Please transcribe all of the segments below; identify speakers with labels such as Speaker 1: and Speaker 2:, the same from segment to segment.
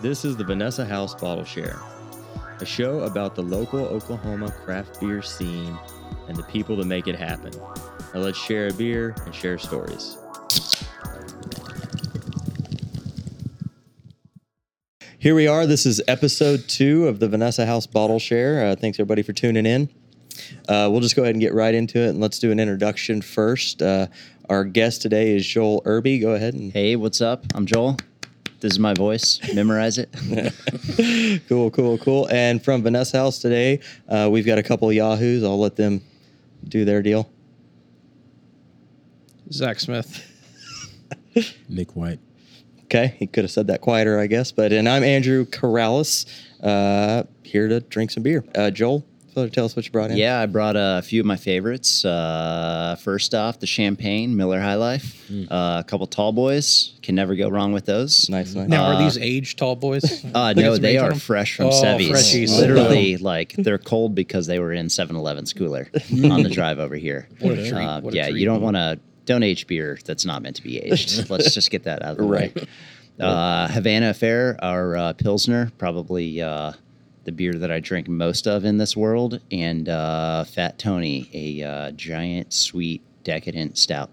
Speaker 1: This is the Vanessa House Bottle Share, a show about the local Oklahoma craft beer scene and the people that make it happen. Now let's share a beer and share stories. Here we are. This is episode two of the Vanessa House Bottle Share. Uh, thanks everybody for tuning in. Uh, we'll just go ahead and get right into it, and let's do an introduction first. Uh, our guest today is Joel Irby. Go ahead and
Speaker 2: Hey, what's up? I'm Joel. This is my voice. Memorize it.
Speaker 1: cool, cool, cool. And from Vanessa House today, uh, we've got a couple of Yahoos. I'll let them do their deal.
Speaker 3: Zach Smith.
Speaker 4: Nick White.
Speaker 1: Okay, he could have said that quieter, I guess. But and I'm Andrew Corrales, uh, here to drink some beer. Uh, Joel, so tell us what you brought in.
Speaker 2: yeah, I brought uh, a few of my favorites. Uh, first off, the champagne, Miller High Life,
Speaker 3: Hmm.
Speaker 2: uh, a couple tall boys. Can never go wrong with those.
Speaker 1: nice, nice.
Speaker 3: Now, are these aged tall boys?
Speaker 2: Uh,
Speaker 3: Look at
Speaker 2: no,
Speaker 3: some
Speaker 2: they
Speaker 3: age on
Speaker 2: are
Speaker 3: them.
Speaker 2: fresh from
Speaker 3: Oh,
Speaker 2: Sevi's.
Speaker 3: freshies.
Speaker 2: Literally, like they're cold because they were in 7-Eleven's cooler on the drive over here.
Speaker 3: What a treat.
Speaker 2: Uh,
Speaker 3: What a
Speaker 2: yeah,
Speaker 3: treat.
Speaker 2: you don't want to don't age beer that's not meant to be aged. Let's just get that out of the way.
Speaker 1: Right.
Speaker 2: Uh, Havana Affair, our uh, pilsner, probably uh, the beer that I drink most of in this world, and uh, Fat Tony, a uh, giant, sweet, decadent stout.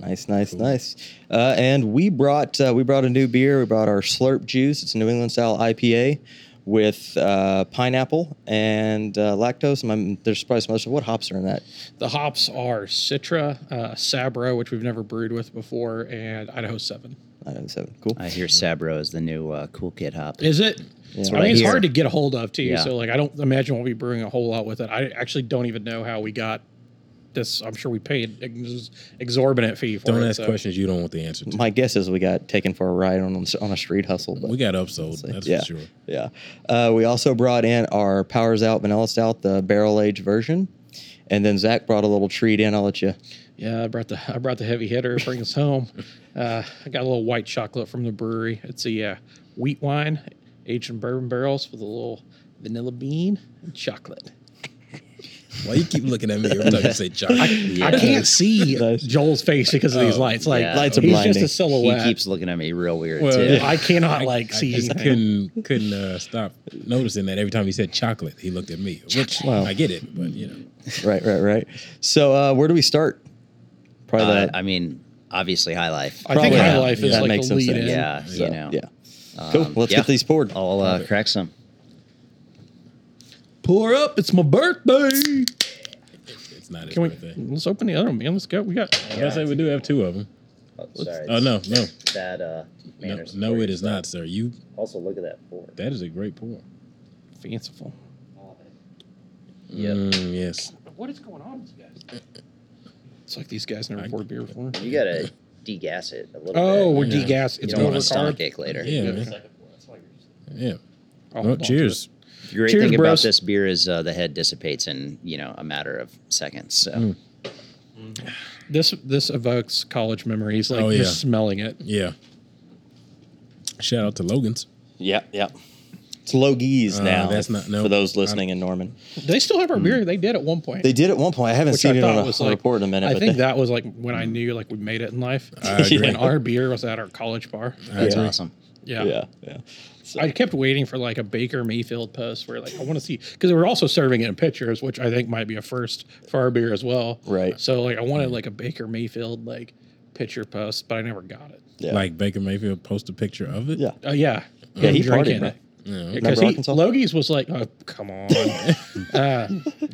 Speaker 1: Nice, nice, nice. Uh, and we brought uh, we brought a new beer. We brought our Slurp Juice. It's a New England style IPA with uh, pineapple and uh, lactose. And I'm, there's probably some other stuff. What hops are in that?
Speaker 3: The hops are Citra, uh, Sabra, which we've never brewed with before, and Idaho 7.
Speaker 1: I don't know, seven. Cool.
Speaker 2: I hear Sabro is the new uh, cool kid hop.
Speaker 3: Is it? I
Speaker 2: what I
Speaker 3: mean, it's
Speaker 2: hear.
Speaker 3: hard to get a hold of, too.
Speaker 2: Yeah.
Speaker 3: So, like, I don't imagine we'll be brewing a whole lot with it. I actually don't even know how we got this. I'm sure we paid ex- exorbitant fee for
Speaker 4: Don't
Speaker 3: it.
Speaker 4: ask
Speaker 3: so.
Speaker 4: questions you don't want the answer to.
Speaker 1: My guess is we got taken for a ride on on a street hustle. But
Speaker 4: we got upsold. That's
Speaker 1: yeah,
Speaker 4: for sure.
Speaker 1: yeah. Uh, we also brought in our Powers Out Vanilla Stout, the barrel aged version, and then Zach brought a little treat in. I'll let you.
Speaker 3: Yeah, I brought the I brought the heavy hitter. Bring us home. Uh, I got a little white chocolate from the brewery. It's a uh, wheat wine aged in bourbon barrels with a little vanilla bean and chocolate.
Speaker 4: Why you keep looking at me every time you say chocolate?
Speaker 2: uh,
Speaker 3: I can't see Joel's face because of these lights. Like
Speaker 2: yeah.
Speaker 1: Lights are
Speaker 3: he's
Speaker 1: blinding.
Speaker 3: just a silhouette.
Speaker 2: He keeps looking at me real weird
Speaker 3: Well,
Speaker 2: too.
Speaker 3: I cannot like
Speaker 4: I
Speaker 3: see.
Speaker 4: just couldn't couldn't uh, stop noticing that every time he said chocolate, he looked at me. Which
Speaker 1: Wow.
Speaker 4: I get it, but you know,
Speaker 1: Right, right, right. So uh, where do we start? Probably
Speaker 2: Uh,
Speaker 1: that.
Speaker 2: I mean, obviously, High Life.
Speaker 3: I think
Speaker 1: Probably
Speaker 3: my
Speaker 1: not.
Speaker 3: life is
Speaker 1: That
Speaker 3: like
Speaker 1: makes
Speaker 3: the
Speaker 1: some
Speaker 3: lead
Speaker 1: sense.
Speaker 3: in.
Speaker 2: yeah,
Speaker 4: So,
Speaker 2: you know. Um,
Speaker 1: yeah. Cool. Let's
Speaker 2: yeah.
Speaker 1: get these poured.
Speaker 2: I'll uh, crack some.
Speaker 3: Pour up. It's my birthday.
Speaker 4: it's not his
Speaker 3: Can we?
Speaker 4: birthday.
Speaker 3: Let's open the other one, man. Let's go. We got.
Speaker 4: I say we do have two of them.
Speaker 2: Oh,
Speaker 3: uh,
Speaker 4: Oh no, no,
Speaker 2: That uh,
Speaker 4: no, no, it is not, sir. You
Speaker 2: Also, look at that pour.
Speaker 4: that is a great pour.
Speaker 3: Fanciful.
Speaker 2: Yep.
Speaker 4: Mm, yes.
Speaker 3: What is going on with you guys? It's like these guys never poured beer before.
Speaker 2: You gotta degas it a little
Speaker 3: Oh, we're
Speaker 2: bit.
Speaker 4: Yeah.
Speaker 3: degassed.
Speaker 2: you
Speaker 3: It's
Speaker 2: don't want
Speaker 3: over
Speaker 2: a stomach
Speaker 3: carb.
Speaker 2: ache later.
Speaker 4: Yeah, man. Yeah.
Speaker 3: Oh,
Speaker 4: Well,
Speaker 3: hold on to
Speaker 4: cheers.
Speaker 2: The great
Speaker 3: Cheers,
Speaker 2: thing
Speaker 3: bros.
Speaker 2: about this beer is uh, the head dissipates in you know a matter of seconds. So
Speaker 3: it. This this evokes college memories, like
Speaker 4: Oh, yeah.
Speaker 3: just smelling it.
Speaker 4: Yeah. Shout out to Logan's.
Speaker 1: Yeah, yeah. It's Logies
Speaker 4: Uh,
Speaker 1: now.
Speaker 4: that's not- no.
Speaker 1: for those listening in Norman.
Speaker 3: They still
Speaker 4: Hmm.
Speaker 3: have our beer. They did at one point.
Speaker 1: They did at one point. I haven't
Speaker 3: which
Speaker 1: seen
Speaker 3: I
Speaker 1: it
Speaker 3: thought
Speaker 1: on a,
Speaker 3: was
Speaker 1: on a
Speaker 3: like,
Speaker 1: report in a minute.
Speaker 3: I
Speaker 1: but
Speaker 3: think
Speaker 1: they-
Speaker 3: that was like when I knew like we made it in life.
Speaker 4: I agree.
Speaker 3: And our beer was at our college bar.
Speaker 2: that's
Speaker 1: Yeah.
Speaker 2: awesome.
Speaker 3: Yeah.
Speaker 1: yeah, yeah. So,
Speaker 3: I kept waiting for like a Baker Mayfield post where like I want to see because they were also serving it in pictures, which I think might be a first for our beer as well.
Speaker 1: Right.
Speaker 3: So like I wanted like a Baker Mayfield like picture post, but I never got it.
Speaker 1: yeah.
Speaker 4: Like Baker Mayfield post a picture of it.
Speaker 1: yeah,
Speaker 3: Oh yeah.
Speaker 1: Yeah, he
Speaker 3: Him drinking
Speaker 1: partied, bro.
Speaker 3: it.
Speaker 4: Yeah.
Speaker 3: Because
Speaker 1: Remember
Speaker 3: he,
Speaker 1: Arkansas?
Speaker 3: Logie's was like, oh, come on. uh,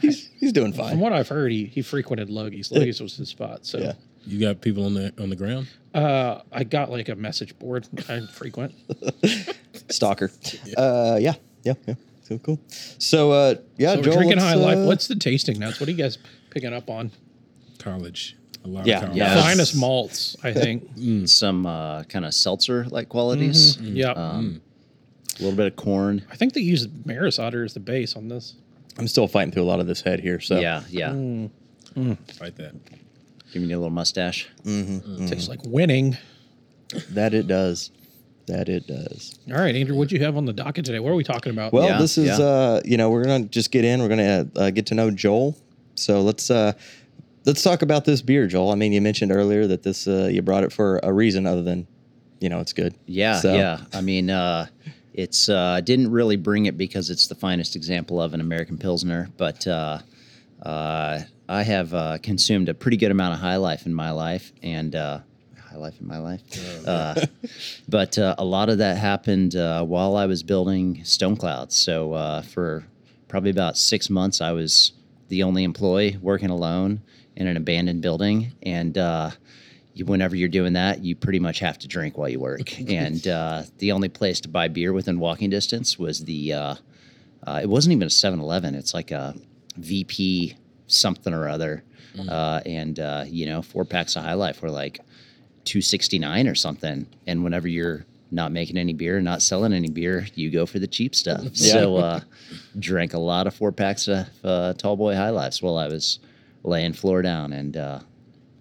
Speaker 1: he's doing
Speaker 3: from
Speaker 1: fine.
Speaker 3: what I've heard, he, he frequented Logie's. Logie's was his spot. So
Speaker 1: Yeah.
Speaker 4: You got people on the on the ground.
Speaker 3: uh, I got like a message board I frequent.
Speaker 1: Stalker. Uh, yeah, yeah, yeah. So cool. So uh, yeah,
Speaker 3: So we're
Speaker 1: Joel,
Speaker 3: drinking
Speaker 1: let's,
Speaker 3: High Life.
Speaker 1: uh,
Speaker 3: What's the tasting notes? What are you guys picking up on?
Speaker 4: College. A lot
Speaker 1: Yeah,
Speaker 4: of college.
Speaker 2: yeah. Yes.
Speaker 3: Finest malts, I think.
Speaker 1: Mm.
Speaker 2: Some uh, kind of seltzer like qualities.
Speaker 3: yeah.
Speaker 2: Um, A little bit of corn.
Speaker 3: I think they used Maris Otter as the base on this.
Speaker 1: I'm still fighting through a lot of this head here. So
Speaker 2: Yeah, yeah.
Speaker 4: Fight that.
Speaker 2: Give me a little mustache.
Speaker 1: Mm.
Speaker 3: Tastes like winning.
Speaker 1: that it does. That it does.
Speaker 3: All right, Andrew, what'd you have on the docket today? What are we talking about?
Speaker 1: Well,
Speaker 2: Yeah,
Speaker 1: this is
Speaker 2: yeah.
Speaker 1: uh, you know we're gonna just get in. We're gonna uh, get to know Joel. So let's uh, let's talk about this beer, Joel. I mean, you mentioned earlier that this uh, you brought it for a reason other than you know it's good.
Speaker 2: Yeah,
Speaker 1: So,
Speaker 2: yeah. I mean, uh, It's uh, I didn't really bring it because it's the finest example of an American Pilsner, but uh, uh, I have uh, consumed a pretty good amount of High Life in my life, and uh, High Life in my life. Uh, but uh, a lot of that happened uh, while I was building Stone Clouds. So uh, for probably about six months, I was the only employee working alone in an abandoned building, and uh, you, whenever you're doing that, you pretty much have to drink while you work. and uh, the only place to buy beer within walking distance was the. Uh, uh, it wasn't even a 7-Eleven. It's like a VP something or other, uh, and uh, you know, four packs of High Life were like two sixty nine or something. And whenever you're not making any beer, not selling any beer, you go for the cheap stuff. So, uh, drank a lot of four packs of uh, Tall Boy High Lifes while I was laying floor down and uh,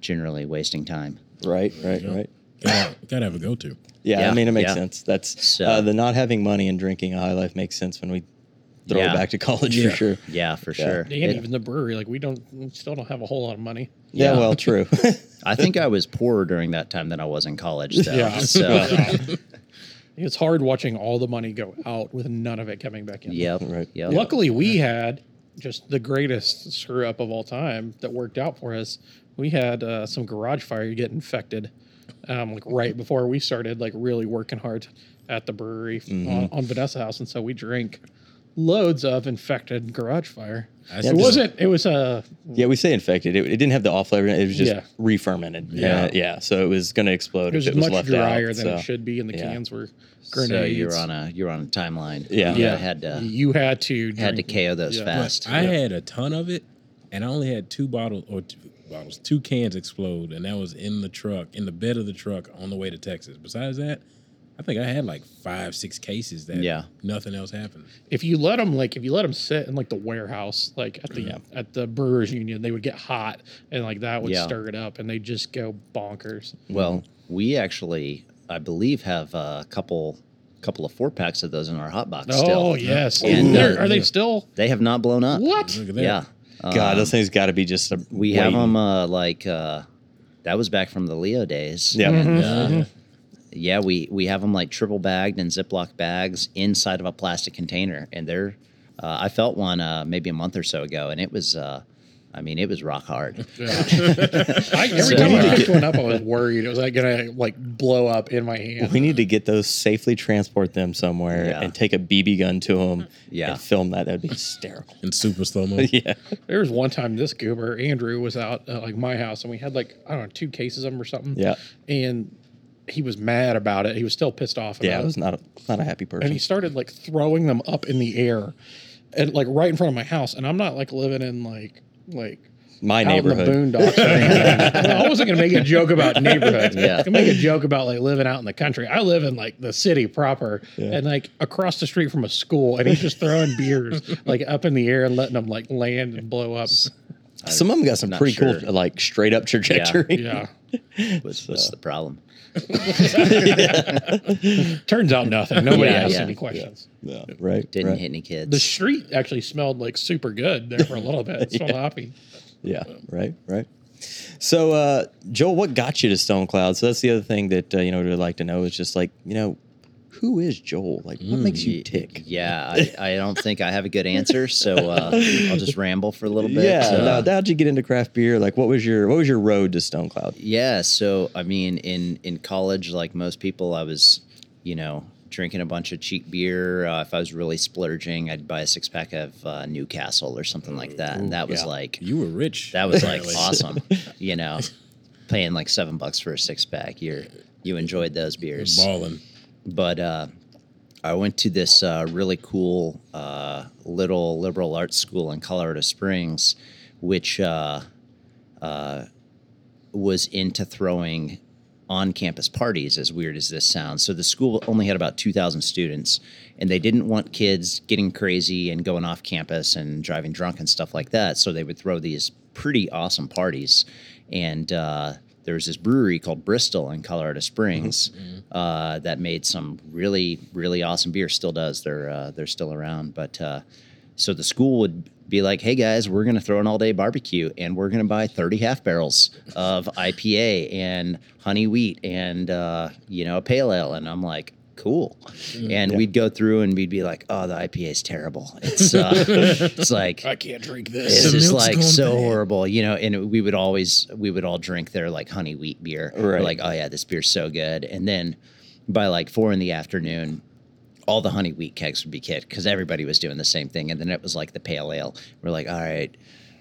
Speaker 2: generally wasting time.
Speaker 1: Right, right, right.
Speaker 4: Gotta, gotta have a go to.
Speaker 1: Yeah, I
Speaker 2: Yeah,
Speaker 1: mean it makes
Speaker 2: yeah.
Speaker 1: sense. That's
Speaker 2: So-
Speaker 1: uh, the not having money and drinking a high life makes sense when we throw
Speaker 2: Yeah.
Speaker 1: it back to college
Speaker 4: Yeah.
Speaker 1: for sure.
Speaker 2: Yeah, for
Speaker 1: Yeah.
Speaker 2: sure.
Speaker 3: And
Speaker 2: It-
Speaker 3: even the brewery, like we don't, we still don't have a whole lot of money.
Speaker 1: Yeah,
Speaker 2: Yeah.
Speaker 1: well, true.
Speaker 2: I think I was poorer during that time than I was in college, though.
Speaker 3: Yeah.
Speaker 2: So,
Speaker 3: Yeah. it's hard watching all the money go out with none of it coming back in.
Speaker 2: yep.
Speaker 1: Right.
Speaker 2: Yep.
Speaker 3: Luckily, we had just the greatest screw up of all time that worked out for us. We had uh, some garage fire get infected, um, like right before we started, like really working hard at the brewery on, on Vanessa House, and so we drank loads of infected garage fire.
Speaker 4: I
Speaker 3: It
Speaker 4: still-
Speaker 3: wasn't. It was uh,
Speaker 1: yeah, we say infected. It, it didn't have the off flavor. It was just
Speaker 3: Yeah.
Speaker 1: re-fermented.
Speaker 4: Yeah.
Speaker 1: Uh, yeah. So it was going to explode
Speaker 3: it was
Speaker 1: if it was
Speaker 3: much
Speaker 1: left
Speaker 3: drier
Speaker 1: out.
Speaker 3: than
Speaker 1: so.
Speaker 3: it should be, and the
Speaker 1: yeah.
Speaker 3: cans were grenades.
Speaker 2: So you're on a you're on a timeline.
Speaker 1: Yeah.
Speaker 2: You
Speaker 1: Yeah.
Speaker 2: Had to
Speaker 3: you had to
Speaker 2: had to
Speaker 3: drink-
Speaker 2: KO those
Speaker 3: Mm-hmm. Yeah.
Speaker 2: fast.
Speaker 4: I had a ton of it, and I only had two bottles or two bottles, two cans explode, and that was in the truck, in the bed of the truck on the way to Texas. Besides that, I think I had like five, six cases that
Speaker 2: Yeah.
Speaker 4: nothing else happened.
Speaker 3: if you let them like if you let them sit in like the warehouse like at the
Speaker 1: Yeah.
Speaker 3: at the brewers union they would get hot and like that would
Speaker 2: Mm-hmm. Yeah.
Speaker 3: stir it up and they just go bonkers
Speaker 2: Well, we actually, I believe, have a couple couple of four packs of those in our hot box
Speaker 3: oh
Speaker 2: still.
Speaker 3: yes
Speaker 2: And,
Speaker 3: They're-
Speaker 2: uh,
Speaker 3: are they
Speaker 4: yeah.
Speaker 3: still
Speaker 2: They have not blown up.
Speaker 3: what
Speaker 4: Look at that.
Speaker 2: Yeah.
Speaker 1: God,
Speaker 2: Um,
Speaker 1: those things got to be just. A
Speaker 2: we have them uh, like uh, that was back from the Leo days.
Speaker 1: Yeah.
Speaker 3: Mm-hmm.
Speaker 2: And, uh,
Speaker 4: Yeah.
Speaker 2: yeah, we we have them like triple bagged in Ziploc bags inside of a plastic container, and they're. Uh, I felt one uh, maybe a month or so ago, and it was. Uh, I mean, it was rock hard.
Speaker 3: I, every
Speaker 2: So-
Speaker 3: time i picked one up i was worried it was like gonna like blow up in my hand
Speaker 1: We need to get those safely, transport them somewhere,
Speaker 2: Yeah.
Speaker 1: and take a BB gun to them.
Speaker 2: Yeah.
Speaker 1: And film that. That'd be hysterical.
Speaker 4: In super slow mo.
Speaker 1: yeah.
Speaker 3: there was one time this goober andrew was out at like my house and we had like i don't know two cases of them or something
Speaker 1: Yeah.
Speaker 3: and he was mad about it he was still pissed off about
Speaker 1: Yeah. I
Speaker 3: it
Speaker 1: was not a not a happy
Speaker 3: and he
Speaker 1: person.
Speaker 3: started like throwing them up in the air and like right in front of my house and i'm not like living in like like
Speaker 1: My
Speaker 3: out in the
Speaker 1: neighborhood.
Speaker 3: boondocks or anything. No, i wasn't going to make a joke about neighborhoods
Speaker 2: Yeah.
Speaker 3: i was gonna make a joke about like living out in the country i live in like the city proper and like across the street from a school and he's just throwing beers like up in the air and letting them like land and blow up
Speaker 1: Some of them got some
Speaker 2: not
Speaker 1: pretty
Speaker 2: sure.
Speaker 1: cool, like straight up trajectory.
Speaker 3: yeah
Speaker 2: What's, what's the problem?
Speaker 3: turns out nothing nobody
Speaker 2: Yeah,
Speaker 3: asked
Speaker 2: yeah.
Speaker 3: any questions
Speaker 1: Yeah, right.
Speaker 2: Didn't
Speaker 1: right.
Speaker 2: hit any kids.
Speaker 3: the street actually smelled like super good there for a little bit it smelled hoppy
Speaker 1: Yeah,
Speaker 2: Um,
Speaker 1: right, right. So, uh, Joel, what got you to Stone Cloud? So that's the other thing that uh, you know would like to know is just like you know, who is Joel? Like, what makes
Speaker 2: Mm.
Speaker 1: you tick?
Speaker 2: Yeah, I, I don't think I have a good answer, so uh, I'll just ramble for a little bit.
Speaker 1: Yeah.
Speaker 2: Uh,
Speaker 1: now, how'd you get into craft beer? Like, what was your what was your road to Stone Cloud?
Speaker 2: yeah. So I mean, in in college, like most people, I was, you know, drinking a bunch of cheap beer. Uh, if I was really splurging, I'd buy a six pack of uh, Newcastle or something like that, and that was
Speaker 1: yeah.
Speaker 2: like
Speaker 4: You were rich.
Speaker 2: that was like
Speaker 4: apparently.
Speaker 2: awesome. You know, paying like seven bucks for a six pack. You're you enjoyed those beers.
Speaker 4: Balling.
Speaker 2: but uh, I went to this uh, really cool uh, little liberal arts school in Colorado Springs, which uh, uh, was into throwing on campus parties, as weird as this sounds. So the school only had about 2,000 students, and they didn't want kids getting crazy and going off campus and driving drunk and stuff like that. So they would throw these pretty awesome parties. And uh, there was this brewery called Bristol in Colorado Springs uh, that made some really, really awesome beer. Still does. They're, uh, they're still around. But uh, so the school would be like, "Hey guys, we're gonna throw an all-day barbecue, and we're gonna buy 30 half barrels of IPA and honey wheat, and uh, you know, a pale ale." And I'm like, cool.
Speaker 4: Mm.
Speaker 2: And
Speaker 1: Yeah.
Speaker 2: we'd go through and we'd be like, oh, the IPA is terrible. It's uh, it's like
Speaker 3: I can't drink
Speaker 2: this
Speaker 3: this.
Speaker 4: The
Speaker 2: is
Speaker 4: milk's
Speaker 2: like
Speaker 4: gone
Speaker 2: so
Speaker 4: bad.
Speaker 2: horrible, you know. And it- we would always we would all drink their like honey wheat beer. We're
Speaker 1: Right.
Speaker 2: like, oh yeah, this beer's so good. And then by like four in the afternoon, all the honey wheat kegs would be kicked because everybody was doing the same thing. And then it was like the pale ale. We're like, all right.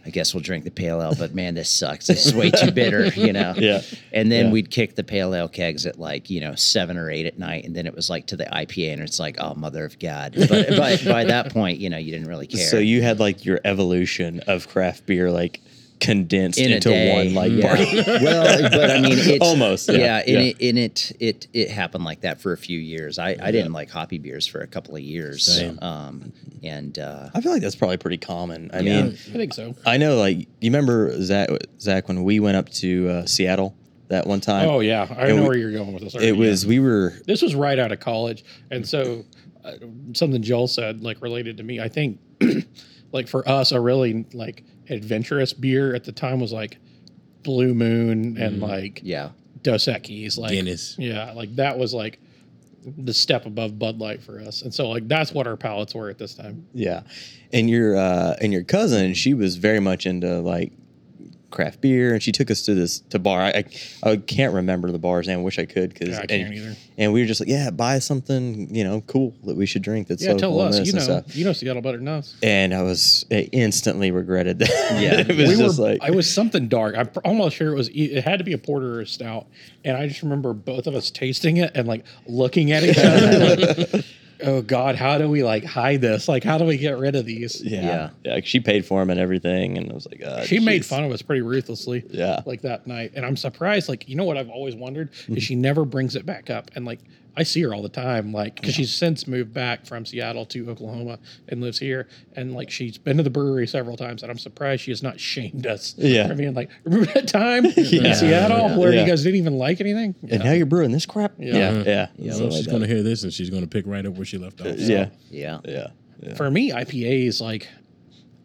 Speaker 2: I guess we'll drink the pale ale, but man, this sucks. This is way too bitter, you know.
Speaker 1: Yeah.
Speaker 2: And then
Speaker 1: Yeah.
Speaker 2: we'd kick the pale ale kegs at like, you know, seven or eight at night. And then it was like to the IPA and it's like, oh, mother of God. But, but by that point, you know, you didn't really care.
Speaker 1: So you had like your evolution of craft beer like condensed
Speaker 2: In a
Speaker 1: into
Speaker 2: day,
Speaker 1: one like
Speaker 2: yeah.
Speaker 1: party.
Speaker 2: well, but I mean, it's,
Speaker 1: Almost, yeah,
Speaker 2: yeah.
Speaker 1: yeah.
Speaker 2: and It, and it it it happened like that for a few years. I, I didn't like hoppy beers for a couple of years.
Speaker 4: Same.
Speaker 2: Um, and uh,
Speaker 1: I feel like that's probably pretty common. I
Speaker 2: Yeah.
Speaker 1: mean,
Speaker 3: I think so.
Speaker 1: I know like you remember Zach Zach when we went up to uh, Seattle that one time.
Speaker 3: oh yeah, I
Speaker 1: it
Speaker 3: know
Speaker 1: wa-
Speaker 3: where you're going with this. already,
Speaker 1: Uh, it
Speaker 3: yeah.
Speaker 1: was we were
Speaker 3: this was right out of college and so uh, something joel said like related to me i think like for us a really like adventurous beer at the time was like blue moon and like
Speaker 2: yeah,
Speaker 3: Dos Equis, like
Speaker 4: Guinness.
Speaker 3: yeah like that was like the step above bud light for us and so like that's what our palates were at this time
Speaker 1: Yeah, and your uh, and your cousin, she was very much into like craft beer, and she took us to this to bar. I I, I can't remember the bar's name. I wish I could because
Speaker 3: Yeah, i can't
Speaker 1: and,
Speaker 3: either
Speaker 1: and we were just like, yeah, buy something you know cool that we should drink. That's
Speaker 3: yeah
Speaker 1: local
Speaker 3: tell
Speaker 1: and
Speaker 3: us
Speaker 1: this
Speaker 3: you
Speaker 1: and
Speaker 3: know
Speaker 1: stuff.
Speaker 3: you know seattle better than us
Speaker 1: And I was I instantly regretted that.
Speaker 2: Yeah.
Speaker 1: it was
Speaker 3: we
Speaker 1: just
Speaker 3: were,
Speaker 1: like
Speaker 3: I was something dark. I'm pr- almost sure it was. e- It had to be a porter or a stout, and I just remember both of us tasting it and like looking at each other. like, oh God, how do we like hide this? Like, how do we get rid of these?
Speaker 1: yeah,
Speaker 2: Yeah.
Speaker 1: yeah, She paid for him and everything, and I was like, uh,
Speaker 3: she made
Speaker 1: jeez.
Speaker 3: fun of us pretty ruthlessly.
Speaker 1: Yeah. Mm-hmm.
Speaker 3: like that night, and I'm surprised. Like, you know what I've always wondered is she never brings it back up, and like. I see her all the time, like, because she's since moved back from Seattle to Oklahoma and lives here. And, like, she's been to the brewery several times, and I'm surprised she has not shamed us
Speaker 1: Yeah.
Speaker 3: for being like, remember that time
Speaker 1: Yeah.
Speaker 3: in Seattle
Speaker 2: Yeah.
Speaker 3: where
Speaker 1: Yeah.
Speaker 3: you guys didn't even like anything?
Speaker 1: And now you're brewing this crap.
Speaker 3: Yeah.
Speaker 1: yeah, yeah.
Speaker 4: Yeah,
Speaker 1: something
Speaker 4: she's
Speaker 1: like
Speaker 4: gonna
Speaker 1: that.
Speaker 4: hear this and she's gonna pick right up where she left off.
Speaker 1: yeah,
Speaker 2: yeah,
Speaker 1: yeah, yeah.
Speaker 3: For me, IPAs, like,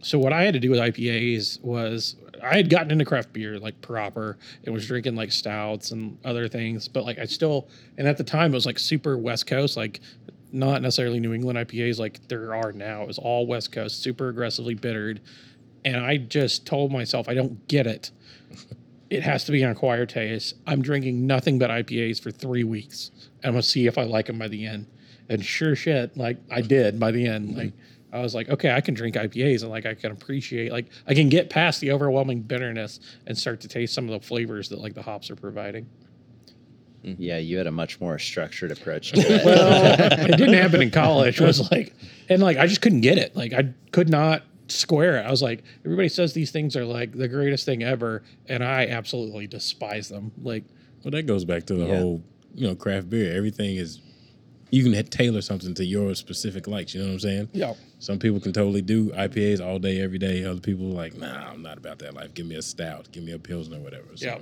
Speaker 3: so what I had to do with IPAs was I had gotten into craft beer, like, proper, and was drinking, like, stouts and other things. But, like, I still, and at the time, it was, like, super West Coast, like, not necessarily New England IPAs like there are now. It was all West Coast, super aggressively bittered. And I just told myself, I don't get it. It has to be an acquired taste. I'm drinking nothing but IPAs for three weeks. And I'm gonna see if I like them by the end. And sure shit, like I did by the end. Like I was like, okay, I can drink IPAs and like I can appreciate, like I can get past the overwhelming bitterness and start to taste some of the flavors that like the hops are providing.
Speaker 1: Mm-hmm.
Speaker 2: yeah. You had a much more structured approach to it.
Speaker 3: well, it didn't happen in college. Was like, and like, I just couldn't get it. Like, I could not square it. I was like, everybody says these things are like the greatest thing ever, and I absolutely despise them. Like,
Speaker 4: Well, that goes back to the
Speaker 2: Yeah.
Speaker 4: whole, you know, craft beer. Everything is, you can ha- tailor something to your specific likes. You know what I'm saying?
Speaker 3: yeah,
Speaker 4: Some people can totally do IPAs all day, every day. Other people are like, nah, I'm not about that life. Give me a stout, give me a pilsner, whatever. So,
Speaker 3: yeah,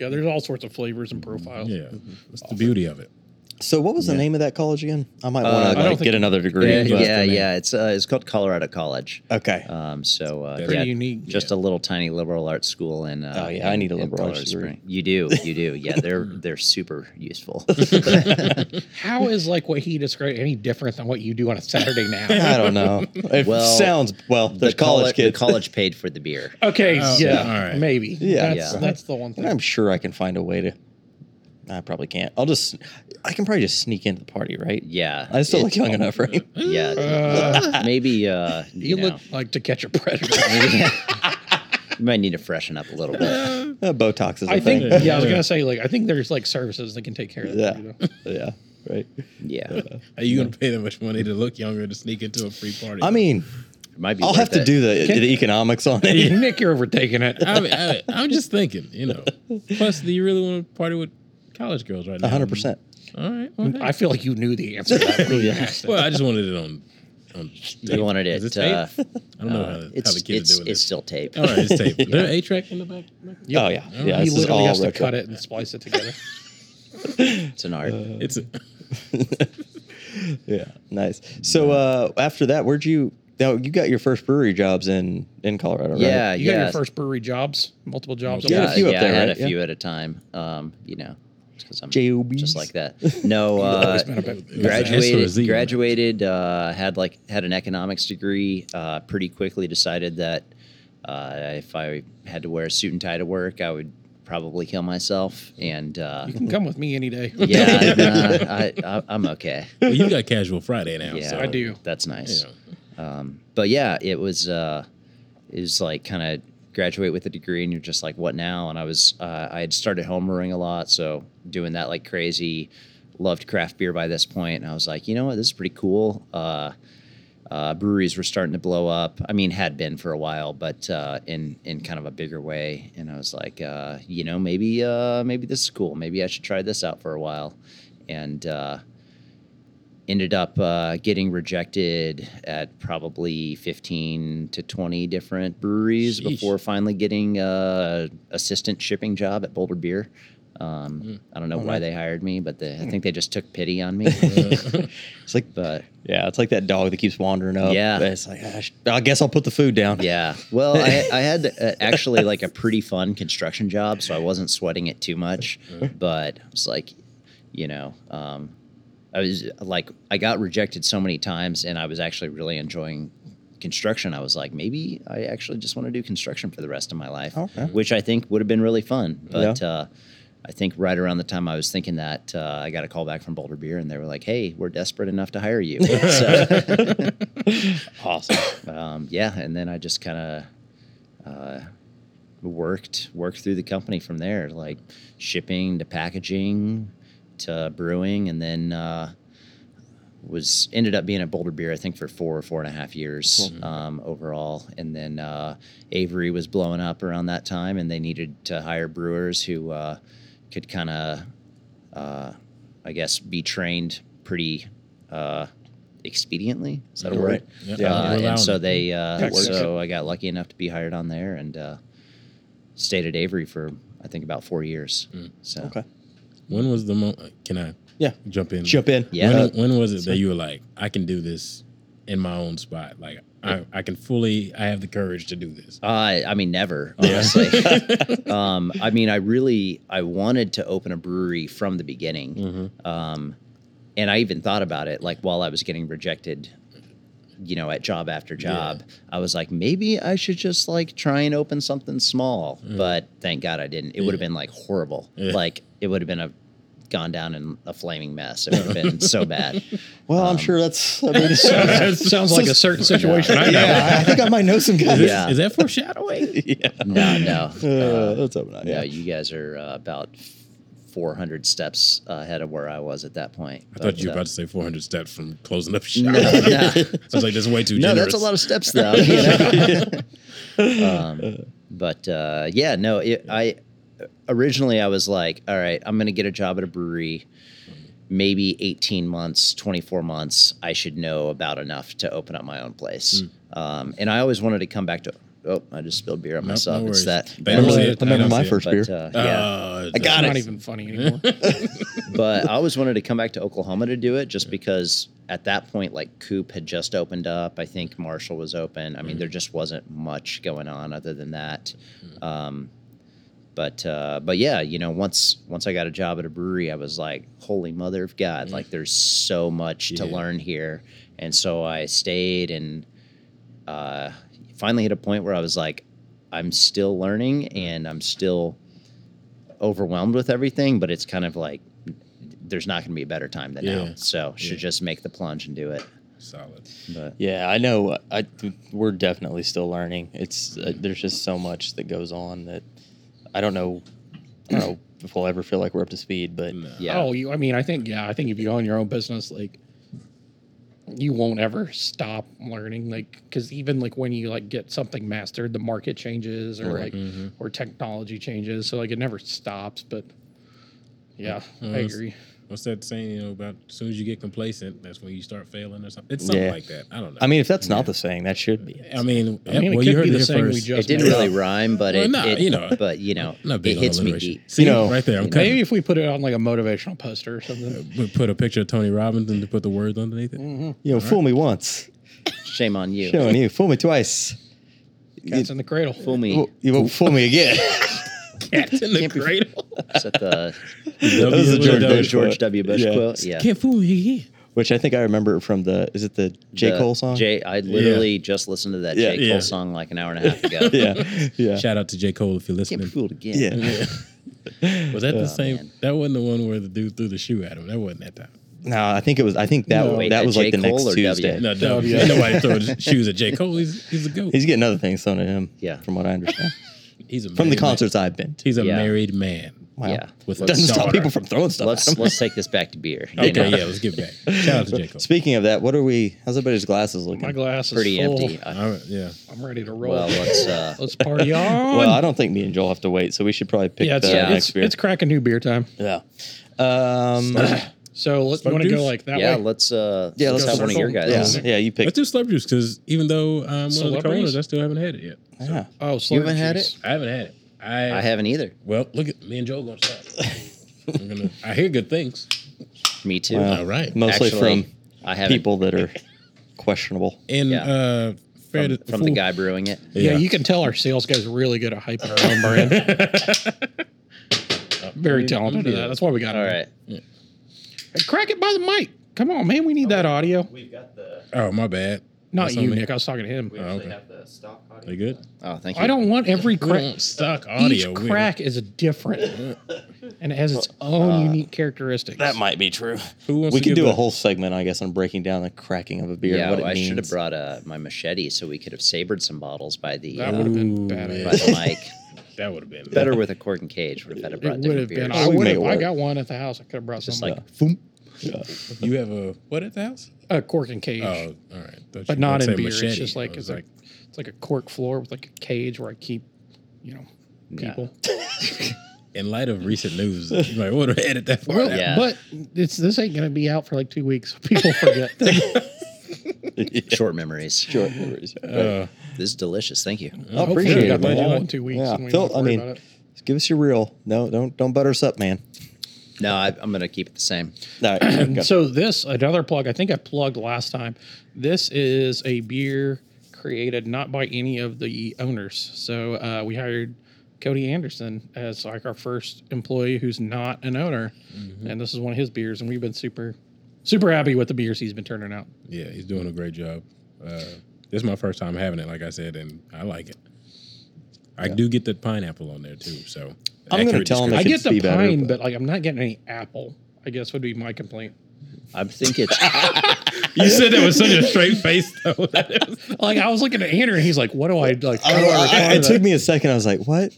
Speaker 3: yeah. There's all sorts of flavors and profiles.
Speaker 4: yeah.
Speaker 1: Mm-hmm.
Speaker 4: That's the beauty of it.
Speaker 1: So, what was the name of that college again? I might
Speaker 2: Uh, I
Speaker 1: want to
Speaker 3: don't
Speaker 1: like,
Speaker 3: think-
Speaker 1: get another degree.
Speaker 2: yeah,
Speaker 1: but-
Speaker 2: yeah,
Speaker 4: man.
Speaker 2: yeah. It's uh, it's called Colorado College.
Speaker 1: Okay.
Speaker 2: Um, so uh,
Speaker 4: That's
Speaker 2: yeah,
Speaker 3: Pretty unique.
Speaker 2: just a little tiny liberal arts school in. Uh,
Speaker 1: Oh, yeah, I
Speaker 2: in-
Speaker 1: need a
Speaker 2: in
Speaker 1: liberal arts
Speaker 2: Colorado
Speaker 1: degree.
Speaker 2: Springs. You do, you do. Yeah, they're they're super useful.
Speaker 3: How is like what he described any different than what you do on a Saturday now?
Speaker 1: I don't know. It
Speaker 2: Well,
Speaker 1: sounds well. There's college
Speaker 2: color-
Speaker 1: kids.
Speaker 2: The college paid for the beer.
Speaker 3: okay,
Speaker 4: Oh,
Speaker 3: yeah,
Speaker 4: all right.
Speaker 3: maybe.
Speaker 1: Yeah.
Speaker 3: that's,
Speaker 2: Yeah.
Speaker 3: that's the one
Speaker 1: And
Speaker 3: thing.
Speaker 1: I'm sure I can find a way to. I probably can't. I'll just. I can probably just sneak into the party, right?
Speaker 2: Yeah,
Speaker 1: I still look
Speaker 2: it's-
Speaker 1: young enough, right?
Speaker 2: Yeah,
Speaker 3: Uh,
Speaker 2: maybe uh, you,
Speaker 3: you
Speaker 2: know,
Speaker 3: look like to catch a predator.
Speaker 2: you might need to freshen up a little bit.
Speaker 1: Uh, Botox is a
Speaker 3: I think.
Speaker 1: thing.
Speaker 3: Yeah, I was gonna say like I think there's like services that can take care of that.
Speaker 1: Yeah.
Speaker 3: you know?
Speaker 1: yeah. Right.
Speaker 2: Yeah,
Speaker 4: Are you going to pay that much money to look younger to sneak into a free party?
Speaker 1: I mean,
Speaker 2: it might be.
Speaker 1: I'll
Speaker 2: worth
Speaker 1: have to
Speaker 2: it.
Speaker 1: do the, the economics on it.
Speaker 3: Nick, you're overtaking it.
Speaker 4: I mean, I, I'm just thinking, you know. Plus, do you really want to party with college girls right now?
Speaker 1: A hundred percent.
Speaker 4: All right. Well, hey.
Speaker 3: I feel like you knew the answer. to that when you asked it.
Speaker 4: Well, I just wanted it on. on tape.
Speaker 2: You wanted
Speaker 4: Is
Speaker 2: it?
Speaker 4: tape?
Speaker 2: Uh,
Speaker 4: I don't know how,
Speaker 2: uh,
Speaker 4: the- how
Speaker 2: it's
Speaker 4: the
Speaker 2: it's
Speaker 4: kids are doing
Speaker 2: it's
Speaker 4: this.
Speaker 2: still tape.
Speaker 4: All right, it's tape. Is there a track in the back?
Speaker 1: Oh yeah.
Speaker 4: All
Speaker 1: Yeah.
Speaker 4: right.
Speaker 3: he
Speaker 1: This is all
Speaker 3: literally has to
Speaker 1: retro.
Speaker 3: cut it and splice it together.
Speaker 2: It's an art.
Speaker 4: It's a,
Speaker 1: Yeah. Nice. So uh, after that, where'd you? Now you got your first brewery jobs in in Colorado, right?
Speaker 2: yeah,
Speaker 3: You
Speaker 2: yeah.
Speaker 3: got your first brewery jobs, multiple jobs.
Speaker 1: You
Speaker 2: yeah,
Speaker 1: had a few up
Speaker 2: yeah,
Speaker 1: there,
Speaker 2: I had
Speaker 1: right?
Speaker 2: a
Speaker 1: Yeah.
Speaker 2: few at a time. Um, you know, 'cause I'm
Speaker 1: J-O-Bs.
Speaker 2: just like that. No, uh,
Speaker 3: Always been a bit-
Speaker 2: graduated graduated uh, had like had an economics degree uh, pretty quickly decided that uh, if i had to wear a suit and tie to work i would probably kill myself and uh,
Speaker 3: You can come with me any day.
Speaker 2: yeah nah, I, I, i'm okay
Speaker 4: Well, you got casual Friday now.
Speaker 2: yeah
Speaker 4: so,
Speaker 3: I do.
Speaker 2: that's nice
Speaker 4: you know.
Speaker 2: um, but yeah, it was uh, it was like kind of graduate with a degree, and you're just like, what now? And I was uh, I had started homebrewing a lot, so doing that like crazy. Loved craft beer by this point, and I was like, you know what, this is pretty cool. Uh, uh, breweries were starting to blow up. I mean, had been for a while, but uh, in in kind of a bigger way. And I was like, uh, you know, maybe uh, maybe this is cool. Maybe I should try this out for a while. And uh, ended up uh, getting rejected at probably 15 to 20 different breweries
Speaker 4: Sheesh.
Speaker 2: before finally getting uh, assistant shipping job at Boulder Beer. Um,
Speaker 4: Mm.
Speaker 2: I don't know
Speaker 1: Oh,
Speaker 2: why
Speaker 1: no.
Speaker 2: they hired me, but they, I think they just took pity on me.
Speaker 1: It's like
Speaker 2: but
Speaker 1: yeah, it's like that dog that keeps wandering up.
Speaker 2: Yeah.
Speaker 1: it's like "Ah, sh- I guess I'll put the food down.
Speaker 2: Yeah. Well, I, I had uh, actually like a pretty fun construction job, so I wasn't sweating it too much. But I was like, you know, um, I was like, I got rejected so many times, and I was actually really enjoying construction. I was like, maybe I actually just want to do construction for the rest of my life,
Speaker 1: Okay.
Speaker 2: which I think would have been really fun. But uh, I think right around the time I was thinking that, uh, I got a call back from Boulder Beer, and they were like, "Hey, we're desperate enough to hire you." So,
Speaker 1: awesome.
Speaker 2: um, yeah, and then I just kind of uh, worked worked through the company from there, like shipping to packaging to brewing, and then uh, was ended up being at Boulder Beer, I think, for four or four and a half years um, overall. And then uh, Avery was blowing up around that time, and they needed to hire brewers who uh, could kind of, uh, I guess, be trained pretty. Uh, expediently is that a word
Speaker 1: Right.
Speaker 4: Yep.
Speaker 1: Yeah.
Speaker 2: uh,
Speaker 4: You're allowing
Speaker 2: and so
Speaker 4: it.
Speaker 2: they, uh,
Speaker 3: That works.
Speaker 2: so I got lucky enough to be hired on there and uh, stayed at Avery for I think about four years.
Speaker 4: Mm.
Speaker 2: So
Speaker 1: Okay.
Speaker 4: When was the moment? Can I?
Speaker 1: Yeah.
Speaker 4: Jump in.
Speaker 1: Jump in.
Speaker 2: Yeah.
Speaker 1: Uh,
Speaker 4: When, when was it that you were like, I can do this in my own spot? Like, I, I can fully, I have the courage to do this.
Speaker 2: Uh, I mean, never,
Speaker 4: Oh,
Speaker 2: honestly. um, I mean, I really, I wanted to open a brewery from the beginning.
Speaker 4: Mm-hmm.
Speaker 2: Um, and I even thought about it, like while I was getting rejected, you know, at job after job, I was like, maybe I should just like try and open something small. But thank God I didn't. It would have been like horrible.
Speaker 4: Mm. Yeah.
Speaker 2: Like it would have been a gone down in a flaming mess. It would have been so bad.
Speaker 1: Well, I'm
Speaker 2: Um,
Speaker 1: sure that's. I mean,
Speaker 3: sounds, sounds like a certain situation I know.
Speaker 1: yeah, I think I might know some guys.
Speaker 2: Yeah.
Speaker 4: Is that foreshadowing?
Speaker 1: yeah.
Speaker 2: No, no.
Speaker 1: Uh,
Speaker 2: Uh,
Speaker 1: that's open eye. Yeah.
Speaker 2: yeah, you guys are uh, about f- 400 steps ahead of where I was at that point.
Speaker 4: I thought you were
Speaker 2: But, uh,
Speaker 4: about to say 400 steps from closing up shop.
Speaker 2: no.
Speaker 4: So it's like that's way too
Speaker 2: no,
Speaker 4: generous.
Speaker 2: that's a lot of steps though. you know? um, but uh, yeah, no, it, I originally I was like, all right, I'm gonna get a job at a brewery. Maybe 18 months, 24 months, I should know about enough to open up my own place. Um, and I always wanted to come back to. Oh, I just spilled beer on
Speaker 4: Hmm. Nope,
Speaker 2: myself.
Speaker 4: no
Speaker 2: it's
Speaker 4: worries.
Speaker 2: that.
Speaker 4: They
Speaker 2: that
Speaker 4: don't
Speaker 2: was-
Speaker 4: see
Speaker 1: Remember,
Speaker 4: it.
Speaker 1: I remember
Speaker 4: I don't
Speaker 1: my
Speaker 4: see it,
Speaker 1: first beer.
Speaker 2: but, uh, yeah,
Speaker 4: Uh,
Speaker 1: I got
Speaker 3: It's
Speaker 1: it.
Speaker 3: not even funny anymore.
Speaker 2: but I was wanted to come back to Oklahoma to do it just because at that point, like Coop had just opened up. I think Marshall was open. I mean, there just wasn't much going on other than that. Um, but uh, but yeah, you know, once once I got a job at a brewery, I was like, holy mother of God! Like, there's so much to
Speaker 4: Yeah.
Speaker 2: learn here, and so I stayed and uh, finally hit a point where I was like, I'm still learning and I'm still overwhelmed with everything, but it's kind of like there's not going to be a better time than now.
Speaker 4: Yeah.
Speaker 2: So should
Speaker 4: Yeah.
Speaker 2: just make the plunge and do it.
Speaker 4: Solid.
Speaker 2: But
Speaker 1: Yeah, I know. uh, I we're definitely still learning. It's uh, there's just so much that goes on that I don't know. I don't know if we'll ever feel like we're up to speed, but
Speaker 4: No.
Speaker 2: yeah,
Speaker 3: Oh, you, I mean, I think yeah, I think if you own your own business, like you won't ever stop learning, like because even like when you like get something mastered, the market changes or
Speaker 1: Right. Mm-hmm.
Speaker 3: like or technology changes, so like it never stops. But yeah,
Speaker 4: Mm,
Speaker 3: I
Speaker 4: it's-
Speaker 3: agree.
Speaker 4: What's that saying? You know, about as soon as you get complacent, that's when you start failing or something. It's something
Speaker 1: Yeah.
Speaker 4: like that. I don't know.
Speaker 1: I mean, if that's not the saying, that should be.
Speaker 4: I mean,
Speaker 3: I mean,
Speaker 4: well,
Speaker 3: it
Speaker 4: you
Speaker 3: could
Speaker 4: heard
Speaker 3: be
Speaker 4: it
Speaker 3: the
Speaker 4: here
Speaker 3: saying we
Speaker 4: first.
Speaker 2: it
Speaker 3: just
Speaker 2: didn't
Speaker 3: made.
Speaker 2: really rhyme, but
Speaker 4: Well,
Speaker 2: it,
Speaker 4: no,
Speaker 2: it
Speaker 4: you know.
Speaker 2: but you know,
Speaker 4: Not big
Speaker 2: it
Speaker 4: on
Speaker 2: hits me
Speaker 4: alliteration.
Speaker 2: deep.
Speaker 4: See,
Speaker 1: You know,
Speaker 4: right there. I'm
Speaker 3: Maybe
Speaker 4: cutting.
Speaker 3: if we put it on like a motivational poster or something.
Speaker 4: We put a picture of Tony Robbins and put the words underneath it.
Speaker 1: You know, fool me once,
Speaker 2: Shame on you.
Speaker 1: shame on you. Fool me twice,
Speaker 3: Cats in the cradle.
Speaker 2: Fool me.
Speaker 1: Well, you won't fool me again.
Speaker 4: Cats in the
Speaker 2: Can't be-
Speaker 4: cradle.
Speaker 2: Is that the,
Speaker 1: That was the
Speaker 4: W-
Speaker 1: George
Speaker 2: the
Speaker 1: Bush
Speaker 2: George
Speaker 1: quote.
Speaker 2: W. Bush
Speaker 1: Yeah.
Speaker 2: quote? Yeah.
Speaker 4: Can't fool me again.
Speaker 1: which I think I remember from the. Is it the J
Speaker 2: The
Speaker 1: Cole song?
Speaker 2: J, I literally just listened to that
Speaker 1: Yeah.
Speaker 2: J. Cole
Speaker 4: Yeah.
Speaker 2: song like an hour and a half ago.
Speaker 1: yeah, yeah.
Speaker 4: Shout out to J. Cole if you're
Speaker 2: Can't be
Speaker 4: listening.
Speaker 2: fooled again.
Speaker 1: Yeah.
Speaker 4: Yeah. Was that the same?
Speaker 2: man.
Speaker 4: That wasn't the one where the dude threw the shoe at him. That wasn't that time.
Speaker 1: No, I think it was. I think that
Speaker 4: No.
Speaker 1: was
Speaker 2: Wait,
Speaker 1: that
Speaker 2: that
Speaker 1: was
Speaker 2: J.
Speaker 1: like the
Speaker 2: Cole
Speaker 1: next
Speaker 2: or
Speaker 1: Tuesday.
Speaker 2: W?
Speaker 4: No, no,
Speaker 3: yeah.
Speaker 4: nobody throws shoes at J. Cole. He's he's a goat.
Speaker 1: He's getting other things thrown at him.
Speaker 2: Yeah.
Speaker 1: from what I understand,
Speaker 4: He's a
Speaker 1: from the
Speaker 4: married man.
Speaker 1: concerts I've been to.
Speaker 4: He's a
Speaker 2: Yeah.
Speaker 4: married man.
Speaker 1: Wow.
Speaker 2: Yeah.
Speaker 4: With a
Speaker 1: Doesn't stop
Speaker 4: daughter.
Speaker 1: people from throwing stuff. at
Speaker 2: Let's
Speaker 1: 'em.
Speaker 2: let's take this back to beer. You
Speaker 4: Okay,
Speaker 2: know,
Speaker 4: yeah, let's get back. Shout out to J. Cole.
Speaker 1: Speaking of that, what are we? How's everybody's glasses looking?
Speaker 3: My glass is
Speaker 2: Pretty
Speaker 3: full.
Speaker 2: empty. I-
Speaker 4: All right, yeah.
Speaker 3: I'm ready to roll.
Speaker 2: well, let's uh,
Speaker 3: Let's party on.
Speaker 1: Well, I don't think me and Joel have to wait, so we should probably pick
Speaker 3: yeah, it's,
Speaker 1: the
Speaker 2: yeah,
Speaker 1: next
Speaker 3: it's,
Speaker 1: beer.
Speaker 3: it's cracking new beer time.
Speaker 1: yeah. Um,
Speaker 3: So let's
Speaker 4: Slug
Speaker 3: want to go
Speaker 4: juice?
Speaker 3: like that
Speaker 2: yeah,
Speaker 3: way.
Speaker 2: let's uh,
Speaker 1: yeah,
Speaker 2: let's,
Speaker 1: let's
Speaker 2: have one of your
Speaker 3: circle.
Speaker 1: Yeah,
Speaker 2: guys.
Speaker 1: yeah, you pick.
Speaker 4: Let's do slub juice because even though I'm one of the
Speaker 3: Celebrities?
Speaker 4: co-owners, I still haven't had it yet.
Speaker 1: Yeah.
Speaker 3: oh, slurp
Speaker 2: You haven't had
Speaker 3: juice.
Speaker 4: I haven't had it. I,
Speaker 2: I haven't either.
Speaker 4: Well, look at me and Joel going to start. I'm gonna, I hear good things.
Speaker 2: Me too.
Speaker 1: Wow.
Speaker 4: All right.
Speaker 1: Mostly
Speaker 2: Actually,
Speaker 1: from
Speaker 2: I haven't
Speaker 1: people that are questionable.
Speaker 4: And
Speaker 2: Yeah.
Speaker 4: uh, fair
Speaker 2: from,
Speaker 4: to-
Speaker 2: from the
Speaker 4: fool-
Speaker 2: guy brewing it.
Speaker 3: Yeah. you can tell our sales guys are really good at hyping our own brand. Very
Speaker 4: Oh, Mm-hmm.
Speaker 3: talented at that. That's why we got
Speaker 2: All
Speaker 3: him.
Speaker 2: right.
Speaker 3: Hey, crack it by the mic. Come on, man. We need that audio.
Speaker 1: We've got the.
Speaker 4: Oh, my bad.
Speaker 3: Not
Speaker 4: That's
Speaker 3: you,
Speaker 4: on me.
Speaker 3: Nick. I was talking to him.
Speaker 4: Oh, actually okay.
Speaker 1: have the stock audio.
Speaker 4: They good?
Speaker 2: Oh, thank you.
Speaker 3: I don't want every
Speaker 4: We
Speaker 3: crack.
Speaker 4: don't stock audio.
Speaker 3: Each
Speaker 4: We-
Speaker 3: crack is different, and it has its own
Speaker 2: Uh,
Speaker 3: unique characteristics.
Speaker 1: That might be true.
Speaker 4: Who wants
Speaker 1: We
Speaker 4: to
Speaker 1: can
Speaker 4: give
Speaker 1: do a
Speaker 4: the-
Speaker 1: whole segment, I guess, on breaking down the cracking of a beer.
Speaker 2: yeah,
Speaker 1: and what
Speaker 2: well,
Speaker 1: it
Speaker 2: I
Speaker 1: means.
Speaker 2: should have brought uh, my machete so we could have sabered some bottles by the
Speaker 3: That
Speaker 2: uh,
Speaker 3: would have been
Speaker 4: Ooh,
Speaker 3: bad.
Speaker 4: man.
Speaker 2: by the mic.
Speaker 4: That would have been
Speaker 2: Better with a cork and cage. Would have had to brought
Speaker 3: It would
Speaker 2: different
Speaker 3: have
Speaker 2: beers.
Speaker 3: been. I
Speaker 1: Oh, we
Speaker 3: would
Speaker 1: make
Speaker 3: have.
Speaker 1: it
Speaker 3: I
Speaker 1: work.
Speaker 3: got one at the house. I could have brought
Speaker 2: Just
Speaker 3: something.
Speaker 2: like
Speaker 4: You have a what at the house?
Speaker 3: a cork and cage,
Speaker 4: Oh, all right. Thought
Speaker 3: but
Speaker 4: you
Speaker 3: not
Speaker 4: might
Speaker 3: in
Speaker 4: say
Speaker 3: beer. It's
Speaker 4: machete.
Speaker 3: just
Speaker 4: I
Speaker 3: like
Speaker 4: was
Speaker 3: it's like it's like a cork floor with like a cage where I keep, you know, people.
Speaker 4: in light of recent news, you might want to edit that part.
Speaker 3: Well,
Speaker 4: out.
Speaker 2: Yeah.
Speaker 3: but it's this ain't gonna be out for like two weeks. People forget.
Speaker 2: short memories.
Speaker 1: Short worries.
Speaker 4: Uh,
Speaker 2: This is delicious. Thank you.
Speaker 1: I
Speaker 3: Hopefully
Speaker 1: appreciate
Speaker 3: we
Speaker 1: it.
Speaker 3: got the
Speaker 1: man.
Speaker 3: wall in two weeks.
Speaker 1: Yeah.
Speaker 3: and we
Speaker 1: Phil,
Speaker 3: don't
Speaker 1: I
Speaker 3: worry
Speaker 1: mean,
Speaker 3: about it.
Speaker 1: give us your reel. No, don't don't butter us up, man.
Speaker 2: No, I, I'm going to keep it the same.
Speaker 1: All right, got it.
Speaker 3: so this another plug. I think I plugged last time. This is a beer created not by any of the owners. So uh, we hired Cody Anderson as like our first employee who's not an owner, and this is one of his beers. And we've been super, super happy with the beers he's been turning out.
Speaker 4: yeah, he's doing a great job. Uh, this is my first time having it, like I said, and I like it. I do get the pineapple on there too, so
Speaker 1: I'm gonna
Speaker 4: accurate
Speaker 1: tell him
Speaker 4: description.
Speaker 1: It
Speaker 3: I
Speaker 1: could
Speaker 3: get the
Speaker 1: be better,
Speaker 3: pine,
Speaker 1: but-
Speaker 3: but like I'm not getting any apple. I guess would be my complaint.
Speaker 2: I think it's
Speaker 4: You said that with such a straight face, though.
Speaker 3: Like I was looking at Andrew, and he's like, "What do I like?"
Speaker 1: I
Speaker 3: how
Speaker 1: don't
Speaker 3: do
Speaker 1: know,
Speaker 3: I
Speaker 1: I-
Speaker 3: respond
Speaker 1: it
Speaker 3: to
Speaker 1: took
Speaker 3: that?"
Speaker 1: me a second. I was like, "What?"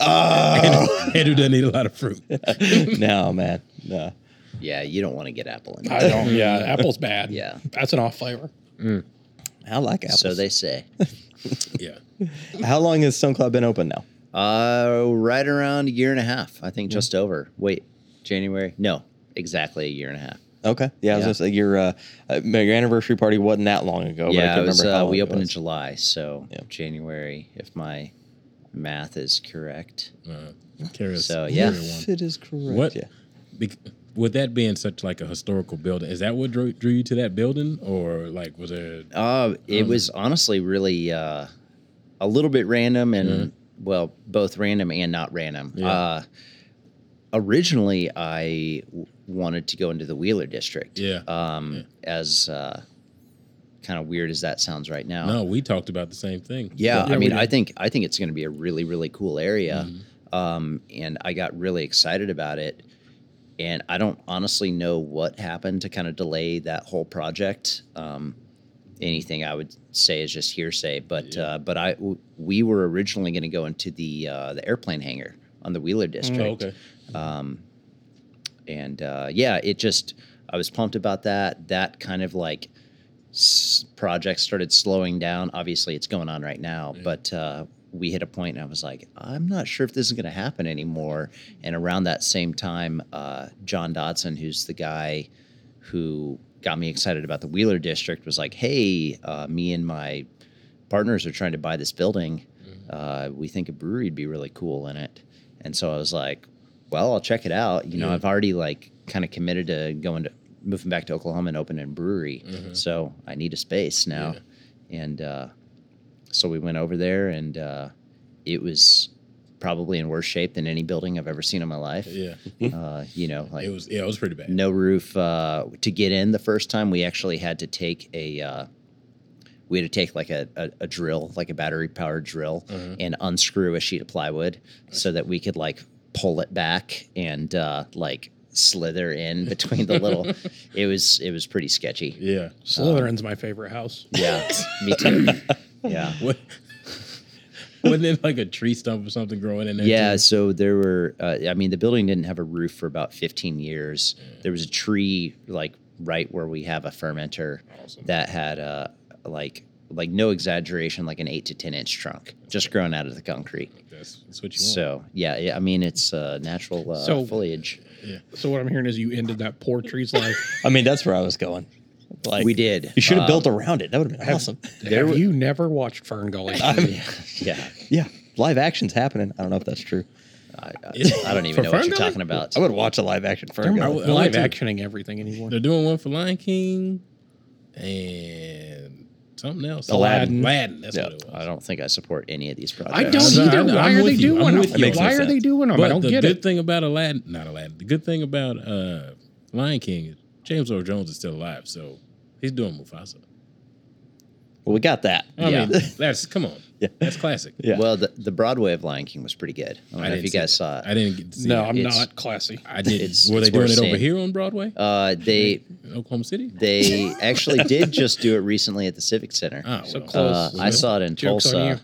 Speaker 1: oh,
Speaker 4: Andrew doesn't eat a lot of fruit.
Speaker 1: no, man, no.
Speaker 2: yeah. You don't want to get apple in. it.
Speaker 3: I don't. Yeah, apple's bad.
Speaker 2: Yeah.
Speaker 3: that's an off flavor.
Speaker 1: I like apples.
Speaker 2: So they say.
Speaker 4: Yeah,
Speaker 1: How long has Stone Cloud been open now?
Speaker 2: Uh, right around a year and a half. I
Speaker 1: Hmm.
Speaker 2: think just over. Wait, January? No, exactly a year and a
Speaker 1: Oh,
Speaker 2: half.
Speaker 1: Okay, yeah, I was
Speaker 2: Yeah.
Speaker 1: gonna say your uh, uh, your anniversary party wasn't that long ago. but I
Speaker 2: yeah,
Speaker 1: couldn't
Speaker 2: it was,
Speaker 1: remember how
Speaker 2: uh,
Speaker 1: long
Speaker 2: we
Speaker 1: it
Speaker 2: opened in
Speaker 1: was.
Speaker 2: July, so
Speaker 1: Yeah.
Speaker 2: January, if my math is correct.
Speaker 1: Hmm.
Speaker 4: uh, carry us-
Speaker 2: So, yeah.
Speaker 4: carry one.
Speaker 1: Yes, it is correct.
Speaker 4: What?
Speaker 1: Yeah.
Speaker 4: Bec- with that being such like a historical building, is that what drew, drew you to that building, or like was there?
Speaker 2: Uh, it
Speaker 1: Hmm.
Speaker 4: Um,
Speaker 2: was honestly really uh, a little bit random and
Speaker 1: Hmm.
Speaker 2: well, both random and not random.
Speaker 4: Yeah.
Speaker 2: Uh, originally, I w- wanted to go into the Wheeler district.
Speaker 4: Yeah.
Speaker 2: Um, as uh, kind of weird as that sounds right now.
Speaker 4: No, we talked about the same thing.
Speaker 2: Yeah,
Speaker 3: Yeah,
Speaker 2: I
Speaker 3: we
Speaker 2: mean,
Speaker 3: did. Mm-hmm.
Speaker 2: I think I think it's going to be a really really cool area,
Speaker 4: Mm-hmm.
Speaker 2: um, and I got really excited about it. And I don't honestly know what happened to kind of delay that whole project. Um, anything I would say is just hearsay, but uh, but I w- we were originally going to go into the uh, the airplane hangar on the Wheeler
Speaker 4: Oh,
Speaker 2: District
Speaker 4: okay.
Speaker 2: and uh, yeah, it just I was pumped about that. That kind of like s- project started slowing down. Obviously, it's going on right now, but uh, we hit a point, and I was like, I'm not sure if this is going to happen anymore. And around that same time, uh, John Dodson, who's the guy who got me excited about the Wheeler District, was like, Hey, uh, me and my partners are trying to buy this building. Uh, we think a brewery'd be really cool in it. And so I was like, well, I'll check it out. You know, I've already like kind of committed to going to moving back to Oklahoma and opening a brewery. So I need a space now. And uh, so we went over there and uh, it was probably in worse shape than any building I've ever seen in my life.
Speaker 4: Yeah,
Speaker 2: Uh, you know, like
Speaker 4: it was. Yeah, it was pretty bad.
Speaker 2: no roof uh, to get in the first time we actually had to take a uh, we had to take like a, a, a drill like a battery powered drill
Speaker 4: Mhm.
Speaker 2: and unscrew a sheet of plywood so that we could like pull it back and uh, like slither in between the little it was it was pretty sketchy
Speaker 4: Yeah.
Speaker 3: Slytherin's my favorite house.
Speaker 2: yeah me too yeah
Speaker 4: What? Wasn't it like a tree stump or something growing in there?
Speaker 2: Yeah,
Speaker 4: too?
Speaker 2: so there were. Uh, I mean, the building didn't have a roof for about 15 years. There was a tree like right where we have a fermenter
Speaker 4: Awesome.
Speaker 2: that had uh, like like no exaggeration, like an eight to 10 inch trunk just growing out of the concrete.
Speaker 4: That's, that's what you want.
Speaker 2: So yeah, yeah, I mean it's uh, natural uh,
Speaker 3: So-
Speaker 2: foliage.
Speaker 3: So what I'm hearing is you ended that poor tree's life.
Speaker 1: I mean, that's where I was going. Like
Speaker 2: we did.
Speaker 1: You should have
Speaker 2: Uh,
Speaker 1: built around it. That would Um, have been awesome.
Speaker 3: Have you never watched Fern Gully?
Speaker 2: Yeah,
Speaker 1: Yeah, live action's happening. I don't know if that's true.
Speaker 2: I,
Speaker 4: Is-
Speaker 2: I, I don't even
Speaker 4: for
Speaker 2: know what
Speaker 4: Fern
Speaker 2: you're
Speaker 4: Gully?
Speaker 2: talking about.
Speaker 1: I would watch a live action
Speaker 3: They're
Speaker 1: Fern.
Speaker 3: not
Speaker 1: Gully.
Speaker 4: I
Speaker 3: live
Speaker 4: like to-
Speaker 3: actioning everything anymore.
Speaker 4: They're doing one for Lion King and something else.
Speaker 1: Aladdin.
Speaker 4: Aladdin. That's
Speaker 1: Yeah,
Speaker 4: what it was.
Speaker 2: I don't think I support any of these projects.
Speaker 3: I don't
Speaker 4: I'm-
Speaker 3: either.
Speaker 4: I'm-
Speaker 3: Why
Speaker 4: I'm
Speaker 3: are
Speaker 4: with
Speaker 3: they
Speaker 4: you. I'm
Speaker 3: doing
Speaker 4: with
Speaker 3: them?
Speaker 1: you. Makes
Speaker 3: Why
Speaker 1: no
Speaker 3: are they
Speaker 1: sense.
Speaker 3: doing them? I Oh, don't
Speaker 4: the
Speaker 3: get
Speaker 4: good
Speaker 3: it.
Speaker 4: thing about Aladdin, not Aladdin. The good thing about uh, Lion King, is James Earl Jones is still alive, so he's doing Mufasa.
Speaker 1: Well, we got that.
Speaker 4: I
Speaker 2: Yeah.
Speaker 4: mean, that's come on.
Speaker 1: Yeah.
Speaker 4: That's classic.
Speaker 1: Yeah.
Speaker 2: Well, the, the Broadway of Lion King was pretty good. I don't know if you
Speaker 4: see
Speaker 2: guys
Speaker 4: that.
Speaker 2: saw it.
Speaker 4: I didn't get to see
Speaker 3: No,
Speaker 4: it.
Speaker 3: I'm
Speaker 2: It's-
Speaker 3: not classy.
Speaker 4: I did.
Speaker 2: It's-
Speaker 4: were they
Speaker 2: it's
Speaker 4: doing
Speaker 2: worth
Speaker 4: it over
Speaker 2: seeing.
Speaker 4: here on Broadway?
Speaker 2: Uh, they
Speaker 4: in Oklahoma City?
Speaker 2: they actually did just do it recently at the Civic Center.
Speaker 4: Ah,
Speaker 3: So
Speaker 4: well.
Speaker 3: close.
Speaker 2: Uh, I saw it in
Speaker 3: Oh. Joke's on
Speaker 2: Tulsa.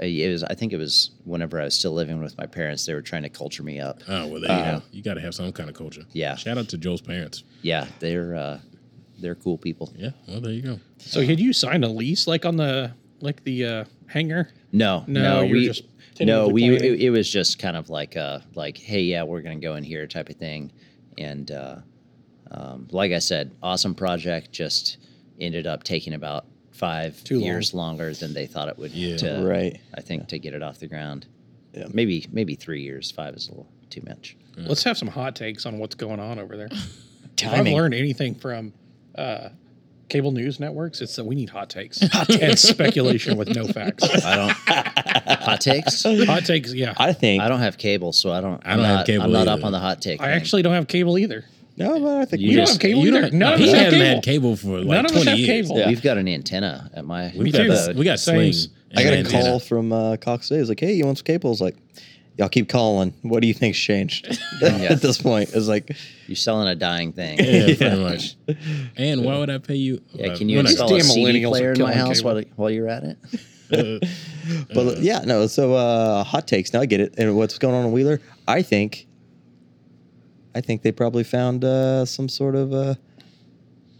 Speaker 2: Uh, It was I think it was whenever I was still living with my parents. They were trying to culture me up.
Speaker 4: Oh, well, there you
Speaker 2: Uh,
Speaker 4: go. You got to have some kind of culture.
Speaker 2: Yeah.
Speaker 4: Shout out to Joel's parents.
Speaker 2: Yeah, they're uh, they're cool people.
Speaker 4: Yeah. Well, there you go.
Speaker 3: So had you signed a lease like on the like the uh, hangar?
Speaker 2: No,
Speaker 3: No,
Speaker 2: no,
Speaker 3: you were
Speaker 2: we
Speaker 3: just
Speaker 2: no
Speaker 3: tentatively
Speaker 2: we
Speaker 3: planning.
Speaker 2: it, it was just kind of like uh like hey yeah we're gonna go in here type of thing, and uh, um, like I said, awesome project. Just ended up taking about five
Speaker 3: Too long.
Speaker 2: years longer than they thought it would.
Speaker 4: Yeah.
Speaker 2: to-
Speaker 1: right.
Speaker 2: I think to get it off the ground.
Speaker 1: Yeah.
Speaker 2: Maybe maybe three years. Five is a little too much.
Speaker 4: Mm.
Speaker 3: Let's have some hot takes on what's going on over there. If I've
Speaker 1: Timing.
Speaker 3: learned anything from uh, cable news networks, it's that we need hot takes and speculation with no facts.
Speaker 2: I don't hot takes.
Speaker 3: Hot takes, yeah. I,
Speaker 1: I think.
Speaker 2: I don't have cable, so I don't.
Speaker 4: I don't
Speaker 2: I'm
Speaker 4: have
Speaker 2: not-
Speaker 4: cable
Speaker 2: I'm not up
Speaker 4: either.
Speaker 2: on the hot take. thing.
Speaker 3: actually don't have cable either.
Speaker 1: no, but I think
Speaker 2: You
Speaker 1: we
Speaker 3: You don't
Speaker 1: just-
Speaker 3: have cable
Speaker 4: You
Speaker 3: either.
Speaker 4: don't-
Speaker 3: None of
Speaker 4: he
Speaker 3: us have
Speaker 4: hasn't
Speaker 3: cable.
Speaker 4: had cable for like
Speaker 3: None of us
Speaker 4: 20
Speaker 3: have
Speaker 4: years.
Speaker 3: cable.
Speaker 1: Yeah.
Speaker 2: we've got an antenna at my.
Speaker 4: We've
Speaker 3: too.
Speaker 4: got, the, we got
Speaker 3: Same.
Speaker 4: slings.
Speaker 1: I got a
Speaker 4: and antenna.
Speaker 1: call from uh, Cox today. He's like, "Hey, you want some cable?" I was like, "Y'all keep calling. What do you think's changed at this point?" It's like,
Speaker 2: You're selling a dying thing.
Speaker 4: Yeah, pretty much. And why would I pay you?
Speaker 2: Yeah,
Speaker 4: uh,
Speaker 2: can you
Speaker 4: when I-
Speaker 2: install a
Speaker 3: damn
Speaker 2: CD
Speaker 3: millennials are
Speaker 2: player in my
Speaker 3: killing
Speaker 2: house
Speaker 3: cable.
Speaker 2: while, while you're at it?
Speaker 1: but
Speaker 2: Mm-hmm.
Speaker 1: yeah, no. So uh, hot takes. Now I get it. And what's going on in Wheeler? I think, I think they probably found uh, some sort of uh,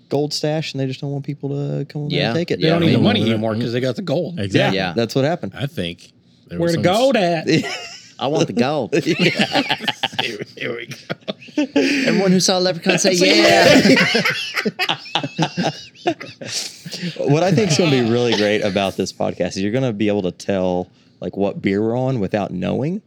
Speaker 1: gold stash, and they just don't want people to come over there
Speaker 2: Yeah.
Speaker 1: and take it.
Speaker 3: They
Speaker 2: Yeah,
Speaker 3: don't
Speaker 2: I
Speaker 3: need the
Speaker 2: mean-
Speaker 3: money anymore because they got the gold.
Speaker 1: Yeah,
Speaker 4: Exactly.
Speaker 2: Yeah.
Speaker 1: that's what happened.
Speaker 4: I think. there
Speaker 3: Where
Speaker 4: was
Speaker 3: to
Speaker 4: some-
Speaker 3: go at?
Speaker 2: I want the gold.
Speaker 3: Here we go.
Speaker 2: Everyone who saw Leprechaun say yeah.
Speaker 1: what I think is going to be really great about this podcast is you're going to be able to tell like what beer we're on without knowing.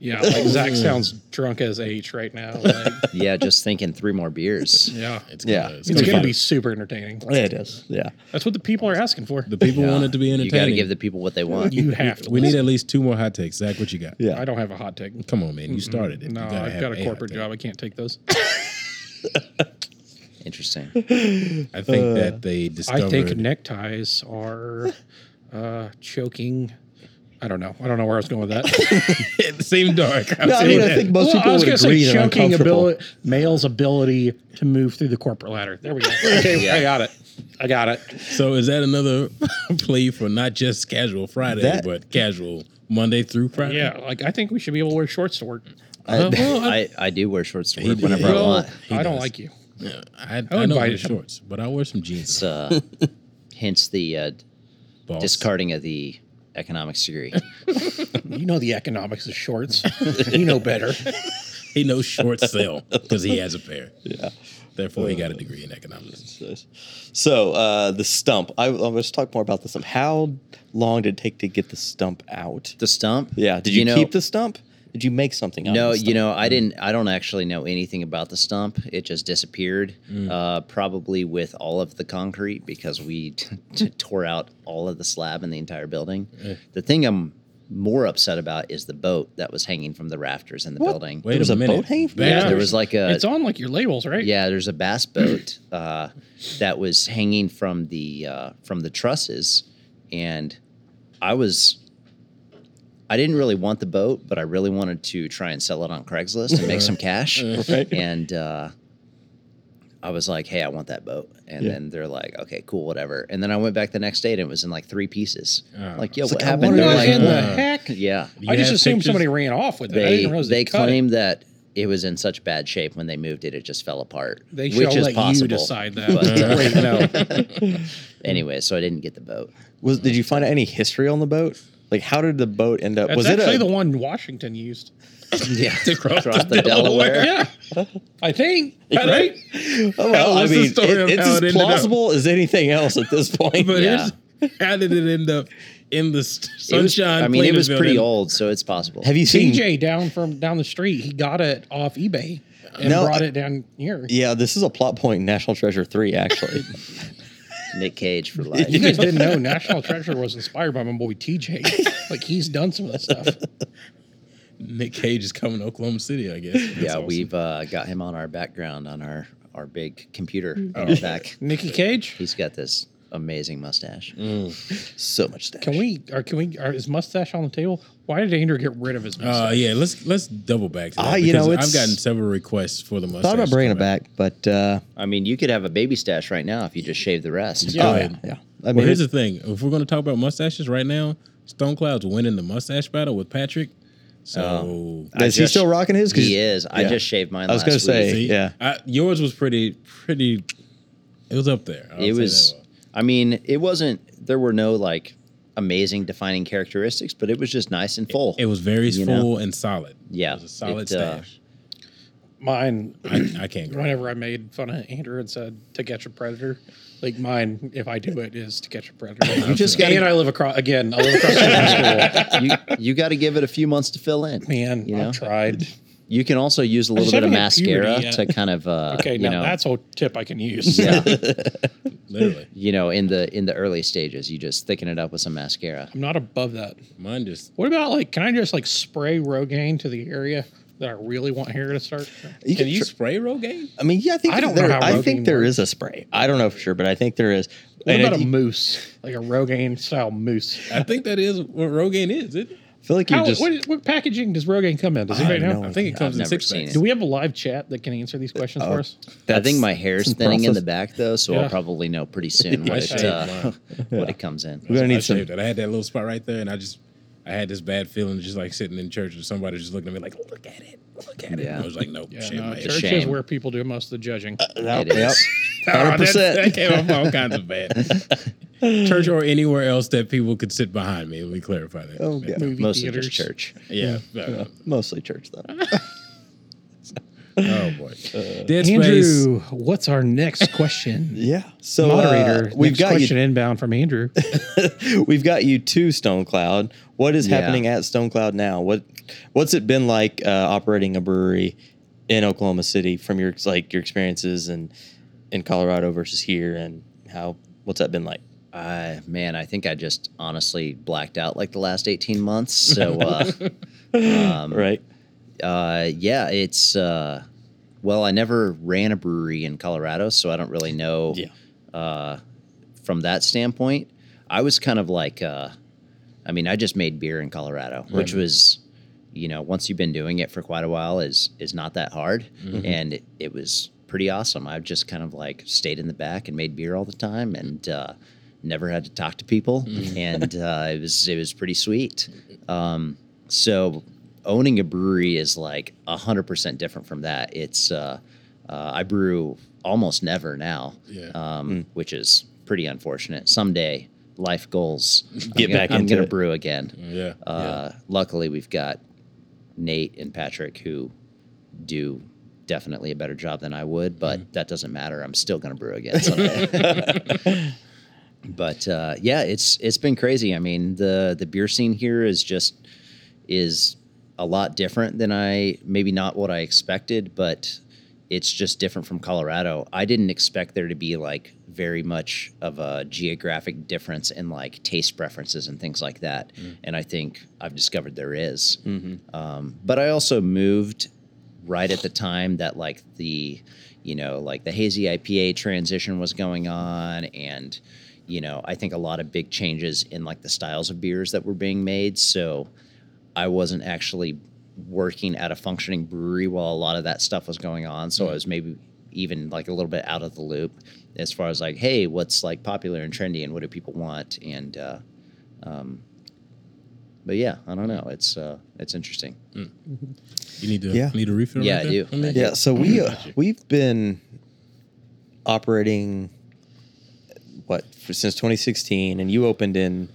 Speaker 3: Yeah, like Zach sounds drunk as H right now. Like,
Speaker 2: yeah, just thinking three more beers.
Speaker 3: yeah.
Speaker 4: It's
Speaker 1: Yeah.
Speaker 4: gonna,
Speaker 3: It's going
Speaker 4: fun.
Speaker 3: to be super entertaining.
Speaker 1: It is, yeah.
Speaker 3: That's what the people are asking for.
Speaker 4: The people want it to be
Speaker 2: You got to
Speaker 4: entertaining.
Speaker 2: give the people what they want.
Speaker 3: You have to.
Speaker 4: we need at least two more hot takes. Zach, what you got?
Speaker 1: Yeah.
Speaker 3: I don't have a hot take.
Speaker 4: Come on, man. You started it.
Speaker 3: No,
Speaker 4: you gotta
Speaker 3: I've
Speaker 4: have
Speaker 3: got a
Speaker 4: hot
Speaker 3: corporate
Speaker 4: take.
Speaker 3: job. I can't take those.
Speaker 2: Interesting.
Speaker 4: I think that they discovered.
Speaker 3: I think neckties are uh, choking. I don't know. I don't know where I was going with that.
Speaker 4: it seemed dark.
Speaker 1: No, I mean, I think most people would
Speaker 3: gonna
Speaker 1: agree that I'm comfortable.
Speaker 3: abili- male's ability to move through the corporate ladder. There we go. Okay, I got it. I got it.
Speaker 4: so is that another plea for not just casual Friday,
Speaker 1: That-
Speaker 4: but casual Monday through Friday?
Speaker 3: Yeah, like I think we should be able to wear shorts to work.
Speaker 4: Uh, well, I,
Speaker 2: I, I do wear shorts to
Speaker 4: He
Speaker 2: work
Speaker 4: did.
Speaker 2: whenever I
Speaker 4: Well,
Speaker 2: want.
Speaker 4: He
Speaker 3: I don't
Speaker 4: does.
Speaker 3: like you.
Speaker 4: I, I,
Speaker 3: I
Speaker 4: don't wear
Speaker 3: invited him.
Speaker 4: shorts, but I wear some jeans.
Speaker 2: It's, uh, hence the uh,
Speaker 4: Boss.
Speaker 2: discarding of the economics degree.
Speaker 3: You know the economics of shorts. you know better.
Speaker 4: He knows shorts sell because he has a pair. Yeah. Therefore, he got a
Speaker 2: Uh,
Speaker 4: degree in economics.
Speaker 1: So uh, the stump. I, I'm going to talk more about the stump. How long did it take to get the stump out?
Speaker 2: the stump?
Speaker 1: Yeah. Did you,
Speaker 2: know,
Speaker 1: keep the stump? Did you make something? Out
Speaker 2: No,
Speaker 1: of the
Speaker 2: you know, I didn't. I don't actually know anything about the stump. It just disappeared,
Speaker 1: Mm.
Speaker 2: uh, probably with all of the concrete because we t- t- tore out all of the slab in the entire building. The thing I'm more upset about is the boat that was hanging from the rafters in the
Speaker 1: What?
Speaker 2: building.
Speaker 4: Wait
Speaker 1: There was
Speaker 4: a
Speaker 1: a
Speaker 4: minute.
Speaker 1: boat hanging from the
Speaker 4: Back-
Speaker 2: There was like a
Speaker 3: it's on like your labels, right?
Speaker 2: yeah, there's a bass boat uh, that was hanging from the uh, from the trusses, and I was I didn't really want the boat, but I really wanted to try and sell it on Craigslist and make some cash.
Speaker 1: Right.
Speaker 2: And uh, I was like, "Hey, I want that boat," and
Speaker 1: Yeah.
Speaker 2: then they're like, "Okay, cool, whatever." And then I went back the next day, and it was in like three pieces.
Speaker 4: Ah.
Speaker 2: like, yo,
Speaker 1: It's
Speaker 2: what
Speaker 1: like, I
Speaker 2: happened?
Speaker 1: wonder
Speaker 2: They're
Speaker 3: What
Speaker 1: if
Speaker 2: like,
Speaker 3: in the
Speaker 4: uh,
Speaker 3: heck?
Speaker 2: yeah,
Speaker 4: Do
Speaker 3: I
Speaker 4: you
Speaker 3: just
Speaker 4: have
Speaker 3: assumed
Speaker 4: pictures?
Speaker 3: somebody ran off with it. I
Speaker 2: they
Speaker 3: didn't realize
Speaker 2: they
Speaker 3: they, cut it.
Speaker 2: claim that it was in such bad shape when they moved it, it just fell apart,
Speaker 3: They
Speaker 2: which
Speaker 3: shall
Speaker 2: is
Speaker 3: let
Speaker 2: possible.
Speaker 3: you decide that.
Speaker 2: but-
Speaker 3: Wait, no.
Speaker 2: Anyway, so I didn't get the boat.
Speaker 1: Was did you find out any history on the boat? Like how did the boat end up?
Speaker 3: That's
Speaker 1: was it
Speaker 3: actually
Speaker 1: a,
Speaker 3: the one Washington used.
Speaker 2: Yeah,
Speaker 4: To cross
Speaker 2: across
Speaker 4: the
Speaker 2: the Delaware.
Speaker 3: Yeah, I think. I
Speaker 1: Right?
Speaker 3: think.
Speaker 1: Oh, well,
Speaker 4: Tell
Speaker 1: I
Speaker 4: us the
Speaker 1: mean,
Speaker 4: story
Speaker 1: it-
Speaker 4: of
Speaker 1: it's
Speaker 4: how
Speaker 1: as
Speaker 4: it ended up.
Speaker 1: plausible as anything else at this point.
Speaker 4: But
Speaker 2: Yeah.
Speaker 4: it's- how did it end up in the s-
Speaker 2: It was,
Speaker 4: sunshine?
Speaker 2: I mean, it was
Speaker 4: Plainsville
Speaker 2: pretty
Speaker 4: then?
Speaker 2: old, so it's possible.
Speaker 1: Have you seen?
Speaker 3: TJ down from down the street, he got it off eBay and
Speaker 1: No,
Speaker 3: brought
Speaker 1: I-
Speaker 3: it down here.
Speaker 1: Yeah, this is a plot point in National Treasure Three. Actually,
Speaker 2: Nick Cage for life?
Speaker 3: You guys didn't know National Treasure was inspired by my boy TJ. Like he's done some of that stuff.
Speaker 4: Nick Cage is coming to Oklahoma City, I guess. That's
Speaker 2: yeah,
Speaker 4: awesome.
Speaker 2: we've uh, got him on our background on our our big computer
Speaker 4: Mm.
Speaker 2: in our back.
Speaker 3: Nicky Cage,
Speaker 2: He's got this amazing mustache.
Speaker 1: so much stuff.
Speaker 3: can we? Or can we? Or is mustache on the table? Why did Andrew get rid of his
Speaker 4: Uh,
Speaker 3: mustache?
Speaker 4: yeah, let's let's double back to that
Speaker 1: Ah, you know, it's-
Speaker 4: because I've gotten several requests for the mustache.
Speaker 1: Thought about bringing it
Speaker 4: coming out.
Speaker 1: back, but uh,
Speaker 2: I mean, you could have a baby stash right now if you just shave the rest.
Speaker 4: Go
Speaker 1: oh, yeah,
Speaker 4: ahead.
Speaker 1: yeah. I
Speaker 4: Well,
Speaker 1: mean,
Speaker 4: here's the thing: if we're going to talk about mustaches right now, Stone Cloud's winning the mustache battle with Patrick. So
Speaker 2: I
Speaker 1: is he
Speaker 2: just-
Speaker 1: still rocking his? 'Cause-
Speaker 2: He is. I
Speaker 1: yeah.
Speaker 2: just shaved mine.
Speaker 1: I was
Speaker 2: last
Speaker 1: gonna
Speaker 2: week.
Speaker 1: say,
Speaker 4: See,
Speaker 1: yeah.
Speaker 4: I, yours was pretty pretty. It was up there. I'll
Speaker 2: it
Speaker 4: say
Speaker 2: was
Speaker 4: that
Speaker 2: i mean it wasn't there were no like amazing defining characteristics but it was just nice and full
Speaker 4: It was very
Speaker 2: You
Speaker 4: full
Speaker 2: know?
Speaker 4: and solid.
Speaker 2: Yeah,
Speaker 4: it was a solid
Speaker 2: it, uh,
Speaker 4: stash.
Speaker 3: Mine.
Speaker 4: I, I can't. Go.
Speaker 3: Whenever I made fun of Andrew and said to catch a predator, like mine, if I do it, is to catch a predator.
Speaker 2: you just got
Speaker 3: and I live across again. I live across the high school.
Speaker 2: you, you got to give it a few months to fill in
Speaker 3: Man,
Speaker 2: You know?
Speaker 3: I've tried.
Speaker 2: you can also use a little
Speaker 3: just
Speaker 2: bit of
Speaker 3: haven't hit puberty
Speaker 2: mascara
Speaker 3: yet.
Speaker 2: to kind of uh
Speaker 3: Okay,
Speaker 2: you
Speaker 3: now
Speaker 2: know
Speaker 3: that's a tip I can use.
Speaker 2: yeah
Speaker 4: Literally,
Speaker 2: you know in the in the early stages you just thicken it up with some mascara
Speaker 3: I'm not above that.
Speaker 4: mine just.
Speaker 3: What about like? Can I just like spray Rogaine to the area that I really want hair to start?
Speaker 1: You
Speaker 4: Can
Speaker 1: can
Speaker 4: you
Speaker 1: tr-
Speaker 4: spray Rogaine?
Speaker 1: I mean, yeah, I think
Speaker 3: I don't know
Speaker 1: there,
Speaker 3: how
Speaker 1: I
Speaker 3: Rogaine
Speaker 1: think there
Speaker 3: works.
Speaker 1: is a spray. I don't know for sure, but I think there is.
Speaker 3: What
Speaker 1: And
Speaker 3: about
Speaker 1: it-
Speaker 3: a moose, like a Rogaine style moose?
Speaker 4: I think that is what Rogaine is. Isn't it?
Speaker 1: I feel like you're
Speaker 3: How,
Speaker 1: just.
Speaker 3: what, what packaging does Rogaine come in? Does
Speaker 1: I
Speaker 3: anybody
Speaker 1: don't
Speaker 3: know?
Speaker 1: know.
Speaker 4: I think it
Speaker 2: I've
Speaker 4: comes in
Speaker 2: never
Speaker 4: six
Speaker 2: seen
Speaker 4: packs.
Speaker 2: it.
Speaker 3: Do we have a live chat that can answer these questions
Speaker 1: Oh,
Speaker 3: for us?
Speaker 2: i think
Speaker 1: that's-
Speaker 2: my hair's
Speaker 1: it's in
Speaker 2: thinning in the
Speaker 1: process.
Speaker 2: back though so
Speaker 3: Yeah.
Speaker 2: i'll probably know pretty soon
Speaker 4: I
Speaker 2: what,
Speaker 4: shaved
Speaker 2: it, uh,
Speaker 4: mine.
Speaker 2: what it comes in
Speaker 1: We're gonna
Speaker 4: I
Speaker 1: need some.
Speaker 4: shaved it. I had that little spot right there, and I just I had this bad feeling, just like sitting in church, and somebody just looking at me like, "Look at it, look at it."
Speaker 2: Yeah.
Speaker 4: And I was like, "Nope,
Speaker 3: Yeah,
Speaker 4: shave
Speaker 3: no,
Speaker 4: my
Speaker 3: church
Speaker 4: head."
Speaker 3: is
Speaker 2: Shame.
Speaker 3: where people do most of the judging.
Speaker 1: Yep,
Speaker 2: It
Speaker 1: yep.
Speaker 2: is.
Speaker 4: Oh, that,
Speaker 1: 100%.
Speaker 4: that came off all kinds of bad. church or anywhere else that people could sit behind me. Let me clarify that.
Speaker 1: Oh, yeah.
Speaker 3: Movie
Speaker 2: mostly
Speaker 3: theaters.
Speaker 2: just church
Speaker 4: Yeah. um,
Speaker 1: Yeah, mostly church though.
Speaker 4: Oh boy. Dead Space.
Speaker 3: Andrew, what's our next question?
Speaker 1: Yeah. So uh,
Speaker 3: Moderator,
Speaker 1: we've
Speaker 3: next
Speaker 1: got you
Speaker 3: question inbound from Andrew.
Speaker 1: we've got you to Stone Cloud. What is
Speaker 2: Yeah.
Speaker 1: happening at Stone Cloud now? What what's it been like uh, operating a brewery in Oklahoma City from your like your experiences and in Colorado versus here and how what's that been like?
Speaker 2: I man, I think I just honestly blacked out like the last eighteen months. So, uh, um,
Speaker 1: Right?
Speaker 2: uh, yeah, it's uh, well, I never ran a brewery in Colorado, so I don't really know.
Speaker 1: Yeah.
Speaker 2: Uh, from that standpoint, I was kind of like, uh, I mean, I just made beer in Colorado, which was, you know, once you've been doing it for quite a while, is is not that hard, and it, it was pretty awesome. I've just kind of like stayed in the back and made beer all the time, and uh, never had to talk to people, and uh, it was it was pretty sweet. Um, so owning a brewery is like hundred percent different from that. It's uh, uh, I brew almost never now,
Speaker 4: Yeah.
Speaker 2: um,
Speaker 1: Hmm.
Speaker 2: which is pretty unfortunate. Someday, life goals. I'm
Speaker 1: Get
Speaker 2: gonna-
Speaker 1: back
Speaker 2: I'm
Speaker 1: into
Speaker 2: gonna
Speaker 1: it.
Speaker 2: brew again.
Speaker 4: Yeah.
Speaker 2: Uh, Luckily, we've got Nate and Patrick who do definitely a better job than I would,
Speaker 1: Hmm.
Speaker 2: but that doesn't matter. I'm still gonna brew again someday. but uh, yeah, it's it's been crazy. I mean, the the beer scene here is just is a lot different than I maybe not what I expected, but it's just different from Colorado. I didn't expect there to be like very much of a geographic difference in like taste preferences and things like that. And I think I've discovered there is.
Speaker 1: Mm-hmm.
Speaker 2: Um, but I also moved right at the time that like the, you know, like the hazy IPA transition was going on, and you know, I think a lot of big changes in like the styles of beers that were being made. So I wasn't actually working at a functioning brewery while a lot of that stuff was going on.
Speaker 1: Mm.
Speaker 2: So I was maybe even like a little bit out of the loop as far as like, hey, what's like popular and trendy, and what do people want, and uh, um, but yeah, I don't know. It's uh, it's interesting.
Speaker 1: Mm.
Speaker 4: You need to
Speaker 1: Yeah.
Speaker 4: need a refill.
Speaker 2: Yeah,
Speaker 4: right
Speaker 2: I
Speaker 4: there?
Speaker 2: do.
Speaker 4: I mean,
Speaker 1: Yeah, so we uh,
Speaker 4: Gotcha.
Speaker 1: we've been operating what for, since 2016, and you opened in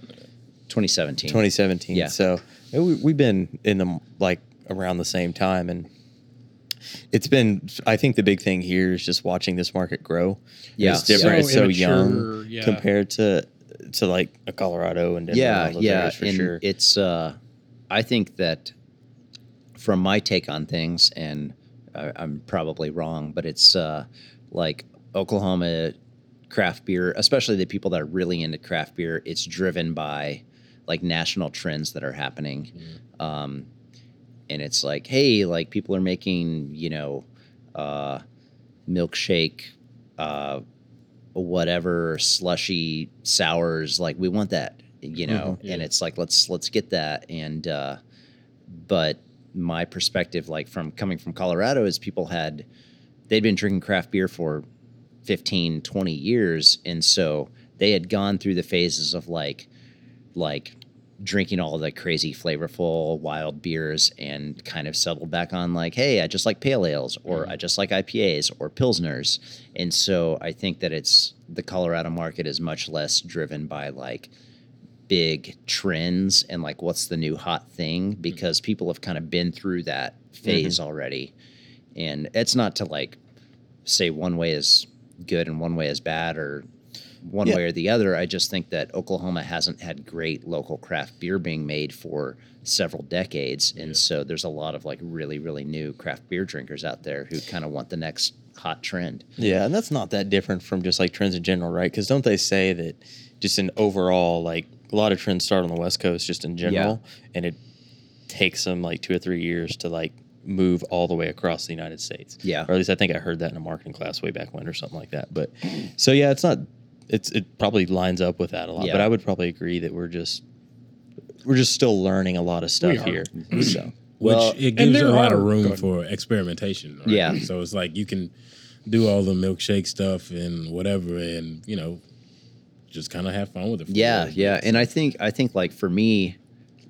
Speaker 2: 2017.
Speaker 1: 2017.
Speaker 2: Yeah.
Speaker 1: So uh, we, we've been in the like around the same time, and it's been. I think the big thing here is just watching this market grow.
Speaker 2: Yeah.
Speaker 1: it's different. it's so
Speaker 3: immature,
Speaker 1: young
Speaker 3: yeah.
Speaker 1: compared to to like a Colorado and Denver and
Speaker 2: yeah,
Speaker 1: all those
Speaker 2: yeah.
Speaker 1: areas for
Speaker 2: and
Speaker 1: sure.
Speaker 2: It's uh, I think that from my take on things, and I, I'm probably wrong, but it's uh, like Oklahoma craft beer, especially the people that are really into craft beer. It's driven by like national trends that are happening.
Speaker 1: Mm-hmm.
Speaker 2: Um, and it's like, hey, like people are making, you know, uh, milkshake, uh, whatever slushy sours. Like we want that, you know. And it's like let's let's get that. And uh, but my perspective, like from coming from Colorado, is people had they'd been drinking craft beer for 15, 20 years, and so they had gone through the phases of like like drinking all the crazy flavorful wild beers and kind of settled back on like hey i just like pale ales or i just like ipas or pilsners and so i think that it's the colorado market is much less driven by like big trends and like what's the new hot thing because people have kind of been through that phase already and it's not to like say one way is good and one way is bad or one
Speaker 1: Yeah.
Speaker 2: way or the other. I just think that Oklahoma hasn't had great local craft beer being made for several decades. And so there's a lot of like really, really new craft beer drinkers out there who kind of want the next hot trend.
Speaker 1: Yeah, and that's not that different from just like trends in general, right? Because don't they say that just in overall, like a lot of trends start on the West Coast just in general, and it takes them like two or three years to like move all the way across the United States.
Speaker 2: Yeah.
Speaker 1: or at least I think I heard that in a marketing class way back when or something like that. But so yeah, it's not. It's it probably lines up with that a lot.
Speaker 2: Yeah.
Speaker 1: But I would probably agree that we're just we're just still learning a lot of stuff
Speaker 3: are.
Speaker 1: here.
Speaker 2: Mm-hmm.
Speaker 1: so
Speaker 2: Well,
Speaker 4: Which it
Speaker 3: and
Speaker 4: gives you a
Speaker 3: there
Speaker 4: lot
Speaker 3: are-
Speaker 4: of
Speaker 3: go
Speaker 4: room
Speaker 3: ahead.
Speaker 4: for experimentation. Right?
Speaker 2: Yeah.
Speaker 4: So it's like you can do all the milkshake stuff and whatever, and you know, just kind of have fun with it. for a
Speaker 2: Yeah,
Speaker 4: little
Speaker 2: yeah,
Speaker 4: bit.
Speaker 2: and I think I think like for me,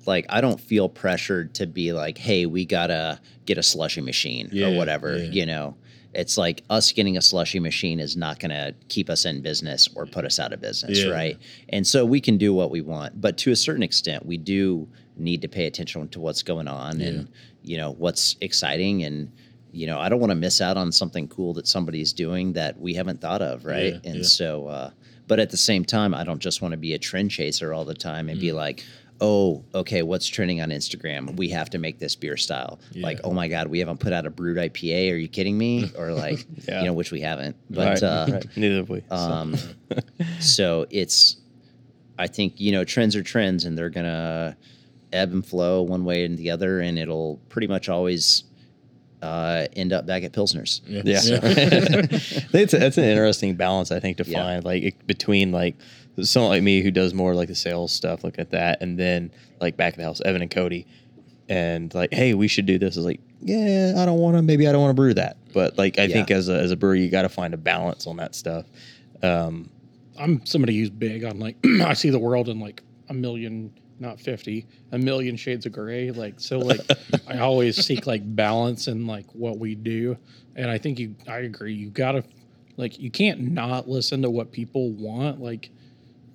Speaker 2: like I don't feel pressured to be like, hey, we gotta get a slushy machine
Speaker 4: Yeah,
Speaker 2: or whatever.
Speaker 4: yeah.
Speaker 2: You know, it's like us getting a slushy machine is not gonna keep us in business or put us out of business,
Speaker 4: Yeah.
Speaker 2: right? And so we can do what we want, but to a certain extent, we do need to pay attention to what's going on and you know what's exciting and you know i don't want to miss out on something cool that somebody's doing that we haven't thought of right
Speaker 4: Yeah,
Speaker 2: and
Speaker 4: yeah.
Speaker 2: so uh but at the same time i don't just want to be a trend chaser all the time and be
Speaker 1: Mm.
Speaker 2: like oh okay what's trending on instagram we have to make this beer style like
Speaker 4: Yeah.
Speaker 2: oh my god we haven't put out a brewed ipa are you kidding me or like
Speaker 1: Yeah.
Speaker 2: you know which we haven't but
Speaker 1: Right,
Speaker 2: uh
Speaker 1: right. neither have we. so.
Speaker 2: um, so it's, I think you know, trends are trends, and they're gonna ebb and flow one way and the other, and it'll pretty much always uh, end up back at Pilsner's.
Speaker 1: Yeah, it's a, that's an interesting balance I think to
Speaker 2: Yeah.
Speaker 1: find like it, between like someone like me who does more like the sales stuff, look at that, and then like back of the house, Evan and Cody, and like, hey, we should do this. Is like, yeah, I don't want to. Maybe I don't want to brew that, but like I think
Speaker 2: Yeah.
Speaker 1: as a as a brewer, you got to find a balance on that stuff. Um,
Speaker 3: I'm somebody who's big on like I see the world in like a million, not fifty, a million shades of gray. Like so, like I always seek like balance in like what we do, and I think you, I agree. You gotta like you can't not listen to what people want, like,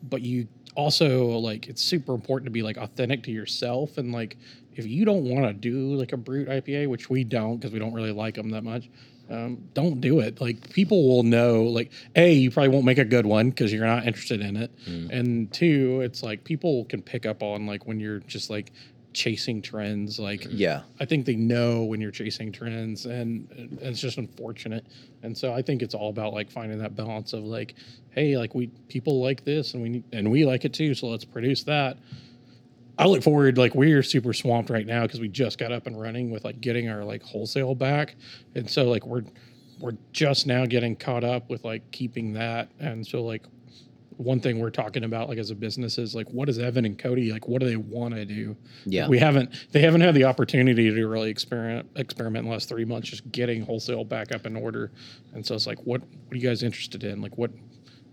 Speaker 3: but you also like it's super important to be like authentic to yourself and like if you don't want to do like a brute IPA, which we don't because we don't really like them that much, um, don't do it. Like people will know. Like a, you probably won't make a good one because you're not interested in it, and two, it's like people can pick up on like when you're just like chasing trends. Like
Speaker 1: Yeah.
Speaker 3: I think they know when you're chasing trends, and, and it's just unfortunate. And so I think it's all about like finding that balance of like, hey, like we people like this, and we need, and we like it too, so let's produce that. I look forward like we're super swamped right now because we just got up and running with like getting our like wholesale back, and so like we're we're just now getting caught up with like keeping that, and so like one thing we're talking about like as a business is like what is Evan and Cody like what do they want to do
Speaker 2: Yeah.
Speaker 3: we haven't they haven't had the opportunity to really experiment experiment in the last three months just getting wholesale back up in order and so it's like what what are you guys interested in like what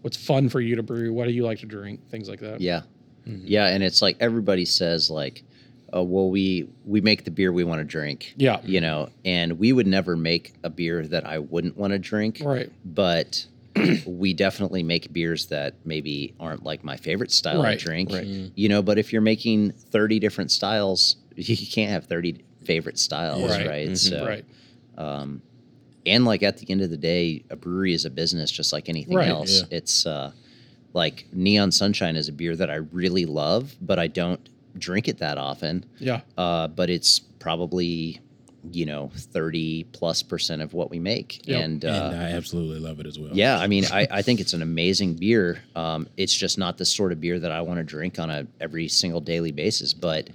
Speaker 3: what's fun for you to brew what do you like to drink things like that
Speaker 2: Yeah.
Speaker 3: Mm-hmm.
Speaker 2: Yeah. And it's like everybody says, like, oh, well, we, we make the beer we want to drink,
Speaker 3: yeah
Speaker 2: you know, and we would never make a beer that I wouldn't want to drink.
Speaker 3: right
Speaker 2: But we definitely make beers that maybe aren't like my favorite style
Speaker 3: Right,
Speaker 2: of drink,
Speaker 1: right.
Speaker 2: you know, but if you're making 30 different styles, you can't have 30 favorite styles,
Speaker 3: Right. Mm-hmm.
Speaker 2: right?
Speaker 1: Mhm.
Speaker 2: So,
Speaker 3: right
Speaker 2: um, and like at the end of the day, a brewery is a business just like anything
Speaker 3: Right,
Speaker 2: else. It's uh, like Neon Sunshine is a beer that I really love, but I don't drink it that often.
Speaker 3: yeah
Speaker 2: Uh, but it's probably, you know, 30 plus percent of what we make.
Speaker 3: Yep.
Speaker 2: And, uh,
Speaker 4: and I absolutely love it as well.
Speaker 2: yeah, I mean, I, I think it's an amazing beer. Um, it's just not the sort of beer that I want to drink on a every single daily basis. But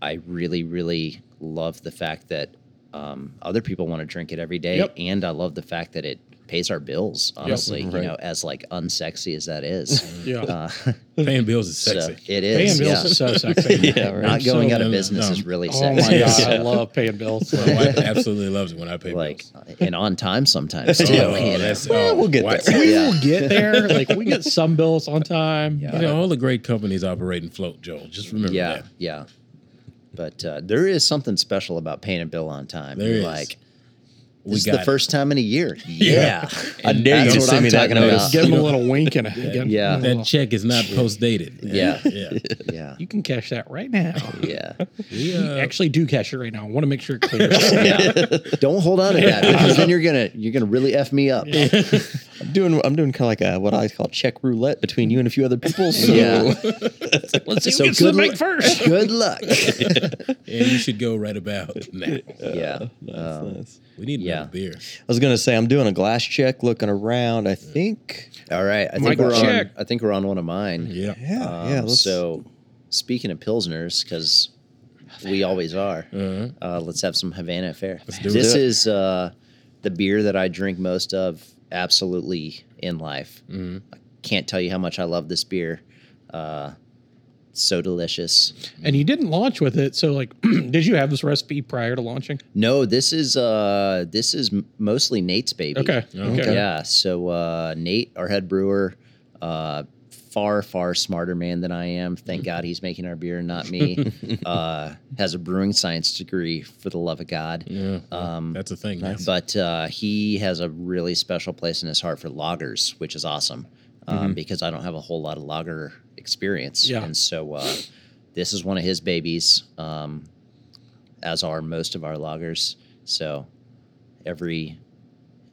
Speaker 2: I really, really love the fact that um, other people want to drink it every day,
Speaker 3: Yep.
Speaker 2: and I love the fact that it pays our bills. Honestly,
Speaker 1: Right.
Speaker 2: you know, as like unsexy as that is,
Speaker 3: yeah
Speaker 2: uh,
Speaker 4: paying bills is
Speaker 2: so
Speaker 4: sexy.
Speaker 2: it
Speaker 3: paying
Speaker 2: is.
Speaker 3: bills
Speaker 2: Yeah.
Speaker 3: is so sexy
Speaker 1: Yeah, right.
Speaker 2: not going
Speaker 4: so-
Speaker 2: out
Speaker 4: no,
Speaker 2: of
Speaker 4: no,
Speaker 2: business
Speaker 4: no.
Speaker 2: is really
Speaker 3: oh
Speaker 2: sexy.
Speaker 3: my god i
Speaker 2: So,
Speaker 3: love paying bills
Speaker 4: My wife absolutely loves it when I pay
Speaker 2: like,
Speaker 4: bills.
Speaker 2: and on time sometimes.
Speaker 1: Yeah.
Speaker 2: too,
Speaker 1: Oh,
Speaker 2: you know.
Speaker 1: Well, we'll get
Speaker 4: what?
Speaker 1: there.
Speaker 3: we
Speaker 2: Yeah.
Speaker 3: will get there like we get some bills on time
Speaker 2: Yeah.
Speaker 4: You know, all the great companies operate in float, Joel. Just remember
Speaker 2: yeah,
Speaker 4: that.
Speaker 2: yeah. But uh, there is something special about paying a bill on time.
Speaker 4: There
Speaker 2: You're
Speaker 4: is.
Speaker 2: like,
Speaker 4: We
Speaker 2: this is the
Speaker 4: it.
Speaker 2: first time in a year. Yeah.
Speaker 4: Yeah.
Speaker 1: I dare you
Speaker 2: That's
Speaker 1: to
Speaker 2: what
Speaker 1: send
Speaker 2: I'm
Speaker 1: me that
Speaker 2: talking about.
Speaker 1: notice.
Speaker 3: give them a little wink and a give 'em
Speaker 2: Yeah.
Speaker 3: a
Speaker 4: That
Speaker 3: little-
Speaker 4: check is not post dated.
Speaker 2: Yeah.
Speaker 4: yeah.
Speaker 2: yeah.
Speaker 3: you can cash that right now
Speaker 2: Yeah.
Speaker 4: We,
Speaker 3: You
Speaker 4: uh,
Speaker 3: actually do cash it right now i want to make sure it clears
Speaker 2: Don't hold on to that because then you're gonna you're gonna really F me up. Yeah.
Speaker 1: I'm doing I'm doing kind of like a, what I call check roulette between you and a few other people. So
Speaker 3: Let's see
Speaker 2: So
Speaker 3: who gets to the
Speaker 2: good
Speaker 3: bank
Speaker 2: luck.
Speaker 3: first.
Speaker 2: Good luck.
Speaker 4: and you should go right about now.
Speaker 2: Yeah.
Speaker 1: Nice,
Speaker 2: Um,
Speaker 1: nice.
Speaker 4: We need
Speaker 2: Yeah.
Speaker 4: another beer.
Speaker 1: I was gonna say I'm doing a glass check, looking around. I think.
Speaker 2: all right. I think
Speaker 3: Mike,
Speaker 2: we're on
Speaker 3: check.
Speaker 2: I think we're on one of mine.
Speaker 4: Yeah.
Speaker 1: Yeah,
Speaker 2: Um,
Speaker 1: yeah. let's-
Speaker 2: so speaking of Pilsners, because we always are.
Speaker 4: Uh-huh.
Speaker 2: Uh, let's have some Havana affair.
Speaker 4: Let's do
Speaker 2: this
Speaker 1: it.
Speaker 2: is uh, the beer that I drink most of, absolutely in life.
Speaker 4: Mhm.
Speaker 2: Can't tell you how much I love this beer. Uh, so delicious.
Speaker 3: And you didn't launch with it, so like, did you have this recipe prior to launching?
Speaker 2: No, this is uh, this is m- mostly Nate's baby.
Speaker 3: Okay.
Speaker 4: Oh,
Speaker 3: okay.
Speaker 1: okay.
Speaker 2: Yeah. So uh, Nate, our head brewer, uh, far far smarter man than I am.
Speaker 3: Mm-hmm.
Speaker 2: Thank God he's making our beer, not me. uh, has a brewing science degree for the love of God.
Speaker 4: Yeah.
Speaker 2: Um,
Speaker 4: That's a thing. now.
Speaker 2: but uh, he has a really special place in his heart for loggers, which is awesome um, because I don't have a whole lot of logger experience.
Speaker 3: Yeah.
Speaker 2: And so uh, this is one of his babies, um, as are most of our loggers. So every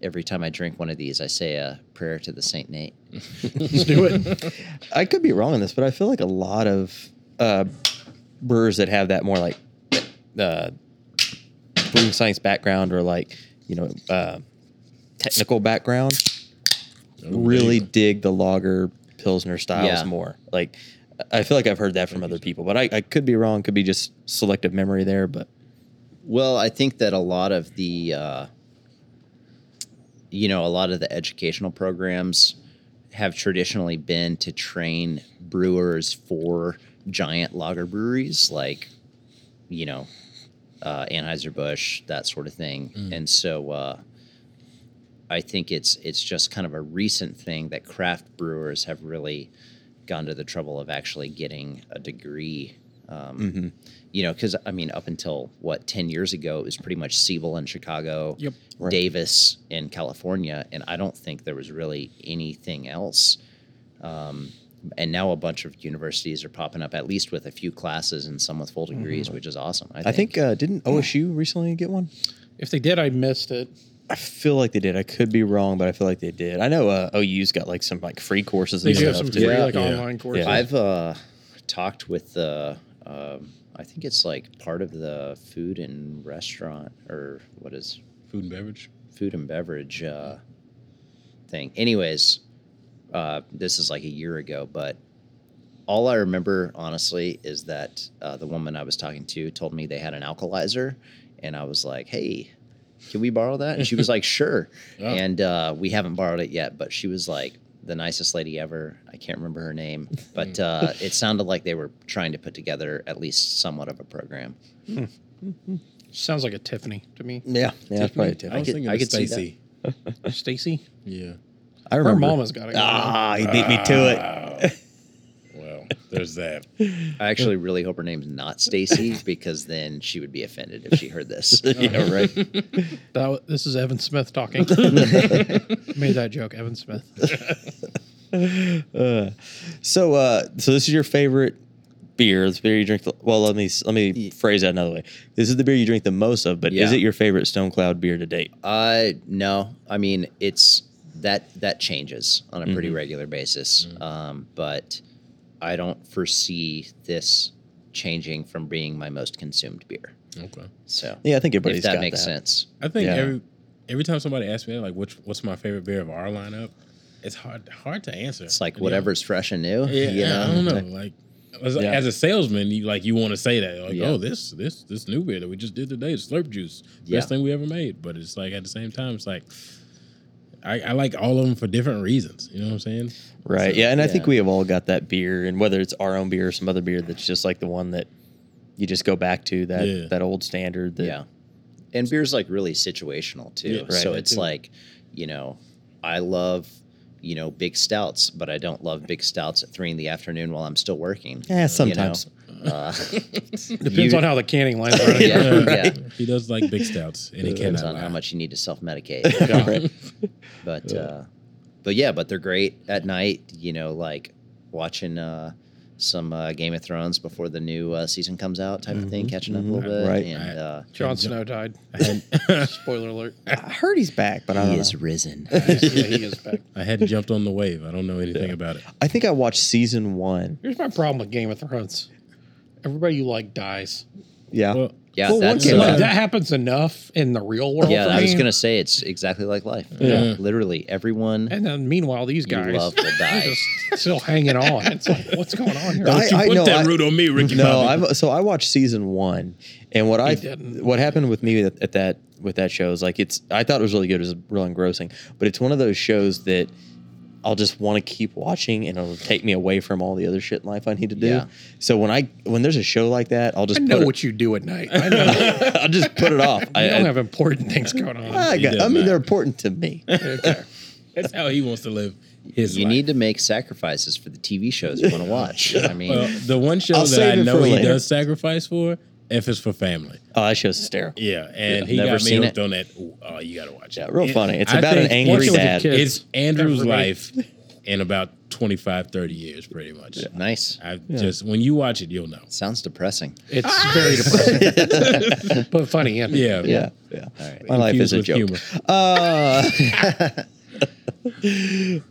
Speaker 2: every time I drink one of these, I say a prayer to the Saint Nate.
Speaker 3: Let's do it.
Speaker 1: I could be wrong on this, but I feel like a lot of uh, brewers that have that more like uh, brewing science background or like you know uh, technical background really dig the lager pilsner styles
Speaker 2: Yeah.
Speaker 1: more. Like I feel like I've heard that from other people, but I, I could be wrong. Could be just selective memory there, but
Speaker 2: Well, I think that a lot of the, uh, you know, a lot of the educational programs have traditionally been to train brewers for giant lager breweries like, you know, uh, Anheuser Busch, that sort of thing. And so uh, I think it's it's just kind of a recent thing that craft brewers have really gone to the trouble of actually getting a degree. Um,
Speaker 1: Mm.
Speaker 3: Mm-hmm.
Speaker 2: you know, because I mean, up until what ten years ago, it was pretty much Siebel in Chicago,
Speaker 3: Yep.
Speaker 1: Right.
Speaker 2: Davis in California, and I don't think there was really anything else. Um, and now a bunch of universities are popping up, at least with a few classes and some with full degrees, which is awesome. I think.
Speaker 1: I think uh, didn't OSU recently get one?
Speaker 3: If they did, I missed it.
Speaker 1: I feel like they did. I could be wrong, but I feel like they did. I know uh, OU's got like some like free courses.
Speaker 3: They
Speaker 1: And
Speaker 3: do have
Speaker 1: stuff
Speaker 3: some
Speaker 1: too.
Speaker 3: free like
Speaker 4: Yeah.
Speaker 3: online courses.
Speaker 1: Yeah.
Speaker 2: I've uh, talked with uh, the um, I think it's like part of the food and restaurant or what is
Speaker 4: Food and beverage.
Speaker 2: food and beverage uh, thing. Anyways, uh, this is like a year ago, but all I remember honestly is that uh, the woman I was talking to told me they had an alkalizer, and I was like, "Hey, can we borrow that?" And she was like, "Sure."
Speaker 4: Oh.
Speaker 2: And uh, we haven't borrowed it yet, but she was like the nicest lady ever. I can't remember her name, but uh, it sounded like they were trying to put together at least somewhat of a program.
Speaker 3: Sounds like a Tiffany to me.
Speaker 1: Yeah, yeah, that's probably
Speaker 4: I
Speaker 1: Tiffany.
Speaker 4: was thinking
Speaker 2: I
Speaker 4: of
Speaker 2: could see
Speaker 4: Stacy.
Speaker 3: Stacy,
Speaker 4: Yeah.
Speaker 1: I
Speaker 3: her
Speaker 1: remember.
Speaker 3: mama's got to go.
Speaker 1: Ah, he beat me to
Speaker 4: it. well, there's that.
Speaker 2: I
Speaker 4: Mm.
Speaker 2: actually really hope her name's not Stacy because then she would be offended if she heard this.
Speaker 1: it. yeah, right.
Speaker 3: That- this is Evan Smith talking. Made that joke, Evan Smith.
Speaker 1: Uh, so, uh, so this is your favorite beer. This beer you drink. The, well, let me let me phrase that another way. This is the beer you drink the most of, but is
Speaker 2: Yeah.
Speaker 1: it your favorite Stone Cloud beer to date?
Speaker 2: Uh, no, I mean it's that that changes on a pretty
Speaker 4: Mm-hmm.
Speaker 1: Mhm.
Speaker 2: regular basis. Um, but I don't foresee this changing from being my most consumed beer.
Speaker 4: Okay.
Speaker 2: So
Speaker 1: Yeah, I think everybody's
Speaker 2: if that
Speaker 1: got
Speaker 2: makes
Speaker 1: that.
Speaker 2: sense,
Speaker 4: I think
Speaker 1: Yeah.
Speaker 4: every every time somebody asks me like, "Which what's my favorite beer of our lineup?" It's hard hard to answer.
Speaker 2: it's like
Speaker 4: Yeah.
Speaker 2: whatever's fresh and new.
Speaker 4: Yeah,
Speaker 2: you
Speaker 4: I don't know. Like as,
Speaker 1: Yeah.
Speaker 4: as a salesman, you like you want to say that like,
Speaker 2: Yeah.
Speaker 4: "Oh, this this this new beer that we just did today is Slurp Juice, best
Speaker 2: Yeah.
Speaker 4: thing we ever made." But it's like at the same time, it's like. I, I like all of them for different reasons. You know what I'm saying?
Speaker 1: Right.
Speaker 4: So,
Speaker 1: yeah, and I think
Speaker 2: yeah.
Speaker 1: we have all got that beer, and whether it's our own beer or some other beer, that's just like the one that you just go back to that
Speaker 4: Yeah.
Speaker 1: that old standard. That,
Speaker 2: yeah and beer's like really situational too
Speaker 4: Yeah,
Speaker 2: so
Speaker 1: right.
Speaker 2: it's
Speaker 4: Yeah.
Speaker 2: like you know i love you know big stouts but i don't love big stouts at three in the afternoon while i'm still working
Speaker 1: Eh, sometimes.
Speaker 2: you know? uh,
Speaker 3: Depends
Speaker 2: you-
Speaker 3: on how the canning line's running.
Speaker 2: Yeah,
Speaker 4: Right.
Speaker 2: yeah.
Speaker 4: Uh, He does like big stouts, and he
Speaker 2: depends
Speaker 4: cannot
Speaker 2: on
Speaker 4: lie.
Speaker 2: how much you need to self-medicate
Speaker 1: Right.
Speaker 2: but uh but yeah but they're great at night you know like watching uh some uh, Game of Thrones before the new uh, season comes out, type of thing, catching up a little bit,
Speaker 1: Mm-hmm. Right.
Speaker 2: and uh,
Speaker 3: Jon Snow died.
Speaker 4: I hadn't,
Speaker 3: Spoiler alert.
Speaker 1: I heard he's back, but I
Speaker 2: he
Speaker 1: don't
Speaker 2: is
Speaker 1: know.
Speaker 2: risen.
Speaker 3: Yeah, he is back.
Speaker 4: I hadn't jumped on the wave. I don't know anything about it.
Speaker 1: I think I watched season one.
Speaker 3: Here's my problem with Game of Thrones. Everybody you like dies.
Speaker 1: Yeah.
Speaker 4: Well,
Speaker 2: Yeah,
Speaker 1: Well, once
Speaker 2: that's
Speaker 1: in
Speaker 3: So
Speaker 1: a
Speaker 2: uh,
Speaker 1: while.
Speaker 3: that happens enough in the real world.
Speaker 2: Yeah,
Speaker 3: for
Speaker 2: I was
Speaker 3: me.
Speaker 2: gonna say it's exactly like life.
Speaker 4: Yeah.
Speaker 2: literally everyone
Speaker 3: And then meanwhile, these
Speaker 2: you
Speaker 3: guys
Speaker 2: love will
Speaker 3: they're
Speaker 2: die.
Speaker 3: just still hanging on. It's like, what's going on here?
Speaker 1: I-
Speaker 4: don't you put
Speaker 1: know,
Speaker 4: that
Speaker 1: I-
Speaker 4: root on me, Ricky.
Speaker 1: No,
Speaker 4: Bobby.
Speaker 1: I've, so I watched season one, and what I
Speaker 3: didn't.
Speaker 1: what happened with me at, at that with that show is like it's I thought it was really good, it was real engrossing, but it's one of those shows that I'll just want to keep watching, and it'll take me away from all the other shit in life I need to do.
Speaker 2: Yeah.
Speaker 1: So when I when there's a show like that, I'll just
Speaker 3: I know
Speaker 1: put
Speaker 3: what you do at night. I know you
Speaker 1: it, I'll just put it off. I,
Speaker 3: don't
Speaker 1: I,
Speaker 3: have important things going on.
Speaker 1: I,
Speaker 4: He
Speaker 1: got-
Speaker 4: does
Speaker 1: I mean,
Speaker 4: not.
Speaker 1: they're important to me. Oh,
Speaker 3: Okay.
Speaker 4: That's how he wants to live his
Speaker 2: You
Speaker 4: life.
Speaker 2: need to make sacrifices for the TV shows you want to watch. I mean,
Speaker 4: well, the one show
Speaker 1: I'll
Speaker 4: that
Speaker 1: save
Speaker 4: I
Speaker 1: it
Speaker 4: know
Speaker 1: for
Speaker 4: he
Speaker 1: later.
Speaker 4: does sacrifice for, F is for family.
Speaker 1: Oh, that show's hysterical.
Speaker 4: Yeah,
Speaker 2: Yeah,
Speaker 4: and he
Speaker 2: never
Speaker 4: got me
Speaker 2: seen
Speaker 4: hooked
Speaker 2: it.
Speaker 4: on that. Ooh, oh, you got to watch
Speaker 1: Yeah,
Speaker 4: it.
Speaker 1: real
Speaker 4: It-
Speaker 1: funny. It's
Speaker 4: I
Speaker 1: about an
Speaker 4: think
Speaker 1: angry
Speaker 3: once it was a
Speaker 1: dad.
Speaker 3: kid-
Speaker 4: It's Andrew's
Speaker 3: Everybody-
Speaker 4: life in about 25, 30 years, pretty much.
Speaker 2: nice.
Speaker 4: I just when you watch it, you'll know.
Speaker 2: Sounds depressing.
Speaker 3: It's very depressing, but funny. Yeah.
Speaker 4: Ah! Yeah,
Speaker 1: Yeah, yeah.
Speaker 2: All right.
Speaker 1: My life is a joke.
Speaker 4: Infused with
Speaker 1: Uh,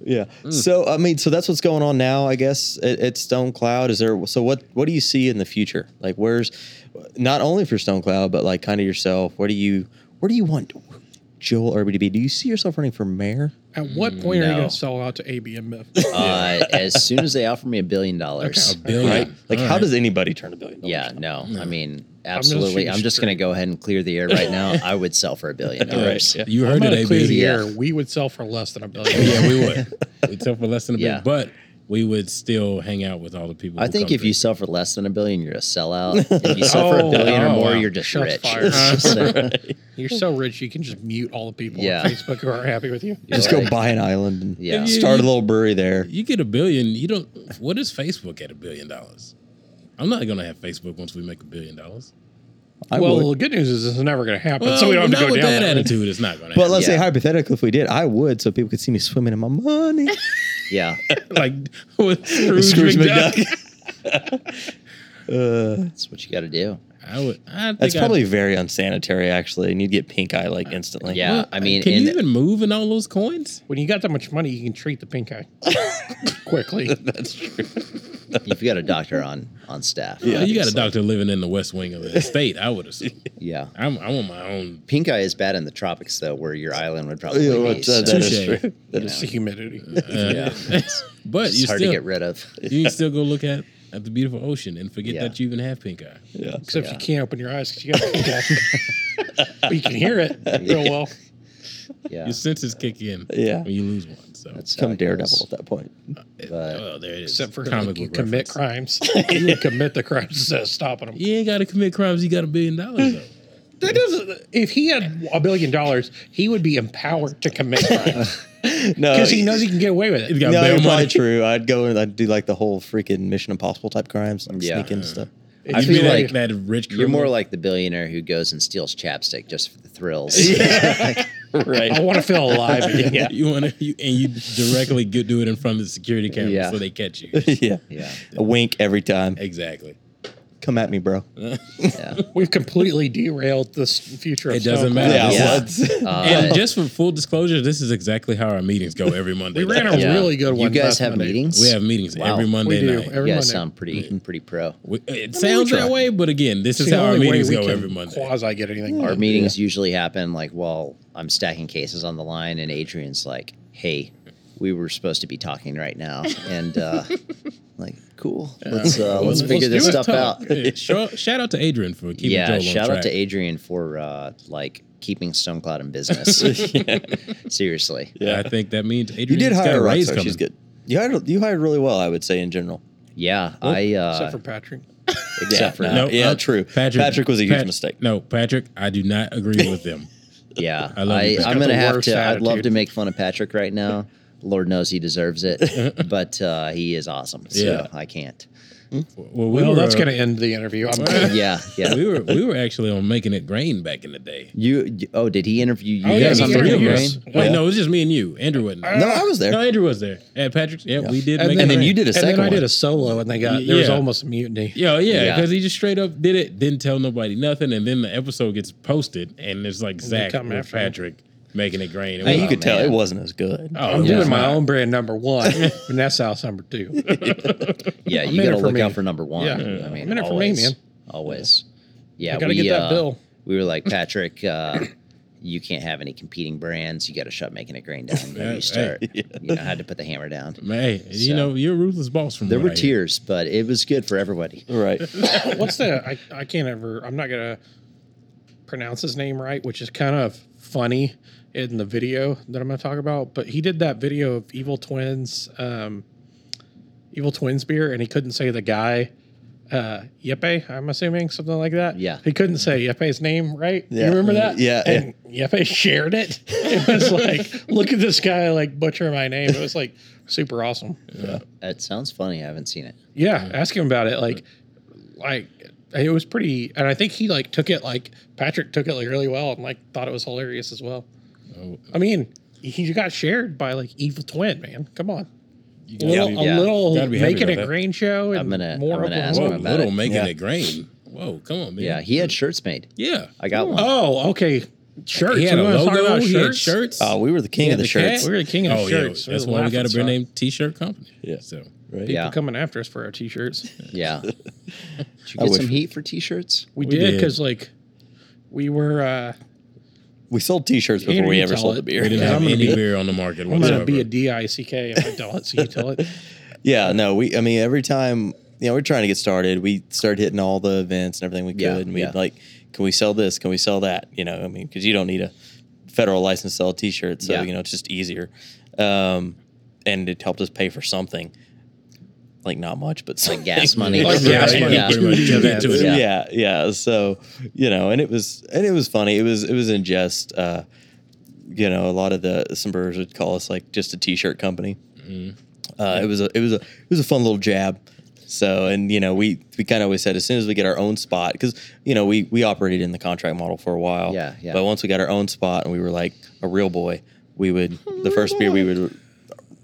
Speaker 1: yeah. So I mean, so that's what's going on now, I guess, at, at Stone Cloud. Is there so what what do you see in the future? Like where's not only for Stone Cloud, but like kind of yourself, what do you where do you want Joel Irby to be? Do you see yourself running for mayor?
Speaker 3: At what point are you
Speaker 2: Mm, No.
Speaker 3: going to sell out to ABM?
Speaker 2: Uh, as soon as they offer me a billion dollars,
Speaker 4: A billion.
Speaker 1: Right? Like
Speaker 4: Oh, All
Speaker 1: how
Speaker 4: right.
Speaker 1: does anybody turn a billion dollars?
Speaker 2: yeah, no, I mean,
Speaker 3: shoot
Speaker 2: absolutely. I'm just gonna
Speaker 3: straight.
Speaker 2: go ahead and clear the air right now. I would sell for a billion dollars.
Speaker 1: yeah.
Speaker 4: you
Speaker 3: I'm
Speaker 4: heard
Speaker 3: going
Speaker 4: it,
Speaker 3: to clear
Speaker 4: AB.
Speaker 3: the
Speaker 2: Yeah.
Speaker 3: air. We would sell for less than a billion.
Speaker 4: yeah, we would. We'd sell for less than a
Speaker 2: Yeah.
Speaker 4: billion, but we would still hang out with all the people.
Speaker 2: I
Speaker 4: who
Speaker 2: think
Speaker 4: come
Speaker 2: if you
Speaker 4: through.
Speaker 2: sell for less than a billion, you're a sellout. If you sell for a
Speaker 3: Oh,
Speaker 2: billion or
Speaker 4: oh,
Speaker 2: more,
Speaker 4: wow.
Speaker 2: you're just
Speaker 3: Shots
Speaker 2: rich.
Speaker 3: fired.
Speaker 2: It's just like-
Speaker 3: You're so rich, you can just mute all the people
Speaker 2: Yeah.
Speaker 3: on Facebook who aren't happy with you.
Speaker 1: Just
Speaker 2: You're
Speaker 1: go
Speaker 2: like-
Speaker 1: buy an island and
Speaker 2: Yeah.
Speaker 1: start a little brewery there.
Speaker 4: you get a billion, you don't. What is Facebook at a billion dollars? I'm not gonna have Facebook once we make a billion dollars.
Speaker 1: I
Speaker 3: well,
Speaker 1: would.
Speaker 3: the good news is this is never going to happen, so we don't have to
Speaker 4: not
Speaker 3: go
Speaker 4: with
Speaker 3: down
Speaker 4: that,
Speaker 3: that road.
Speaker 4: attitude. It's not gonna.
Speaker 1: But let's say
Speaker 2: Yeah.
Speaker 1: hypothetically, if we did, I would, so people could see me swimming in my money.
Speaker 2: yeah.
Speaker 4: happen. like with Scrooge,
Speaker 1: Scrooge
Speaker 4: McDuck.
Speaker 1: McDuck.
Speaker 2: That's what you got to do.
Speaker 4: I would. I think
Speaker 1: That's
Speaker 4: I'd-
Speaker 1: probably very unsanitary, actually, and you'd get pink eye like instantly.
Speaker 2: Yeah, I mean,
Speaker 4: can
Speaker 2: in-
Speaker 4: you even move in all those coins?
Speaker 3: When you got that much money, you can treat the pink eye quickly.
Speaker 1: that's true.
Speaker 2: You've got a doctor on on staff.
Speaker 1: Yeah.
Speaker 4: Oh, you got a
Speaker 2: obviously.
Speaker 4: doctor living in the West Wing of the state. I would assume.
Speaker 2: Yeah.
Speaker 4: I'm, I want my own.
Speaker 2: Pink eye is bad in the tropics though, where your island would probably
Speaker 1: Yeah, but,
Speaker 2: be.
Speaker 1: uh,
Speaker 2: so-
Speaker 1: that is
Speaker 4: Touche.
Speaker 1: true. That
Speaker 2: You
Speaker 1: is
Speaker 3: It's the humidity.
Speaker 4: uh,
Speaker 2: yeah, it's
Speaker 4: But you
Speaker 2: just hard
Speaker 4: still,
Speaker 2: to get rid of.
Speaker 4: you can still go look at at the beautiful ocean and forget
Speaker 2: Yeah.
Speaker 4: that you even have pink eye.
Speaker 1: yeah.
Speaker 3: Except
Speaker 2: Yeah.
Speaker 3: you can't open your eyes because you got pink eye. but you can hear it real well.
Speaker 2: Yeah,
Speaker 4: Your senses kick in
Speaker 1: Yeah.
Speaker 4: when you lose one. So
Speaker 2: that's how
Speaker 1: Come
Speaker 2: it goes.
Speaker 1: Daredevil at that point.
Speaker 2: But-
Speaker 4: well, there it is.
Speaker 3: Except for
Speaker 4: Comic
Speaker 3: like, you
Speaker 4: book
Speaker 3: commit
Speaker 4: reference.
Speaker 3: crimes. you would commit the crimes instead of stopping them.
Speaker 4: You ain't got to commit crimes. You got a billion dollars though.
Speaker 3: That doesn't. If he had a billion dollars, he would be empowered to commit crimes
Speaker 1: No,
Speaker 3: because he knows he can get away with
Speaker 4: You
Speaker 3: it.
Speaker 4: got
Speaker 1: no,
Speaker 4: bail
Speaker 1: you're
Speaker 4: money.
Speaker 1: probably true. I'd go and I'd do like the whole freaking Mission Impossible type crimes, like
Speaker 2: Yeah.
Speaker 1: sneak into stuff.
Speaker 3: If
Speaker 2: I
Speaker 3: you
Speaker 4: You'd be
Speaker 2: feel
Speaker 3: really-
Speaker 4: like that rich.
Speaker 2: you're more
Speaker 4: criminal.
Speaker 2: like the billionaire who goes and steals chapstick just for the thrills.
Speaker 3: I want to feel alive. Again.
Speaker 1: Yeah.
Speaker 4: You want to, you, and you directly get, do it in front of the security camera
Speaker 2: Yeah.
Speaker 4: so they catch you.
Speaker 1: yeah.
Speaker 2: yeah,
Speaker 1: A wink every time.
Speaker 4: Exactly.
Speaker 1: Come at me, bro.
Speaker 2: yeah.
Speaker 3: We've completely derailed this future. Of
Speaker 4: It doesn't
Speaker 3: Stone Cold.
Speaker 4: matter.
Speaker 1: Yeah.
Speaker 2: Yeah.
Speaker 1: well, it's-
Speaker 2: Uh,
Speaker 4: and just for full disclosure, this is exactly how our meetings go every Monday.
Speaker 3: We ran a
Speaker 4: night.
Speaker 2: Yeah.
Speaker 3: really good
Speaker 2: you
Speaker 3: one.
Speaker 2: guys
Speaker 3: last
Speaker 2: have
Speaker 3: Monday.
Speaker 2: meetings.
Speaker 4: We have meetings
Speaker 2: Wow.
Speaker 4: every
Speaker 3: We
Speaker 4: Monday
Speaker 3: do,
Speaker 4: night.
Speaker 3: every
Speaker 2: you guys
Speaker 3: Monday.
Speaker 2: sound pretty pretty pro.
Speaker 4: We- it sounds
Speaker 2: try.
Speaker 4: that way, but again, this
Speaker 3: It's
Speaker 4: is
Speaker 3: the
Speaker 4: how our
Speaker 3: only way
Speaker 4: meetings
Speaker 3: we
Speaker 4: go
Speaker 3: can
Speaker 4: every Monday.
Speaker 3: Quasi get anything.
Speaker 2: Our
Speaker 3: done.
Speaker 2: meetings usually happen like while I'm stacking cases on the line, and Adrian's like, "Hey, we were supposed to be talking right now," and uh, like, "Cool, let's uh, let's figure
Speaker 4: do
Speaker 2: this
Speaker 4: it.
Speaker 2: stuff
Speaker 4: Talk.
Speaker 2: out."
Speaker 4: Yeah, shout, shout out to Adrian for keeping
Speaker 2: yeah,
Speaker 4: Joel
Speaker 2: shout
Speaker 4: on track.
Speaker 2: out to Adrian for uh, like keeping StoneCloud in business. Seriously,
Speaker 4: Yeah, I think that means Adrian
Speaker 1: You did
Speaker 4: got
Speaker 1: hire
Speaker 4: a
Speaker 1: her,
Speaker 4: raise
Speaker 1: so
Speaker 4: coming.
Speaker 1: she's good. You hired, you hired really well, I would say, in general.
Speaker 2: yeah, I uh,
Speaker 3: Except for Patrick.
Speaker 2: except for
Speaker 1: no. yeah, true. Patrick was a huge mistake.
Speaker 4: uh, No, Patrick, I do not agree with them.
Speaker 2: Yeah,
Speaker 4: I love
Speaker 2: I,
Speaker 4: you. He's
Speaker 2: I'm
Speaker 3: got
Speaker 2: gonna
Speaker 3: the
Speaker 2: have
Speaker 3: worst
Speaker 2: to. I'd love
Speaker 3: attitude.
Speaker 2: to make fun of Patrick right now. Lord knows he deserves it, but uh, he is awesome. So
Speaker 4: Yeah.
Speaker 2: I can't.
Speaker 4: Well, we
Speaker 3: Well,
Speaker 4: were,
Speaker 3: that's going to end the interview. I'm,
Speaker 2: Yeah, yeah.
Speaker 4: we were we were actually on making it grain back in the day.
Speaker 2: You, you- oh, did he interview you
Speaker 4: Oh,
Speaker 2: guys
Speaker 4: yeah,
Speaker 2: on
Speaker 4: the three of
Speaker 2: Making
Speaker 4: us.
Speaker 2: Rain?
Speaker 4: Wait,
Speaker 1: Yeah.
Speaker 4: no, it was just me and you. Andrew wasn't. there.
Speaker 1: No, I was there.
Speaker 4: No, Andrew was there. At Patrick's. Yeah, we did.
Speaker 3: And
Speaker 4: make
Speaker 3: then-
Speaker 4: it
Speaker 1: And then
Speaker 4: rain.
Speaker 1: you did a
Speaker 3: and
Speaker 1: second
Speaker 3: then I did
Speaker 1: one.
Speaker 3: a solo, and they got there was
Speaker 4: Yeah.
Speaker 3: almost a mutiny.
Speaker 4: Yeah, oh, yeah,
Speaker 2: Yeah.
Speaker 4: because he just straight up did it, didn't tell nobody nothing, and then the episode gets posted, and it's like
Speaker 3: they
Speaker 4: Zach
Speaker 3: come
Speaker 4: with
Speaker 3: after him.
Speaker 4: Patrick making it grain. It
Speaker 1: I mean, you
Speaker 4: was-
Speaker 1: could tell
Speaker 2: man.
Speaker 1: it wasn't as good.
Speaker 4: oh,
Speaker 3: I'm
Speaker 4: yeah.
Speaker 3: doing my own brand number one, and that's house number two.
Speaker 2: Yeah,
Speaker 3: I'm
Speaker 2: you
Speaker 3: in it
Speaker 2: gotta
Speaker 3: for
Speaker 2: look
Speaker 3: me.
Speaker 2: out for number one.
Speaker 3: Yeah,
Speaker 2: I mean,
Speaker 3: I'm in it for me,
Speaker 2: always,
Speaker 3: man.
Speaker 2: Always. Yeah,
Speaker 3: I gotta
Speaker 2: we,
Speaker 3: get that
Speaker 2: uh,
Speaker 3: bill.
Speaker 2: We were like Patrick. Uh, You can't have any competing brands. You got to shut making it grain down. Whenever
Speaker 4: Hey,
Speaker 2: you start, you know, I had to put the hammer down.
Speaker 4: Man, hey, you
Speaker 2: So.
Speaker 4: know you're a ruthless boss from
Speaker 2: There
Speaker 4: what
Speaker 2: were
Speaker 4: I hear.
Speaker 2: tears, but it was good for everybody.
Speaker 1: Right.
Speaker 3: What's the? I, I can't ever. I'm not gonna pronounce his name right, which is kind of funny in the video that I'm gonna talk about. But he did that video of Evil Twins, um, Evil Twins beer, and he couldn't say the guy. Uh, Yepe, I'm assuming something like that.
Speaker 2: Yeah.
Speaker 3: he couldn't say Yepe's name right.
Speaker 1: Yeah.
Speaker 3: You remember that?
Speaker 1: Yeah,
Speaker 3: and Yepe shared it. It was like, look at this guy like butcher my name. It was like super awesome.
Speaker 2: It sounds funny. I haven't seen it.
Speaker 3: Yeah,
Speaker 4: Mm-hmm.
Speaker 3: ask him about it. Like, like it was pretty, and I think he like took it like Patrick took it like really well and like thought it was hilarious as well.
Speaker 4: Oh,
Speaker 3: I mean, he got shared by like Evil Twin, man. Come on,
Speaker 4: you
Speaker 3: a
Speaker 4: gotta
Speaker 3: little,
Speaker 4: be-
Speaker 2: yeah.
Speaker 3: a little
Speaker 4: Gotta be happy
Speaker 3: making
Speaker 4: about
Speaker 3: a
Speaker 4: that.
Speaker 3: grain show and
Speaker 2: I'm gonna-
Speaker 3: more.
Speaker 2: I'm gonna
Speaker 3: Oklahoma.
Speaker 2: ask him
Speaker 4: whoa,
Speaker 2: about
Speaker 4: little
Speaker 2: it.
Speaker 4: making
Speaker 1: Yeah.
Speaker 4: it grain. Whoa, come on, man.
Speaker 2: Yeah, he had shirts made.
Speaker 4: yeah.
Speaker 2: I got one.
Speaker 3: Oh, okay. Shirts.
Speaker 4: He had
Speaker 3: You
Speaker 4: a
Speaker 3: wanna talk
Speaker 4: logo.
Speaker 3: about
Speaker 4: He had
Speaker 3: shirts?
Speaker 4: shirts.
Speaker 1: Oh, we were the king
Speaker 4: Yeah,
Speaker 1: of the,
Speaker 4: the cat.
Speaker 1: shirts.
Speaker 3: We were the king of
Speaker 4: Oh,
Speaker 3: shirts.
Speaker 4: yeah,
Speaker 3: We
Speaker 4: that's
Speaker 3: were
Speaker 4: why we got
Speaker 3: laughing
Speaker 4: a brand
Speaker 3: stock.
Speaker 4: name T-shirt company.
Speaker 1: Yeah.
Speaker 4: So
Speaker 1: Right.
Speaker 3: People
Speaker 2: Yeah.
Speaker 3: coming after us for our t-shirts.
Speaker 2: Yeah. Did you
Speaker 1: I
Speaker 2: get
Speaker 1: wish
Speaker 2: some
Speaker 1: we-
Speaker 2: heat for t-shirts?
Speaker 3: We,
Speaker 4: We
Speaker 3: did 'cause did
Speaker 4: did.
Speaker 3: because like we were. uh
Speaker 1: We sold T-shirts before
Speaker 3: Andrew,
Speaker 1: we
Speaker 3: you
Speaker 1: ever
Speaker 3: tell
Speaker 1: sold
Speaker 3: it.
Speaker 1: the
Speaker 4: we
Speaker 1: beer.
Speaker 4: didn't
Speaker 3: Yeah,
Speaker 4: have
Speaker 3: I'm gonna
Speaker 4: any
Speaker 3: be-
Speaker 4: beer on the market
Speaker 3: I'm
Speaker 4: whatsoever.
Speaker 3: gonna be a D-I-C-K if I don't see you tell it.
Speaker 1: Yeah, no, we. I mean, every time you know we're trying to get started, we started hitting all the events and everything we could,
Speaker 2: Yeah,
Speaker 1: and we
Speaker 2: yeah.
Speaker 1: would like, can we sell this? Can we sell that? You know, I mean, because you don't need a federal license to sell a T-shirt, so
Speaker 2: Yeah.
Speaker 1: you know it's just easier, um, and it helped us pay for something, like not much, but something.
Speaker 2: Gas money.
Speaker 3: Like gas
Speaker 4: Yeah,
Speaker 3: money.
Speaker 4: yeah, pretty much. Yeah, that's it.
Speaker 2: Yeah.
Speaker 1: yeah. yeah, So you know, and it was and it was funny. It was it was in jest. Uh, you know, a lot of the some brewers would call us like just a t-shirt company.
Speaker 2: Mm-hmm.
Speaker 1: Uh, it was a it was a it was a fun little jab. So and you know we we kind of always said as soon as we get our own spot because you know we we operated in the contract model for a while.
Speaker 2: Yeah, yeah.
Speaker 1: But once we got our own spot and we were like a real boy, we would the first beer we would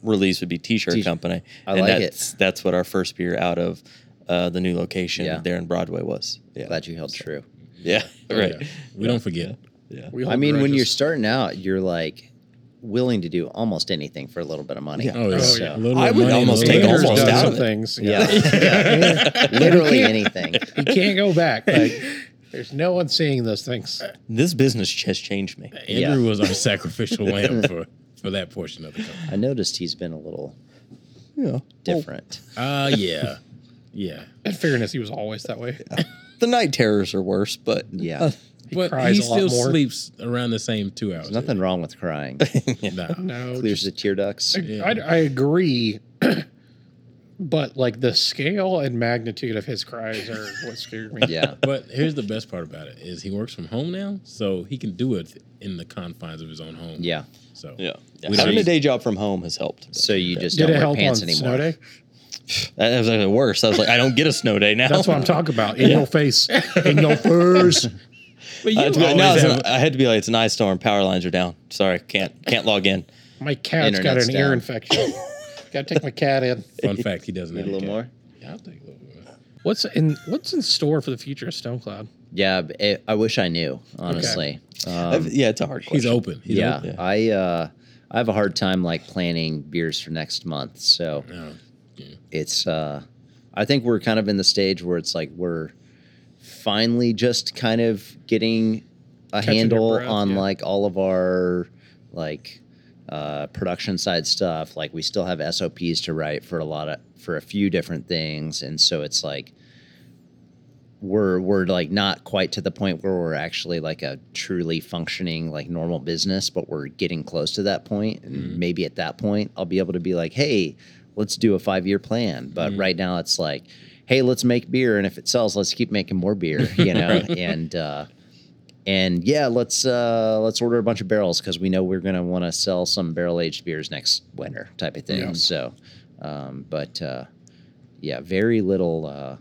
Speaker 1: release would be T-shirt
Speaker 2: T-shirt.
Speaker 1: company.
Speaker 2: I
Speaker 1: and
Speaker 2: like it.
Speaker 1: that's, That's what our first beer out of uh, the new location
Speaker 2: Yeah.
Speaker 1: there in Broadway was. Yeah.
Speaker 2: Glad you held true.
Speaker 1: yeah. Right.
Speaker 4: Oh, Yeah. We don't forget.
Speaker 1: Yeah.
Speaker 3: We
Speaker 2: I
Speaker 3: hold
Speaker 2: mean, when you're
Speaker 3: grudges.
Speaker 2: starting out, you're like willing to do almost anything for a little bit of money.
Speaker 1: Yeah.
Speaker 4: Oh, yeah.
Speaker 3: Oh, yeah.
Speaker 4: A little
Speaker 1: I
Speaker 4: bit of
Speaker 1: would
Speaker 4: money, a
Speaker 1: almost
Speaker 4: little
Speaker 1: take
Speaker 4: bit of
Speaker 3: Leaders
Speaker 1: almost
Speaker 3: done
Speaker 4: respect.
Speaker 1: out
Speaker 3: some
Speaker 1: of it.
Speaker 3: things.
Speaker 2: Yeah. Yeah. Literally anything.
Speaker 3: you can't go back. Like, there's no one seeing those things.
Speaker 1: This business has changed me.
Speaker 4: Andrew was our sacrificial lamb for, for that portion of the company.
Speaker 2: I noticed he's been a little
Speaker 1: Yeah.
Speaker 2: different.
Speaker 4: Uh, yeah. Yeah.
Speaker 3: In fairness, he was always that way.
Speaker 1: The night terrors are worse, but
Speaker 2: Yeah.
Speaker 1: uh,
Speaker 3: He
Speaker 4: but
Speaker 3: cries
Speaker 4: he
Speaker 3: a lot
Speaker 4: still
Speaker 3: more.
Speaker 4: sleeps around the same two hours.
Speaker 2: There's nothing wrong with crying.
Speaker 4: Nah.
Speaker 3: No,
Speaker 2: Clears the tear ducts.
Speaker 3: I,
Speaker 4: Yeah.
Speaker 3: I, I agree, but like the scale and magnitude of his cries are what scared me.
Speaker 2: Yeah.
Speaker 4: But here's the best part about it is he works from home now, so he can do it in the confines of his own home.
Speaker 2: Yeah.
Speaker 4: So
Speaker 1: yeah.
Speaker 4: We
Speaker 1: Having
Speaker 4: don't-
Speaker 1: a day job from home has helped.
Speaker 2: So you just
Speaker 3: Did
Speaker 2: don't
Speaker 3: it
Speaker 2: wear
Speaker 3: help on
Speaker 2: pants
Speaker 3: snow
Speaker 2: anymore.
Speaker 3: day?
Speaker 1: That was actually worse. I was like, I don't get a snow day now.
Speaker 3: That's what I'm talking about. In your face,
Speaker 2: Uh,
Speaker 3: in your furs.
Speaker 4: But you
Speaker 1: I had, to be like,
Speaker 4: always
Speaker 1: no, it's
Speaker 4: have-
Speaker 1: an- I had to be like, it's an ice storm. Power lines are down. Sorry, can't can't log in.
Speaker 3: My cat's got
Speaker 2: Internet's
Speaker 3: an ear
Speaker 2: down.
Speaker 3: infection. Got to take my cat in.
Speaker 4: fun fact he doesn't
Speaker 2: Need
Speaker 4: have
Speaker 2: a little more.
Speaker 4: cat. Yeah, I'll take a little more.
Speaker 3: What's in What's in store for the future of Stone Cloud?
Speaker 2: Yeah. but It, I wish I knew, honestly. Um,
Speaker 1: I've- yeah, it's a hard question.
Speaker 4: He's open. He's
Speaker 2: yeah.
Speaker 4: Open.
Speaker 2: I, uh, I have a hard time like planning beers for next month. So
Speaker 4: No.
Speaker 2: it's, uh, I think we're kind of in the stage where it's like we're finally just kind of getting a
Speaker 3: Catching our
Speaker 2: handle
Speaker 3: breath,
Speaker 2: on
Speaker 3: yeah.
Speaker 2: like all of our like uh, production side stuff. Like we still have SOPs to write for a lot of for a few different things, and so it's like we're we're like not quite to the point where we're actually like a truly functioning like normal business, but we're getting close to that point. And maybe at that point, I'll be able to be like, hey, let's do a five year plan. But right now, it's like. Hey, let's make beer, and if it sells, let's keep making more beer. You know, and uh, and yeah, let's uh, let's order a bunch of barrels because we know we're gonna want to sell some barrel aged beers next winter, type of thing.
Speaker 4: Yeah.
Speaker 2: So, um, but uh, yeah, very little, uh,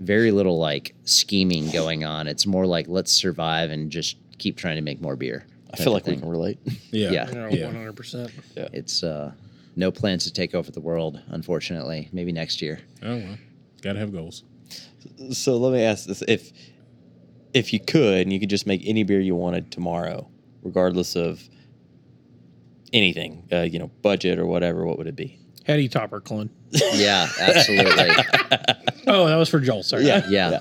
Speaker 2: very little like scheming going on. It's more like let's survive and just keep trying to make more beer.
Speaker 1: I
Speaker 2: type
Speaker 1: feel
Speaker 2: of
Speaker 1: like we
Speaker 2: thing.
Speaker 1: can relate.
Speaker 4: Yeah.
Speaker 2: Uh, Yeah.
Speaker 3: You know,
Speaker 4: Yeah.
Speaker 3: 100%.
Speaker 2: it's uh, no plans to take over the world, unfortunately. Maybe next year.
Speaker 4: Oh well. Gotta have goals.
Speaker 1: So let me ask this: if if you could, and you could just make any beer you wanted tomorrow, regardless of anything, uh, you know, budget or whatever, what would it be?
Speaker 3: Hetty Topper Clun.
Speaker 2: Yeah, absolutely.
Speaker 3: Oh, that was for Joel. Sorry.
Speaker 1: Yeah.
Speaker 2: yeah.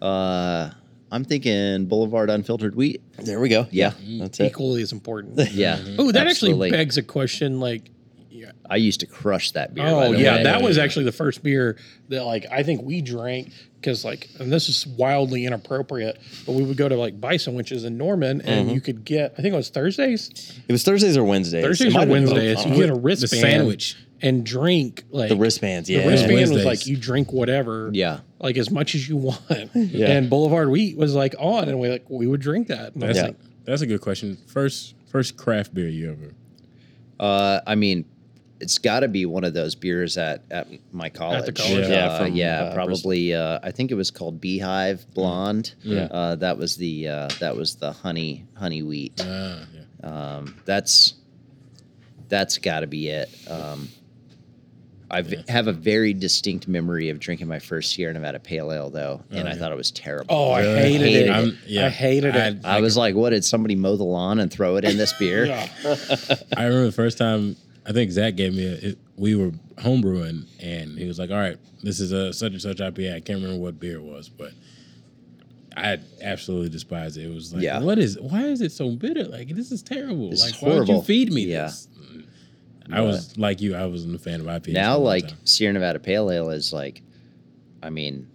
Speaker 2: Uh, I'm thinking Boulevard Unfiltered Wheat.
Speaker 1: There we go.
Speaker 2: Yeah. E-
Speaker 1: that's it.
Speaker 3: Equally as important.
Speaker 2: Yeah.
Speaker 3: Oh, that
Speaker 2: Absolutely.
Speaker 3: actually begs a question. Like,
Speaker 2: I used to crush that beer. by
Speaker 3: oh
Speaker 2: the
Speaker 3: yeah,
Speaker 2: way.
Speaker 3: that was actually the first beer that like I think we drank because like, and this is wildly inappropriate, but we would go to like Bison, which is in Norman, and
Speaker 1: Mm-hmm.
Speaker 3: you could get I think it was Thursdays,
Speaker 1: It was Thursdays or Wednesdays. It
Speaker 3: Thursdays
Speaker 1: might
Speaker 3: or
Speaker 1: have been both.
Speaker 3: Wednesdays.
Speaker 1: I
Speaker 3: You
Speaker 1: don't
Speaker 3: get
Speaker 1: know.
Speaker 3: a
Speaker 4: The
Speaker 3: wristband
Speaker 4: sandwich.
Speaker 3: and drink like
Speaker 1: the wristbands.
Speaker 3: The
Speaker 1: Yeah.
Speaker 3: wristband was
Speaker 4: Wednesdays.
Speaker 3: like you drink whatever,
Speaker 2: Yeah.
Speaker 3: like as much as you want. And Boulevard Wheat was like on, and we like we would drink that. And I was
Speaker 4: That's
Speaker 1: Yeah.
Speaker 4: a, that's a good question. First first craft beer you ever
Speaker 2: Uh, I mean, it's got to be one of those beers at, at my college.
Speaker 3: college.
Speaker 1: Yeah,
Speaker 2: Uh, yeah,
Speaker 1: from, uh,
Speaker 2: probably. Uh, I think it was called Beehive
Speaker 3: Mm.
Speaker 2: Blonde.
Speaker 1: Yeah.
Speaker 2: Uh, that was the uh, that was the honey honey wheat.
Speaker 4: ah, yeah.
Speaker 2: Um, that's that's got to be it. Um, I v- have a very distinct memory of drinking my first Sierra Nevada Pale Ale though, and I
Speaker 4: yeah.
Speaker 2: thought it was terrible.
Speaker 3: oh, I
Speaker 4: Really?
Speaker 3: hated,
Speaker 2: Hated
Speaker 3: it.
Speaker 2: it.
Speaker 4: I'm- yeah.
Speaker 3: I hated it.
Speaker 4: I,
Speaker 2: I was like, "What did somebody mow the lawn and throw it in this beer?"
Speaker 3: yeah.
Speaker 4: I remember the first time I think Zach gave me a, it, we were homebrewing and he was like, "All right, this is a such and such IPA." I can't remember what beer it was, but I absolutely despised it. It was like,
Speaker 2: Yeah.
Speaker 4: "What is? Why is it so bitter? Like this is terrible.
Speaker 2: This
Speaker 4: like
Speaker 2: is
Speaker 4: why would
Speaker 2: horrible."
Speaker 4: you feed me
Speaker 2: Yeah.
Speaker 4: this?" Mm. I was like you. I wasn't a fan of IPAs.
Speaker 2: now
Speaker 4: for a long
Speaker 2: like
Speaker 4: time.
Speaker 2: Sierra Nevada Pale Ale is like, I mean,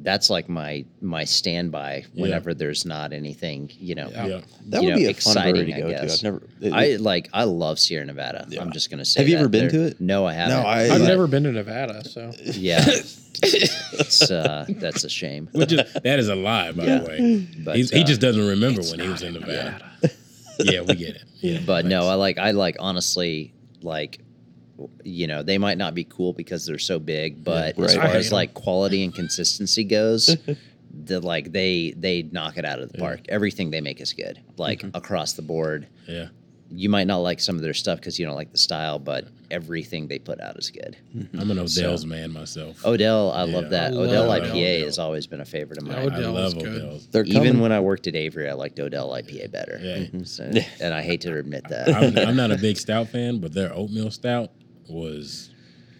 Speaker 2: that's like my my standby
Speaker 4: Yeah.
Speaker 2: whenever there's not anything, you know.
Speaker 4: yeah.
Speaker 1: That
Speaker 2: you
Speaker 1: would
Speaker 2: know,
Speaker 1: be a fun brewery
Speaker 2: exciting,
Speaker 1: to
Speaker 2: I
Speaker 1: go to.
Speaker 2: guess.
Speaker 1: I've never. it-
Speaker 2: I like I love Sierra Nevada.
Speaker 1: Yeah.
Speaker 2: I'm just gonna say.
Speaker 1: Have you
Speaker 2: that.
Speaker 1: ever been
Speaker 2: They're-
Speaker 1: to it?
Speaker 2: No, I haven't.
Speaker 1: I-
Speaker 3: I've
Speaker 1: But-
Speaker 3: never been to Nevada, so
Speaker 2: Yeah, it's uh, that's a shame.
Speaker 4: Which is, that is a lie, by
Speaker 2: Yeah.
Speaker 4: the way.
Speaker 2: But,
Speaker 4: He's, he
Speaker 2: uh,
Speaker 4: just doesn't remember when he was in Nevada. yeah, we get it. Yeah,
Speaker 2: But no, uh,
Speaker 4: thanks.
Speaker 2: I like I like honestly like you know they might not be cool because they're so big, but
Speaker 1: Yeah,
Speaker 2: as
Speaker 1: right.
Speaker 2: far
Speaker 3: I
Speaker 2: as
Speaker 3: hate 'em.
Speaker 2: like quality and consistency goes, the like they they knock it out of the
Speaker 4: Yeah.
Speaker 2: park. Everything they make is good, like across the board.
Speaker 4: yeah,
Speaker 2: you might not like some of their stuff because you don't like the style, but everything they put out is good.
Speaker 1: mm-hmm.
Speaker 4: I'm an Odell's man myself.
Speaker 2: Odell, I
Speaker 4: Yeah.
Speaker 2: love that.
Speaker 3: I
Speaker 2: Odell
Speaker 3: love
Speaker 2: IPA
Speaker 4: Odell.
Speaker 2: has always been a favorite of
Speaker 4: I
Speaker 3: I
Speaker 2: mine.
Speaker 3: would- Odell is
Speaker 4: love
Speaker 3: good.
Speaker 4: Odell's.
Speaker 1: They're
Speaker 2: Even
Speaker 1: coming.
Speaker 2: when I worked at Avery, I liked Odell IPA better.
Speaker 4: Yeah.
Speaker 2: So- and I hate to admit that.
Speaker 4: I'm, I'm not a big stout fan, but their oatmeal stout was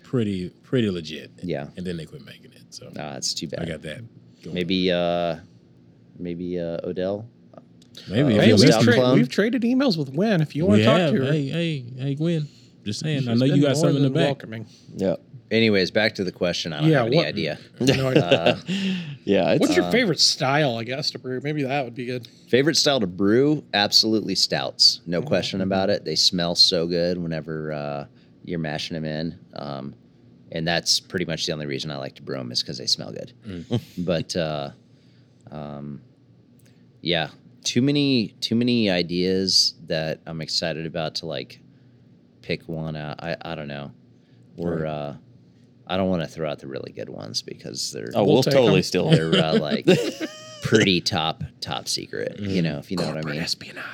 Speaker 4: pretty pretty legit.
Speaker 2: Yeah.
Speaker 4: And then they quit making it, so
Speaker 2: Nah, it's too
Speaker 4: I
Speaker 2: bad.
Speaker 4: got that. going.
Speaker 2: Maybe uh maybe uh Odell.
Speaker 4: maybe
Speaker 2: uh,
Speaker 4: if
Speaker 3: Hey,
Speaker 4: you
Speaker 2: Odell's
Speaker 3: we've,
Speaker 4: listen,
Speaker 2: down
Speaker 3: tra-
Speaker 2: clone.
Speaker 3: we've traded emails with Wen if you want to
Speaker 4: we
Speaker 3: talk
Speaker 4: have-
Speaker 3: to her.
Speaker 4: Hey, hey, hey, Gwen. Just saying. I
Speaker 3: She's
Speaker 4: know you
Speaker 3: been
Speaker 4: got
Speaker 3: more
Speaker 4: something in the
Speaker 3: than
Speaker 4: back.
Speaker 3: Welcoming.
Speaker 1: Yeah.
Speaker 2: Anyways, back to the question. I don't
Speaker 3: Yeah,
Speaker 2: have any
Speaker 3: what-
Speaker 2: idea.
Speaker 3: No idea.
Speaker 2: Uh,
Speaker 1: yeah. It's,
Speaker 3: What's your
Speaker 2: uh,
Speaker 3: favorite style, I guess, to brew? Maybe that would be good.
Speaker 2: favorite style to brew? Absolutely stouts. No
Speaker 1: Mm-hmm.
Speaker 2: question about it. They smell so good whenever uh, you're mashing them in. Um, and that's pretty much the only reason I like to brew them is because they smell good.
Speaker 1: Mm.
Speaker 2: but uh, um, yeah, too many too many ideas that I'm excited about to like pick one out. I, I don't know. Or
Speaker 1: Right.
Speaker 2: uh, I don't want to throw out the really good ones because they're
Speaker 1: oh,
Speaker 3: We'll
Speaker 1: we'll,
Speaker 3: take
Speaker 1: totally
Speaker 3: 'em.
Speaker 1: steal
Speaker 2: they're
Speaker 1: it.
Speaker 2: uh, like pretty top top secret.
Speaker 1: Mm.
Speaker 2: You know, if you know what I mean.
Speaker 3: espionage.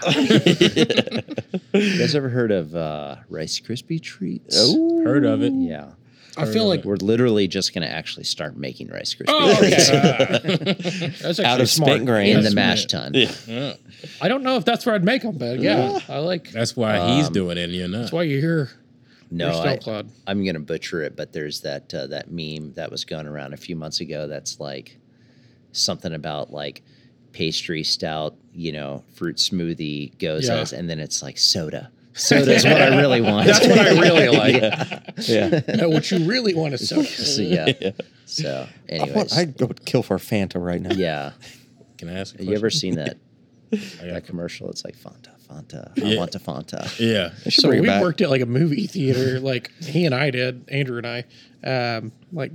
Speaker 2: You guys ever heard of uh, Rice Krispie treats?
Speaker 1: Oh.
Speaker 4: Heard of it?
Speaker 2: yeah.
Speaker 3: I feel like
Speaker 2: We're literally just going to actually start making Rice Krispie
Speaker 3: Oh, okay.
Speaker 2: treats
Speaker 4: uh,
Speaker 3: that's
Speaker 1: Out
Speaker 3: actually
Speaker 1: of
Speaker 3: smart.
Speaker 1: spent grain.
Speaker 2: in
Speaker 1: That's
Speaker 2: the mash
Speaker 4: right.
Speaker 2: tun.
Speaker 1: Yeah.
Speaker 4: Yeah.
Speaker 3: I don't know if that's where I'd make them, but yeah, I like.
Speaker 4: That's why he's
Speaker 2: Um,
Speaker 4: doing it and you're not.
Speaker 3: That's why you hear
Speaker 2: No,
Speaker 3: your
Speaker 2: I,
Speaker 3: stout cloud.
Speaker 2: I'm going to butcher it, but there's that uh, that meme that was going around a few months ago. That's like something about like pastry stout, you know, fruit smoothie goes
Speaker 3: Yeah.
Speaker 2: as, and then it's like soda. Soda's what I really want.
Speaker 3: That's what I really like.
Speaker 1: Yeah.
Speaker 3: No, what you really want is soda.
Speaker 2: So, yeah. So,
Speaker 1: I,
Speaker 2: anyways,
Speaker 1: want, I would kill for a Fanta right now.
Speaker 2: yeah.
Speaker 4: Can I ask a
Speaker 2: Have you
Speaker 4: question?
Speaker 2: ever seen that
Speaker 4: I got-
Speaker 2: that commercial? It's like Fanta, Fanta. I
Speaker 4: Yeah.
Speaker 2: want a Fanta.
Speaker 4: yeah.
Speaker 1: They should
Speaker 3: So
Speaker 1: bring it
Speaker 3: we
Speaker 1: back.
Speaker 3: worked at like a movie theater, like he and I did, Andrew and I, um, like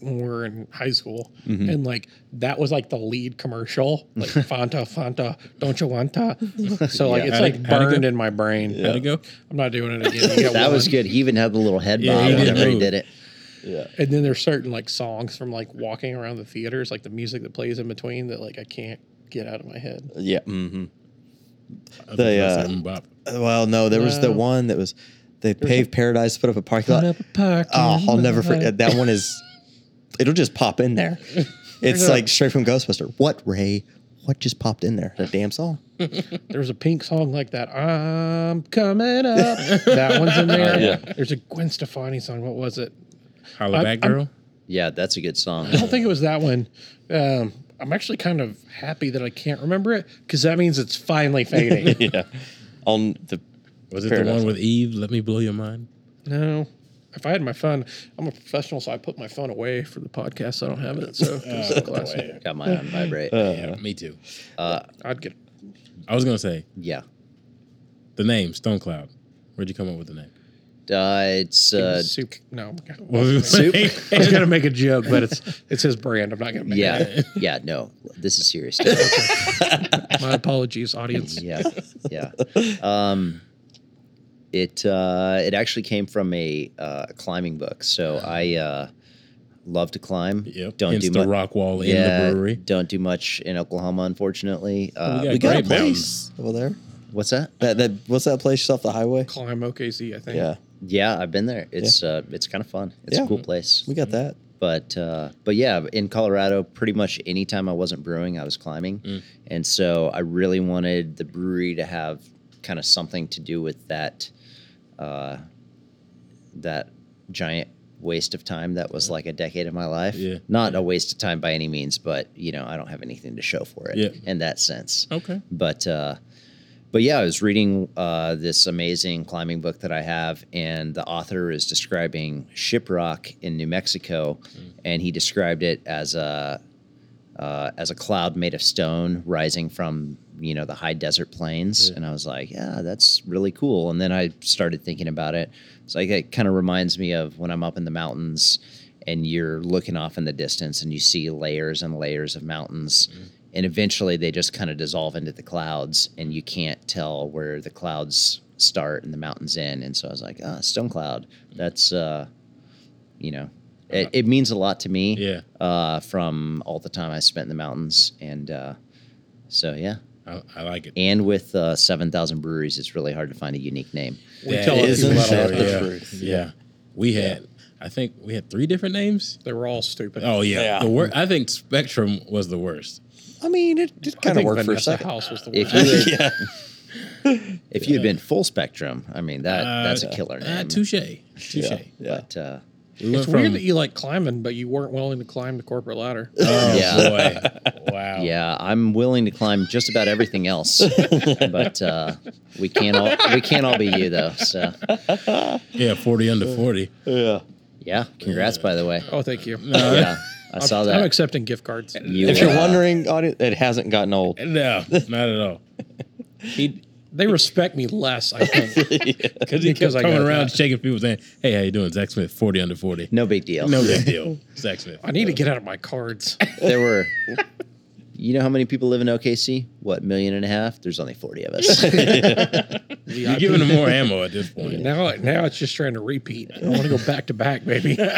Speaker 3: when we were in high school,
Speaker 1: Mm-hmm.
Speaker 3: and like that was like the lead commercial, like Fanta, Fanta, don't you want that? So like
Speaker 2: Yeah.
Speaker 3: it's
Speaker 4: How'd
Speaker 3: like
Speaker 4: it- how'd it go?
Speaker 3: burned in my brain.
Speaker 4: How'd it go?
Speaker 3: I'm not doing it again. You get
Speaker 2: That was
Speaker 3: one.
Speaker 2: good. He even had the little head
Speaker 4: Yeah,
Speaker 2: bob
Speaker 4: he did
Speaker 2: whenever he
Speaker 4: move.
Speaker 2: did it.
Speaker 1: Yeah.
Speaker 3: And then there's certain like songs from like walking around the theaters, like the music that plays in between that like I can't get out of my head.
Speaker 1: Yeah. Mm-hmm.
Speaker 4: I
Speaker 1: They,
Speaker 4: think that's
Speaker 1: uh,
Speaker 4: a bop.
Speaker 1: Well, no, there was the
Speaker 3: No.
Speaker 1: one that was they paved paradise, put up a parking lot. Oh, I'll never forget. That one is, it'll just pop in there. It's like straight from Ghostbuster. What, Ray? What just popped in there? That damn song.
Speaker 3: There's a pink song like that. I'm coming up. that one's in there.
Speaker 2: Oh,
Speaker 1: yeah.
Speaker 3: There's a Gwen Stefani song. What was it?
Speaker 4: Holla
Speaker 3: I'm-
Speaker 4: back,
Speaker 3: I'm-
Speaker 4: girl.
Speaker 2: Yeah, that's a good song.
Speaker 3: I don't think it was that one. Um, I'm actually kind of happy that I can't remember it because that means it's finally fading.
Speaker 1: yeah. On the
Speaker 4: Was it the
Speaker 1: Paradise.
Speaker 4: one with Eve? Let me blow your mind.
Speaker 3: no. If I had my phone, I'm a professional, so I put my phone away for the podcast. So I don't have it. So it's a classic.
Speaker 2: Got mine on vibrate.
Speaker 4: yeah, me too.
Speaker 3: I'd get
Speaker 4: I was gonna say
Speaker 2: Yeah.
Speaker 4: the name Stone Cloud. Where'd you come up with the name?
Speaker 2: Uh, it's uh,
Speaker 3: soup. No,
Speaker 2: Soup?
Speaker 3: I was gonna make a joke, but it's it's his brand. I'm not gonna make it.
Speaker 2: yeah, yeah. No, this is serious.
Speaker 3: My apologies, audience.
Speaker 2: yeah, yeah. Um, it uh, it actually came from a uh, climbing book. So I uh, love to climb.
Speaker 4: Ah. Yep.
Speaker 2: Don't
Speaker 4: Hence
Speaker 2: do
Speaker 4: the
Speaker 2: much.
Speaker 4: rock wall in the brewery. Oh,
Speaker 2: Don't do much in Oklahoma, unfortunately. Uh,
Speaker 4: got
Speaker 1: we got a
Speaker 4: Great
Speaker 1: place over there.
Speaker 2: what's that?
Speaker 1: That that what's that place just off the highway?
Speaker 3: Climb OKZ, I think.
Speaker 1: Yeah,
Speaker 2: Yeah, I've been there. It's uh, it's kind of fun. It's
Speaker 1: Yeah.
Speaker 2: a cool place.
Speaker 1: we got that.
Speaker 2: But uh, but yeah, in Colorado, pretty much any time I wasn't brewing, I was climbing,
Speaker 4: Mm.
Speaker 2: and so I really wanted the brewery to have kind of something to do with that uh, that giant waste of time that was like a decade of my life.
Speaker 4: Yeah.
Speaker 2: Not a waste of time by any means, but you know, I don't have anything to show for it
Speaker 4: Yeah.
Speaker 2: in that sense
Speaker 4: Okay.
Speaker 2: but uh, but yeah, I was reading uh, this amazing climbing book that I have, and the author is describing shiprock in New Mexico, and he described it as a uh, as a cloud made of stone rising from you know the high desert plains, and I was like, yeah, that's really cool. And then I started thinking about it. It's like it kind of reminds me of when I'm up in the mountains and you're looking off in the distance and you see layers and layers of mountains and eventually they just kind of dissolve into the clouds and you can't tell where the clouds start and the mountains end and so i was like ah stone cloud that's uh you know it, it means a lot to me
Speaker 4: Yeah.
Speaker 2: uh from all the time i spent in the mountains and uh so yeah
Speaker 4: I, I like it.
Speaker 2: And with uh, 7,000 breweries, it's really hard to find a unique name.
Speaker 3: We
Speaker 4: That
Speaker 3: tell
Speaker 4: is
Speaker 3: people
Speaker 1: isn't that
Speaker 3: that all the
Speaker 1: the
Speaker 4: yeah.
Speaker 3: time.
Speaker 1: truth?
Speaker 4: Yeah. We had, I think we had three different names.
Speaker 3: They were all stupid.
Speaker 4: Oh, yeah.
Speaker 1: Yeah.
Speaker 4: The wor- I think Spectrum was the worst.
Speaker 1: I mean, it did kind of work for a
Speaker 3: Vanessa
Speaker 1: second.
Speaker 3: House was the
Speaker 2: If
Speaker 3: worst.
Speaker 2: you had,
Speaker 1: yeah.
Speaker 2: if you had been full spectrum, I mean that that's a
Speaker 4: Uh,
Speaker 2: killer
Speaker 4: Ah,
Speaker 2: name.
Speaker 4: touche. Touche.
Speaker 1: Yeah. yeah.
Speaker 2: but uh,
Speaker 4: We went
Speaker 3: it's weird that you like climbing, but you weren't willing to climb the corporate ladder.
Speaker 4: Oh,
Speaker 2: Yeah.
Speaker 4: boy. Wow.
Speaker 2: uh, yeah, I'm willing to climb just about everything else, but uh, we can't all we can't all be you though. So
Speaker 4: Yeah, 40 under 40.
Speaker 1: Yeah.
Speaker 2: yeah, congrats by the way.
Speaker 3: Oh, thank you.
Speaker 2: Yeah, I
Speaker 3: I'm-
Speaker 2: saw
Speaker 3: I'm
Speaker 2: that.
Speaker 3: accepting gift cards.
Speaker 2: You,
Speaker 1: If you're
Speaker 2: uh,
Speaker 1: wondering, audi- it hasn't gotten old.
Speaker 4: No, not at all.
Speaker 3: He, they respect me less, I think.
Speaker 4: Because he
Speaker 3: Because
Speaker 4: kept
Speaker 3: I
Speaker 4: coming
Speaker 3: got
Speaker 4: around
Speaker 3: that.
Speaker 4: shaking people saying, hey, how you doing? Zach Smith, 40 under 40.
Speaker 2: No big deal.
Speaker 4: No big deal. Zach Smith.
Speaker 3: I need to get out of my cards.
Speaker 2: There were. You know how many people live in OKC? What million and a half? There's only 40 of us.
Speaker 4: You're giving him more ammo at this point.
Speaker 3: Now, now it's just trying to repeat. I want to go back to back, baby.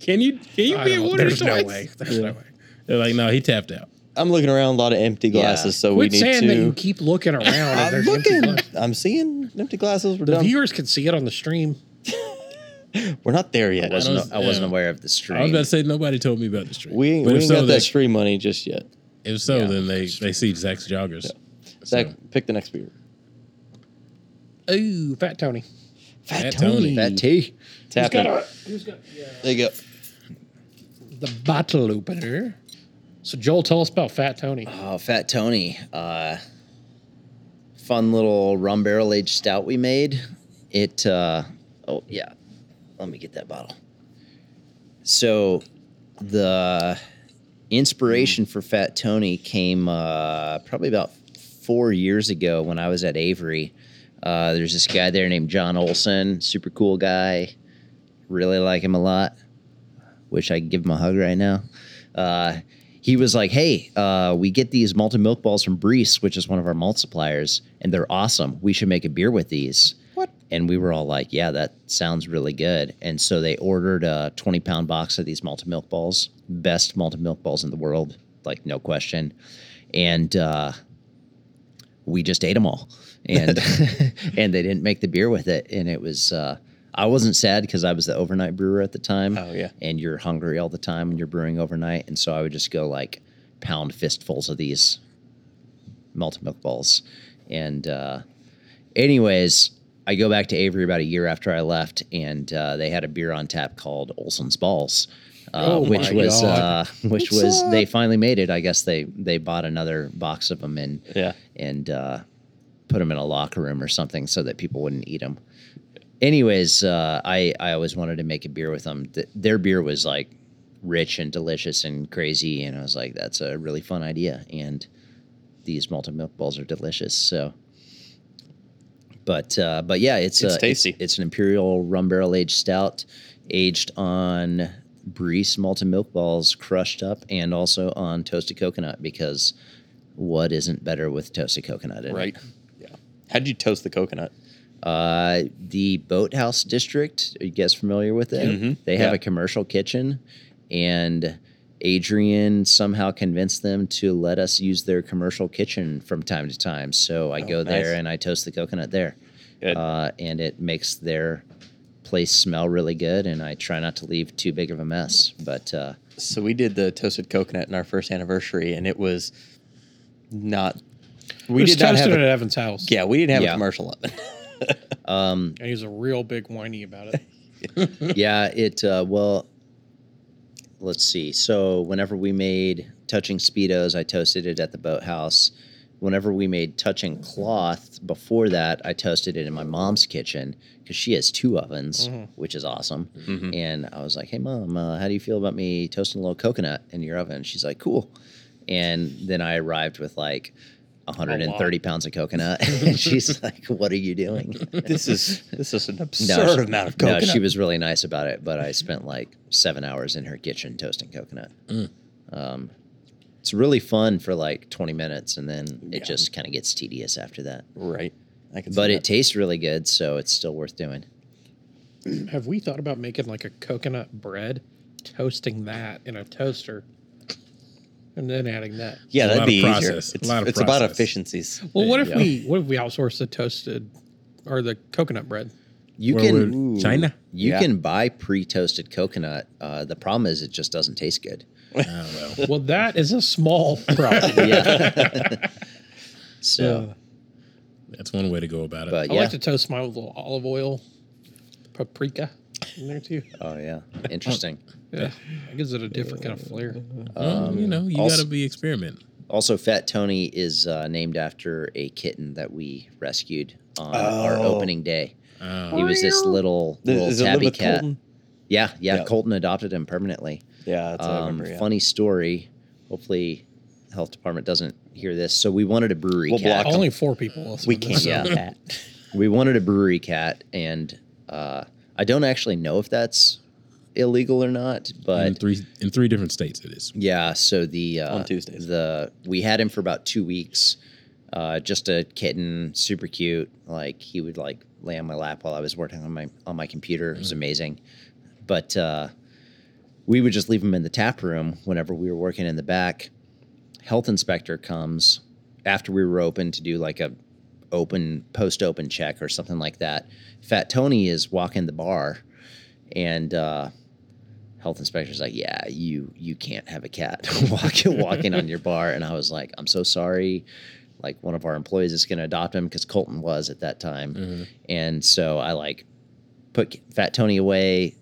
Speaker 4: Can you can you
Speaker 3: I
Speaker 4: be a
Speaker 3: don't-
Speaker 4: winner
Speaker 3: there's
Speaker 4: twice?
Speaker 3: no way. There's no way.
Speaker 4: They're like, no, he tapped out.
Speaker 1: I'm looking around, a lot of empty glasses, so
Speaker 3: Quit
Speaker 1: we need
Speaker 3: saying
Speaker 1: to.
Speaker 3: that you keep looking around. and
Speaker 1: I'm
Speaker 3: there's empty
Speaker 1: looking.
Speaker 3: glass.
Speaker 1: I'm seeing empty glasses. We're
Speaker 3: The
Speaker 1: done.
Speaker 3: viewers can see it on the stream.
Speaker 1: We're not there yet.
Speaker 2: I wasn't,
Speaker 4: was-
Speaker 2: I wasn't
Speaker 4: yeah.
Speaker 2: aware of the
Speaker 4: I was
Speaker 2: stream.
Speaker 4: about to say nobody told me about the stream.
Speaker 1: We,
Speaker 4: But
Speaker 1: we
Speaker 4: if
Speaker 1: ain't
Speaker 4: so,
Speaker 1: got
Speaker 4: they-
Speaker 1: that stream money just yet.
Speaker 4: If so,
Speaker 2: Yeah.
Speaker 4: then they, they see Zach's joggers.
Speaker 1: Zach,
Speaker 4: So-
Speaker 1: pick the next beer.
Speaker 3: Ooh, Fat Tony.
Speaker 1: Fat,
Speaker 4: Fat
Speaker 1: Tony.
Speaker 4: Tony.
Speaker 2: That tea.
Speaker 1: Tap it.
Speaker 3: Who's got yeah.
Speaker 1: There you go.
Speaker 3: the bottle opener? So Joel, tell us about Fat Tony.
Speaker 2: Oh, Fat Tony. Uh, fun little rum barrel aged stout we made. It, uh, oh, yeah. Let me get that bottle. So the inspiration for Fat Tony came uh, probably about four years ago when I was at Avery. Uh, there's this guy there named John Olson, super cool guy. Really like him a lot. Wish I could give him a hug right now. Uh, he was like, "Hey, uh, we get these malted milk balls from Brees, which is one of our malt suppliers, and they're awesome. We should make a beer with these."
Speaker 1: What?
Speaker 2: And we were all like, "Yeah, that sounds really good." And so they ordered a twenty-pound box of these malted milk balls, best malted milk balls in the world, like no question. And uh, we just ate them all and and they didn't make the beer with it and it was uh i wasn't sad because i was the overnight brewer at the time
Speaker 1: Oh, yeah.
Speaker 2: and you're hungry all the time and you're brewing overnight and so i would just go like pound fistfuls of these melted milk balls and uh anyways i go back to avery about a year after i left and uh, they had a beer on tap called olson's balls uh,
Speaker 3: Oh
Speaker 2: which
Speaker 3: my
Speaker 2: was uh,
Speaker 3: God.
Speaker 2: which
Speaker 1: What's
Speaker 2: was
Speaker 1: up?
Speaker 2: they finally made it i guess they they bought another box of them and
Speaker 1: Yeah.
Speaker 2: and uh, put them in a locker room or something so that people wouldn't eat them. Anyways, uh, I I always wanted to make a beer with them. Th- their beer was like rich and delicious and crazy, and I was like, that's a really fun idea. And these malted milk balls are delicious. So, but uh, but yeah, it's
Speaker 1: It's
Speaker 2: uh,
Speaker 1: tasty.
Speaker 2: It's, an imperial rum barrel aged stout, aged on Brees malted milk balls, crushed up, and also on toasted coconut because what isn't better with toasted coconut in
Speaker 1: Right.
Speaker 2: it?
Speaker 1: Yeah. How'd you toast the coconut?
Speaker 2: Uh, the Boathouse District, are you guys familiar with it?
Speaker 1: Mhm.
Speaker 2: They have
Speaker 1: Yeah.
Speaker 2: a commercial kitchen, and Adrian somehow convinced them to let us use their commercial kitchen from time to time. So I go there
Speaker 1: Oh, nice.
Speaker 2: and I toast the coconut there.
Speaker 1: Good.
Speaker 2: Uh, and it makes their place smell really good, and I try not to leave too big of a mess. But uh,
Speaker 1: So we did the toasted coconut in our first anniversary, and it was not. We
Speaker 3: It was
Speaker 1: did not have.
Speaker 3: toasted
Speaker 1: A,
Speaker 3: at Evan's house.
Speaker 1: yeah, we didn't have
Speaker 2: Yeah.
Speaker 1: a commercial oven.
Speaker 2: um,
Speaker 3: And he's a real big whiny about it.
Speaker 2: yeah, it uh, well, let's see. So whenever we made touching speedos, I toasted it at the boathouse. Whenever we made touching cloth before that, I toasted it in my mom's kitchen because she has two ovens, which is awesome. And I was like, "Hey, mom, uh, how do you feel about me toasting a little coconut in your oven?" She's like, "Cool." And then I arrived with like 130 pounds of coconut, and she's like, "What are you doing?"
Speaker 1: this is this is an
Speaker 2: No,
Speaker 1: absurd
Speaker 2: she-
Speaker 1: amount of
Speaker 2: no,
Speaker 1: coconut.
Speaker 2: she was really nice about it, but I spent like seven hours in her kitchen toasting coconut.
Speaker 4: Mm.
Speaker 2: Um, it's really fun for like 20 minutes, and then it
Speaker 1: Yeah.
Speaker 2: just kind of gets tedious after that.
Speaker 1: right. I can. see
Speaker 2: but
Speaker 1: that.
Speaker 2: it tastes really good, so it's still worth doing.
Speaker 3: Have we thought about making like a coconut bread, toasting that in a toaster? and then adding that.
Speaker 1: Yeah,
Speaker 4: It's a
Speaker 1: that'd
Speaker 4: lot
Speaker 1: be
Speaker 4: of
Speaker 1: easier.
Speaker 4: process.
Speaker 1: It's,
Speaker 4: A lot of
Speaker 1: it's about
Speaker 4: process.
Speaker 1: efficiencies.
Speaker 3: Well, what if
Speaker 1: Yeah.
Speaker 3: we what if we outsource the toasted or the coconut bread?
Speaker 2: You
Speaker 4: Where
Speaker 2: can
Speaker 4: would-
Speaker 1: Ooh.
Speaker 4: China.
Speaker 2: you
Speaker 1: Yeah.
Speaker 2: can buy pre-toasted coconut. Uh, the problem is it just doesn't taste good.
Speaker 4: I don't know.
Speaker 3: Well, that is a small problem.
Speaker 2: Yeah. so
Speaker 4: That's one way to go about it.
Speaker 2: But-
Speaker 3: I
Speaker 2: Yeah.
Speaker 3: like to toast mine with a little olive oil, paprika in there too.
Speaker 2: oh yeah, interesting.
Speaker 3: Yeah, it gives it a different kind of flair.
Speaker 4: Well,
Speaker 1: um,
Speaker 4: you know, you
Speaker 2: also-
Speaker 4: got to be experimenting.
Speaker 2: Also, Fat Tony is uh, named after a kitten that we rescued on our
Speaker 1: Oh.
Speaker 2: opening day.
Speaker 4: Uh,
Speaker 2: He was this little
Speaker 1: Th-
Speaker 2: little
Speaker 1: is it
Speaker 2: tabby
Speaker 1: Elizabeth
Speaker 2: cat.
Speaker 1: Colton?
Speaker 2: Yeah, yeah,
Speaker 1: Yeah.
Speaker 2: Colton adopted him permanently.
Speaker 1: Yeah, that's what I
Speaker 2: Um,
Speaker 1: remember. Yeah.
Speaker 2: Funny story. Hopefully, health department doesn't hear this. So we wanted a brewery
Speaker 1: We'll
Speaker 2: cat.
Speaker 1: block 'em.
Speaker 3: Only four people. listen
Speaker 1: We
Speaker 3: to
Speaker 1: can't
Speaker 3: this, so-
Speaker 2: Yeah.
Speaker 1: have that.
Speaker 2: We wanted a brewery cat, and uh, I don't actually know if that's illegal or not,
Speaker 4: in
Speaker 2: but
Speaker 4: three in three different states, it is.
Speaker 2: yeah. So the uh,
Speaker 1: On Tuesdays.
Speaker 2: the we had him for about two weeks. Uh, just a kitten, super cute. Like he would like lay on my lap while I was working on my on my computer. It was
Speaker 1: Mm-hmm.
Speaker 2: amazing, but uh, we would just leave him in the tap room whenever we were working in the back. Health inspector comes after we were open to do like a open post open check or something like that. Fat Tony is walking the bar, and uh, health inspector's like, "Yeah, you you can't have a cat walking walking on your bar." And I was like, "I'm so sorry." Like one of our employees is going to adopt him because Colton was at that time,
Speaker 1: Mm-hmm.
Speaker 2: and so I like put Fat Tony away.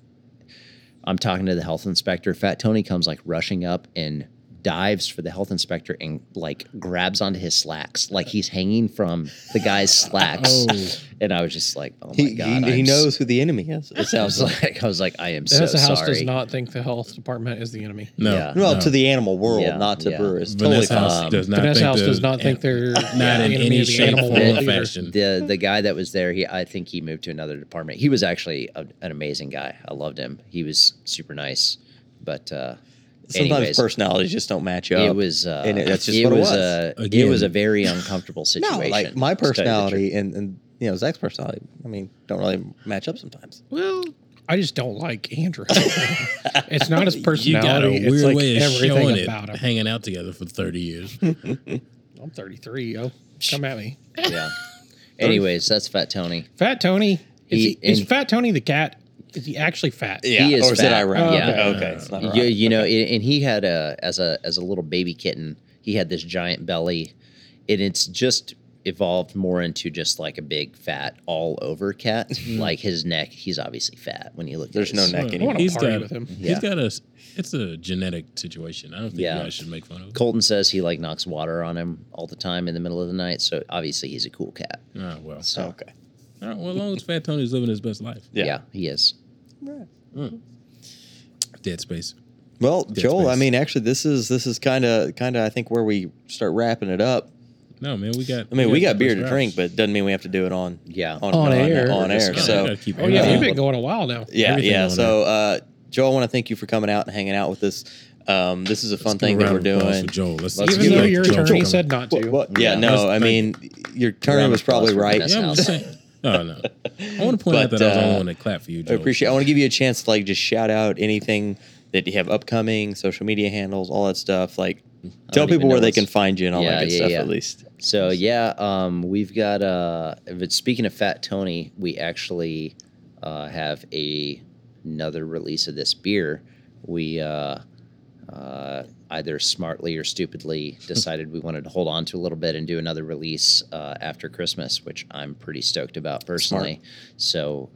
Speaker 2: I'm talking to the health inspector. Fat Tony comes like rushing up and dives for the health inspector and like grabs onto his slacks like he's hanging from the guy's slacks.
Speaker 4: Oh.
Speaker 2: And I was just like, "Oh my
Speaker 1: he,
Speaker 2: god!"
Speaker 1: he, he
Speaker 2: I'm s-
Speaker 1: knows who the enemy is. It
Speaker 2: I
Speaker 1: sounds
Speaker 2: was
Speaker 1: like.
Speaker 2: like, I was like, I am
Speaker 3: The
Speaker 2: so
Speaker 3: House of House
Speaker 2: sorry.
Speaker 3: does not think the health department is the enemy.
Speaker 4: No,
Speaker 2: Yeah.
Speaker 1: Well,
Speaker 4: no.
Speaker 1: to the animal world,
Speaker 2: Yeah,
Speaker 1: not to
Speaker 2: yeah.
Speaker 1: brewers. Totally
Speaker 4: Vanessa
Speaker 1: fine.
Speaker 4: House does not
Speaker 3: Vanessa
Speaker 4: think
Speaker 3: House
Speaker 4: the-
Speaker 3: does not think
Speaker 4: an-
Speaker 3: they're
Speaker 4: not in any shape, form,
Speaker 2: world
Speaker 4: or
Speaker 2: either.
Speaker 4: fashion.
Speaker 2: the the guy that was there, he I think he moved to another department. He was actually a, an amazing guy. I loved him. He was super nice, but uh,
Speaker 1: Sometimes
Speaker 2: anyways,
Speaker 1: personalities just don't match up.
Speaker 2: it was uh,
Speaker 1: and it- that's just
Speaker 2: it
Speaker 1: what it
Speaker 2: was,
Speaker 1: was.
Speaker 2: a it
Speaker 4: Again.
Speaker 2: was a very uncomfortable situation.
Speaker 1: no, like my
Speaker 2: to tell you the truth.
Speaker 1: personality and, and you know Zach's personality. I mean, don't really match up sometimes.
Speaker 3: Well, I just don't like Andrew. it's not his
Speaker 4: You got a
Speaker 3: personality.
Speaker 4: weird
Speaker 3: it's like
Speaker 4: way of
Speaker 3: everything
Speaker 4: showing it,
Speaker 3: about him.
Speaker 4: hanging out together for 30 years.
Speaker 3: I'm 33, yo. Come at me.
Speaker 2: Yeah. Anyways, that's Fat Tony.
Speaker 3: Fat Tony. Is,
Speaker 2: He-
Speaker 3: he, is
Speaker 2: and-
Speaker 3: Fat Tony the cat? Is he actually fat?
Speaker 2: He is
Speaker 1: or is it
Speaker 2: fat.
Speaker 1: ironic?
Speaker 2: Yeah.
Speaker 1: okay, it's not
Speaker 2: You,
Speaker 1: ironic.
Speaker 2: you know, and and he had a as a as a little baby kitten, he had this giant belly, and it's just evolved more into just like a big fat all over cat. like his neck, he's obviously fat when you look.
Speaker 1: Mm-hmm. There's
Speaker 2: at
Speaker 1: no
Speaker 2: his,
Speaker 1: neck
Speaker 3: I want
Speaker 1: anymore.
Speaker 3: to
Speaker 4: He's
Speaker 3: party
Speaker 4: got-
Speaker 3: with him.
Speaker 2: Yeah.
Speaker 4: He's got a, s- it's a genetic situation. I don't think
Speaker 2: Yeah.
Speaker 4: you guys should make fun of it.
Speaker 2: Colton says he like knocks water on him all the time in the middle of the night, so obviously he's a cool cat.
Speaker 4: Oh, well.
Speaker 2: So
Speaker 1: okay.
Speaker 4: All right, well, as long as Fat Tony's living his best life.
Speaker 2: yeah.
Speaker 1: Yeah.
Speaker 2: he is.
Speaker 4: Dead Space.
Speaker 1: Well, Joel, I
Speaker 4: Space.
Speaker 1: mean, actually, this is this is kind of kind of I think where we start wrapping it up.
Speaker 4: No, man, we got.
Speaker 1: I mean, we got
Speaker 4: the
Speaker 1: beer
Speaker 4: best
Speaker 1: to
Speaker 4: rounds.
Speaker 1: drink, but doesn't mean we have to do it on
Speaker 2: Yeah.
Speaker 1: on,
Speaker 3: On air.
Speaker 1: on
Speaker 2: We're
Speaker 1: air.
Speaker 2: just-
Speaker 1: So
Speaker 4: Yeah, gotta keep
Speaker 3: Oh, yeah.
Speaker 1: Uh,
Speaker 3: You've been going a while now.
Speaker 1: yeah,
Speaker 4: everything
Speaker 1: yeah.
Speaker 4: on
Speaker 1: So, uh, Joel, I want to thank you for coming out and hanging out with us. Um, this is a fun
Speaker 4: Let's
Speaker 1: thing
Speaker 4: give a
Speaker 1: that we're
Speaker 4: round of applause
Speaker 1: doing.
Speaker 4: For Joel. Let's,
Speaker 2: Let's
Speaker 4: let's
Speaker 3: Even
Speaker 2: give
Speaker 4: give
Speaker 3: though
Speaker 4: it
Speaker 2: it
Speaker 3: your
Speaker 4: to Joel
Speaker 3: attorney
Speaker 4: Joel.
Speaker 3: said not to.
Speaker 1: Well, yeah,
Speaker 2: Yeah.
Speaker 1: no, I
Speaker 4: Let's
Speaker 1: mean, your attorney
Speaker 2: Round
Speaker 1: was
Speaker 2: of applause
Speaker 1: probably
Speaker 2: for
Speaker 1: right.
Speaker 2: Vanessa.
Speaker 4: Yeah, I'm just
Speaker 2: house.
Speaker 4: saying. Oh, no. I want to point out
Speaker 1: But,
Speaker 4: that I was the
Speaker 1: uh,
Speaker 4: only one that clapped for you,
Speaker 1: I
Speaker 4: Joel.
Speaker 1: appreciate. I want to give you a chance to like just shout out anything that you have upcoming, social media handles, all that stuff. Like, tell
Speaker 2: don't even
Speaker 1: people where
Speaker 2: know
Speaker 1: they
Speaker 2: what's-
Speaker 1: can find you and all
Speaker 2: Yeah,
Speaker 1: that good
Speaker 2: yeah,
Speaker 1: stuff.
Speaker 2: yeah.
Speaker 1: At least.
Speaker 2: So yeah, um, we've got. Uh, if it's- speaking of Fat Tony, we actually uh, have a another release of this beer. We uh, uh, either smartly or stupidly decided we wanted to hold on to a little bit and do another release uh, after Christmas, which I'm pretty stoked about personally. So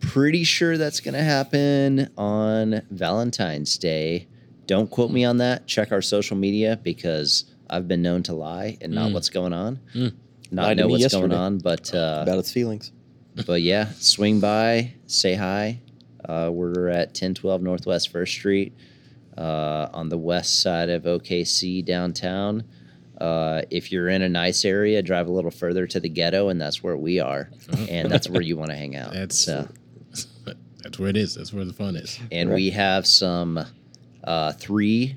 Speaker 2: pretty sure that's going to happen on Valentine's Day. Don't quote me on that. Check our social media because I've been known to lie and not what's going on.
Speaker 4: Mm.
Speaker 2: Not
Speaker 1: Lied to
Speaker 2: know
Speaker 1: me
Speaker 2: what's going
Speaker 1: yesterday.
Speaker 2: on, but uh,
Speaker 1: about its feelings.
Speaker 2: but yeah, swing by, say hi. Uh, we're at 1012 Northwest First Street uh, on the west side of OKC downtown. Uh, if you're in a nice area, drive a little further to the ghetto, and that's where we are,
Speaker 1: Uh-huh.
Speaker 2: and that's where you want to hang out.
Speaker 4: That's,
Speaker 2: So-
Speaker 4: that's where it is. That's where the fun is.
Speaker 2: and we have some uh, three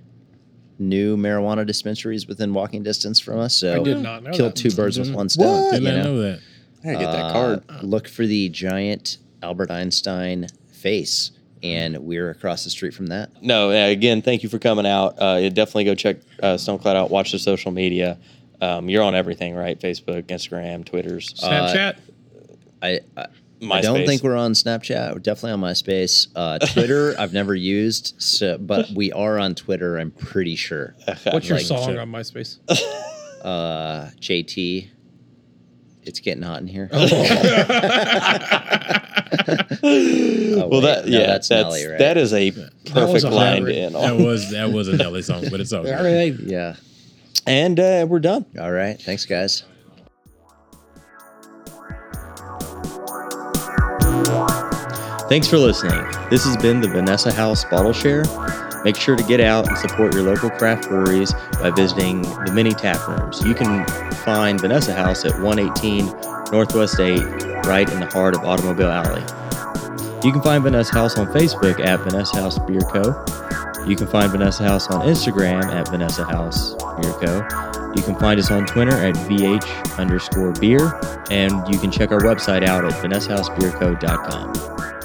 Speaker 2: new marijuana dispensaries within walking distance from us. So
Speaker 3: I did not know
Speaker 2: kill
Speaker 3: that.
Speaker 2: two birds with
Speaker 4: Didn't-
Speaker 2: one stone.
Speaker 1: What?
Speaker 2: you
Speaker 4: Didn't I
Speaker 2: know?
Speaker 4: know that?
Speaker 1: I gotta get that
Speaker 2: Uh,
Speaker 1: card.
Speaker 2: Look for the giant Albert Einstein face and we're across the street from that.
Speaker 1: No, uh, again, thank you for coming out. Uh, yeah, definitely go check uh, Stonecloud out. Watch the social media. Um, you're on everything, right? Facebook, Instagram, Twitter's, uh,
Speaker 3: Snapchat.
Speaker 2: I, I,
Speaker 1: MySpace.
Speaker 2: I don't think we're on Snapchat. We're definitely on MySpace. Uh, Twitter, I've never used, so, but we are on Twitter. I'm pretty sure.
Speaker 3: What's your
Speaker 2: like-
Speaker 3: song on MySpace?
Speaker 2: Uh, JT, it's getting hot in here. Oh,
Speaker 1: well,
Speaker 2: wait.
Speaker 1: that
Speaker 2: No,
Speaker 1: yeah,
Speaker 2: that's
Speaker 1: that's,
Speaker 2: Nelly, right?
Speaker 1: that is a perfect
Speaker 3: was a
Speaker 1: line
Speaker 3: hybrid.
Speaker 1: to end
Speaker 4: That
Speaker 1: on.
Speaker 4: was that was a Nelly song, but it's all
Speaker 3: All
Speaker 4: good.
Speaker 3: right.
Speaker 2: yeah.
Speaker 1: And uh, we're done.
Speaker 2: All right. Thanks, guys.
Speaker 1: Thanks for listening. This has been the Vanessa House Bottle Share. Make sure to get out and support your local craft breweries by visiting the many tap rooms. You can find Vanessa House at 118 Northwest 8, right in the heart of Automobile Alley. You can find Vanessa House on Facebook at Vanessa House Beer Co. You can find Vanessa House on Instagram at Vanessa House Beer Co. You can find us on Twitter at VH underscore beer, and you can check our website out at VanessaHouseBeerCo.com.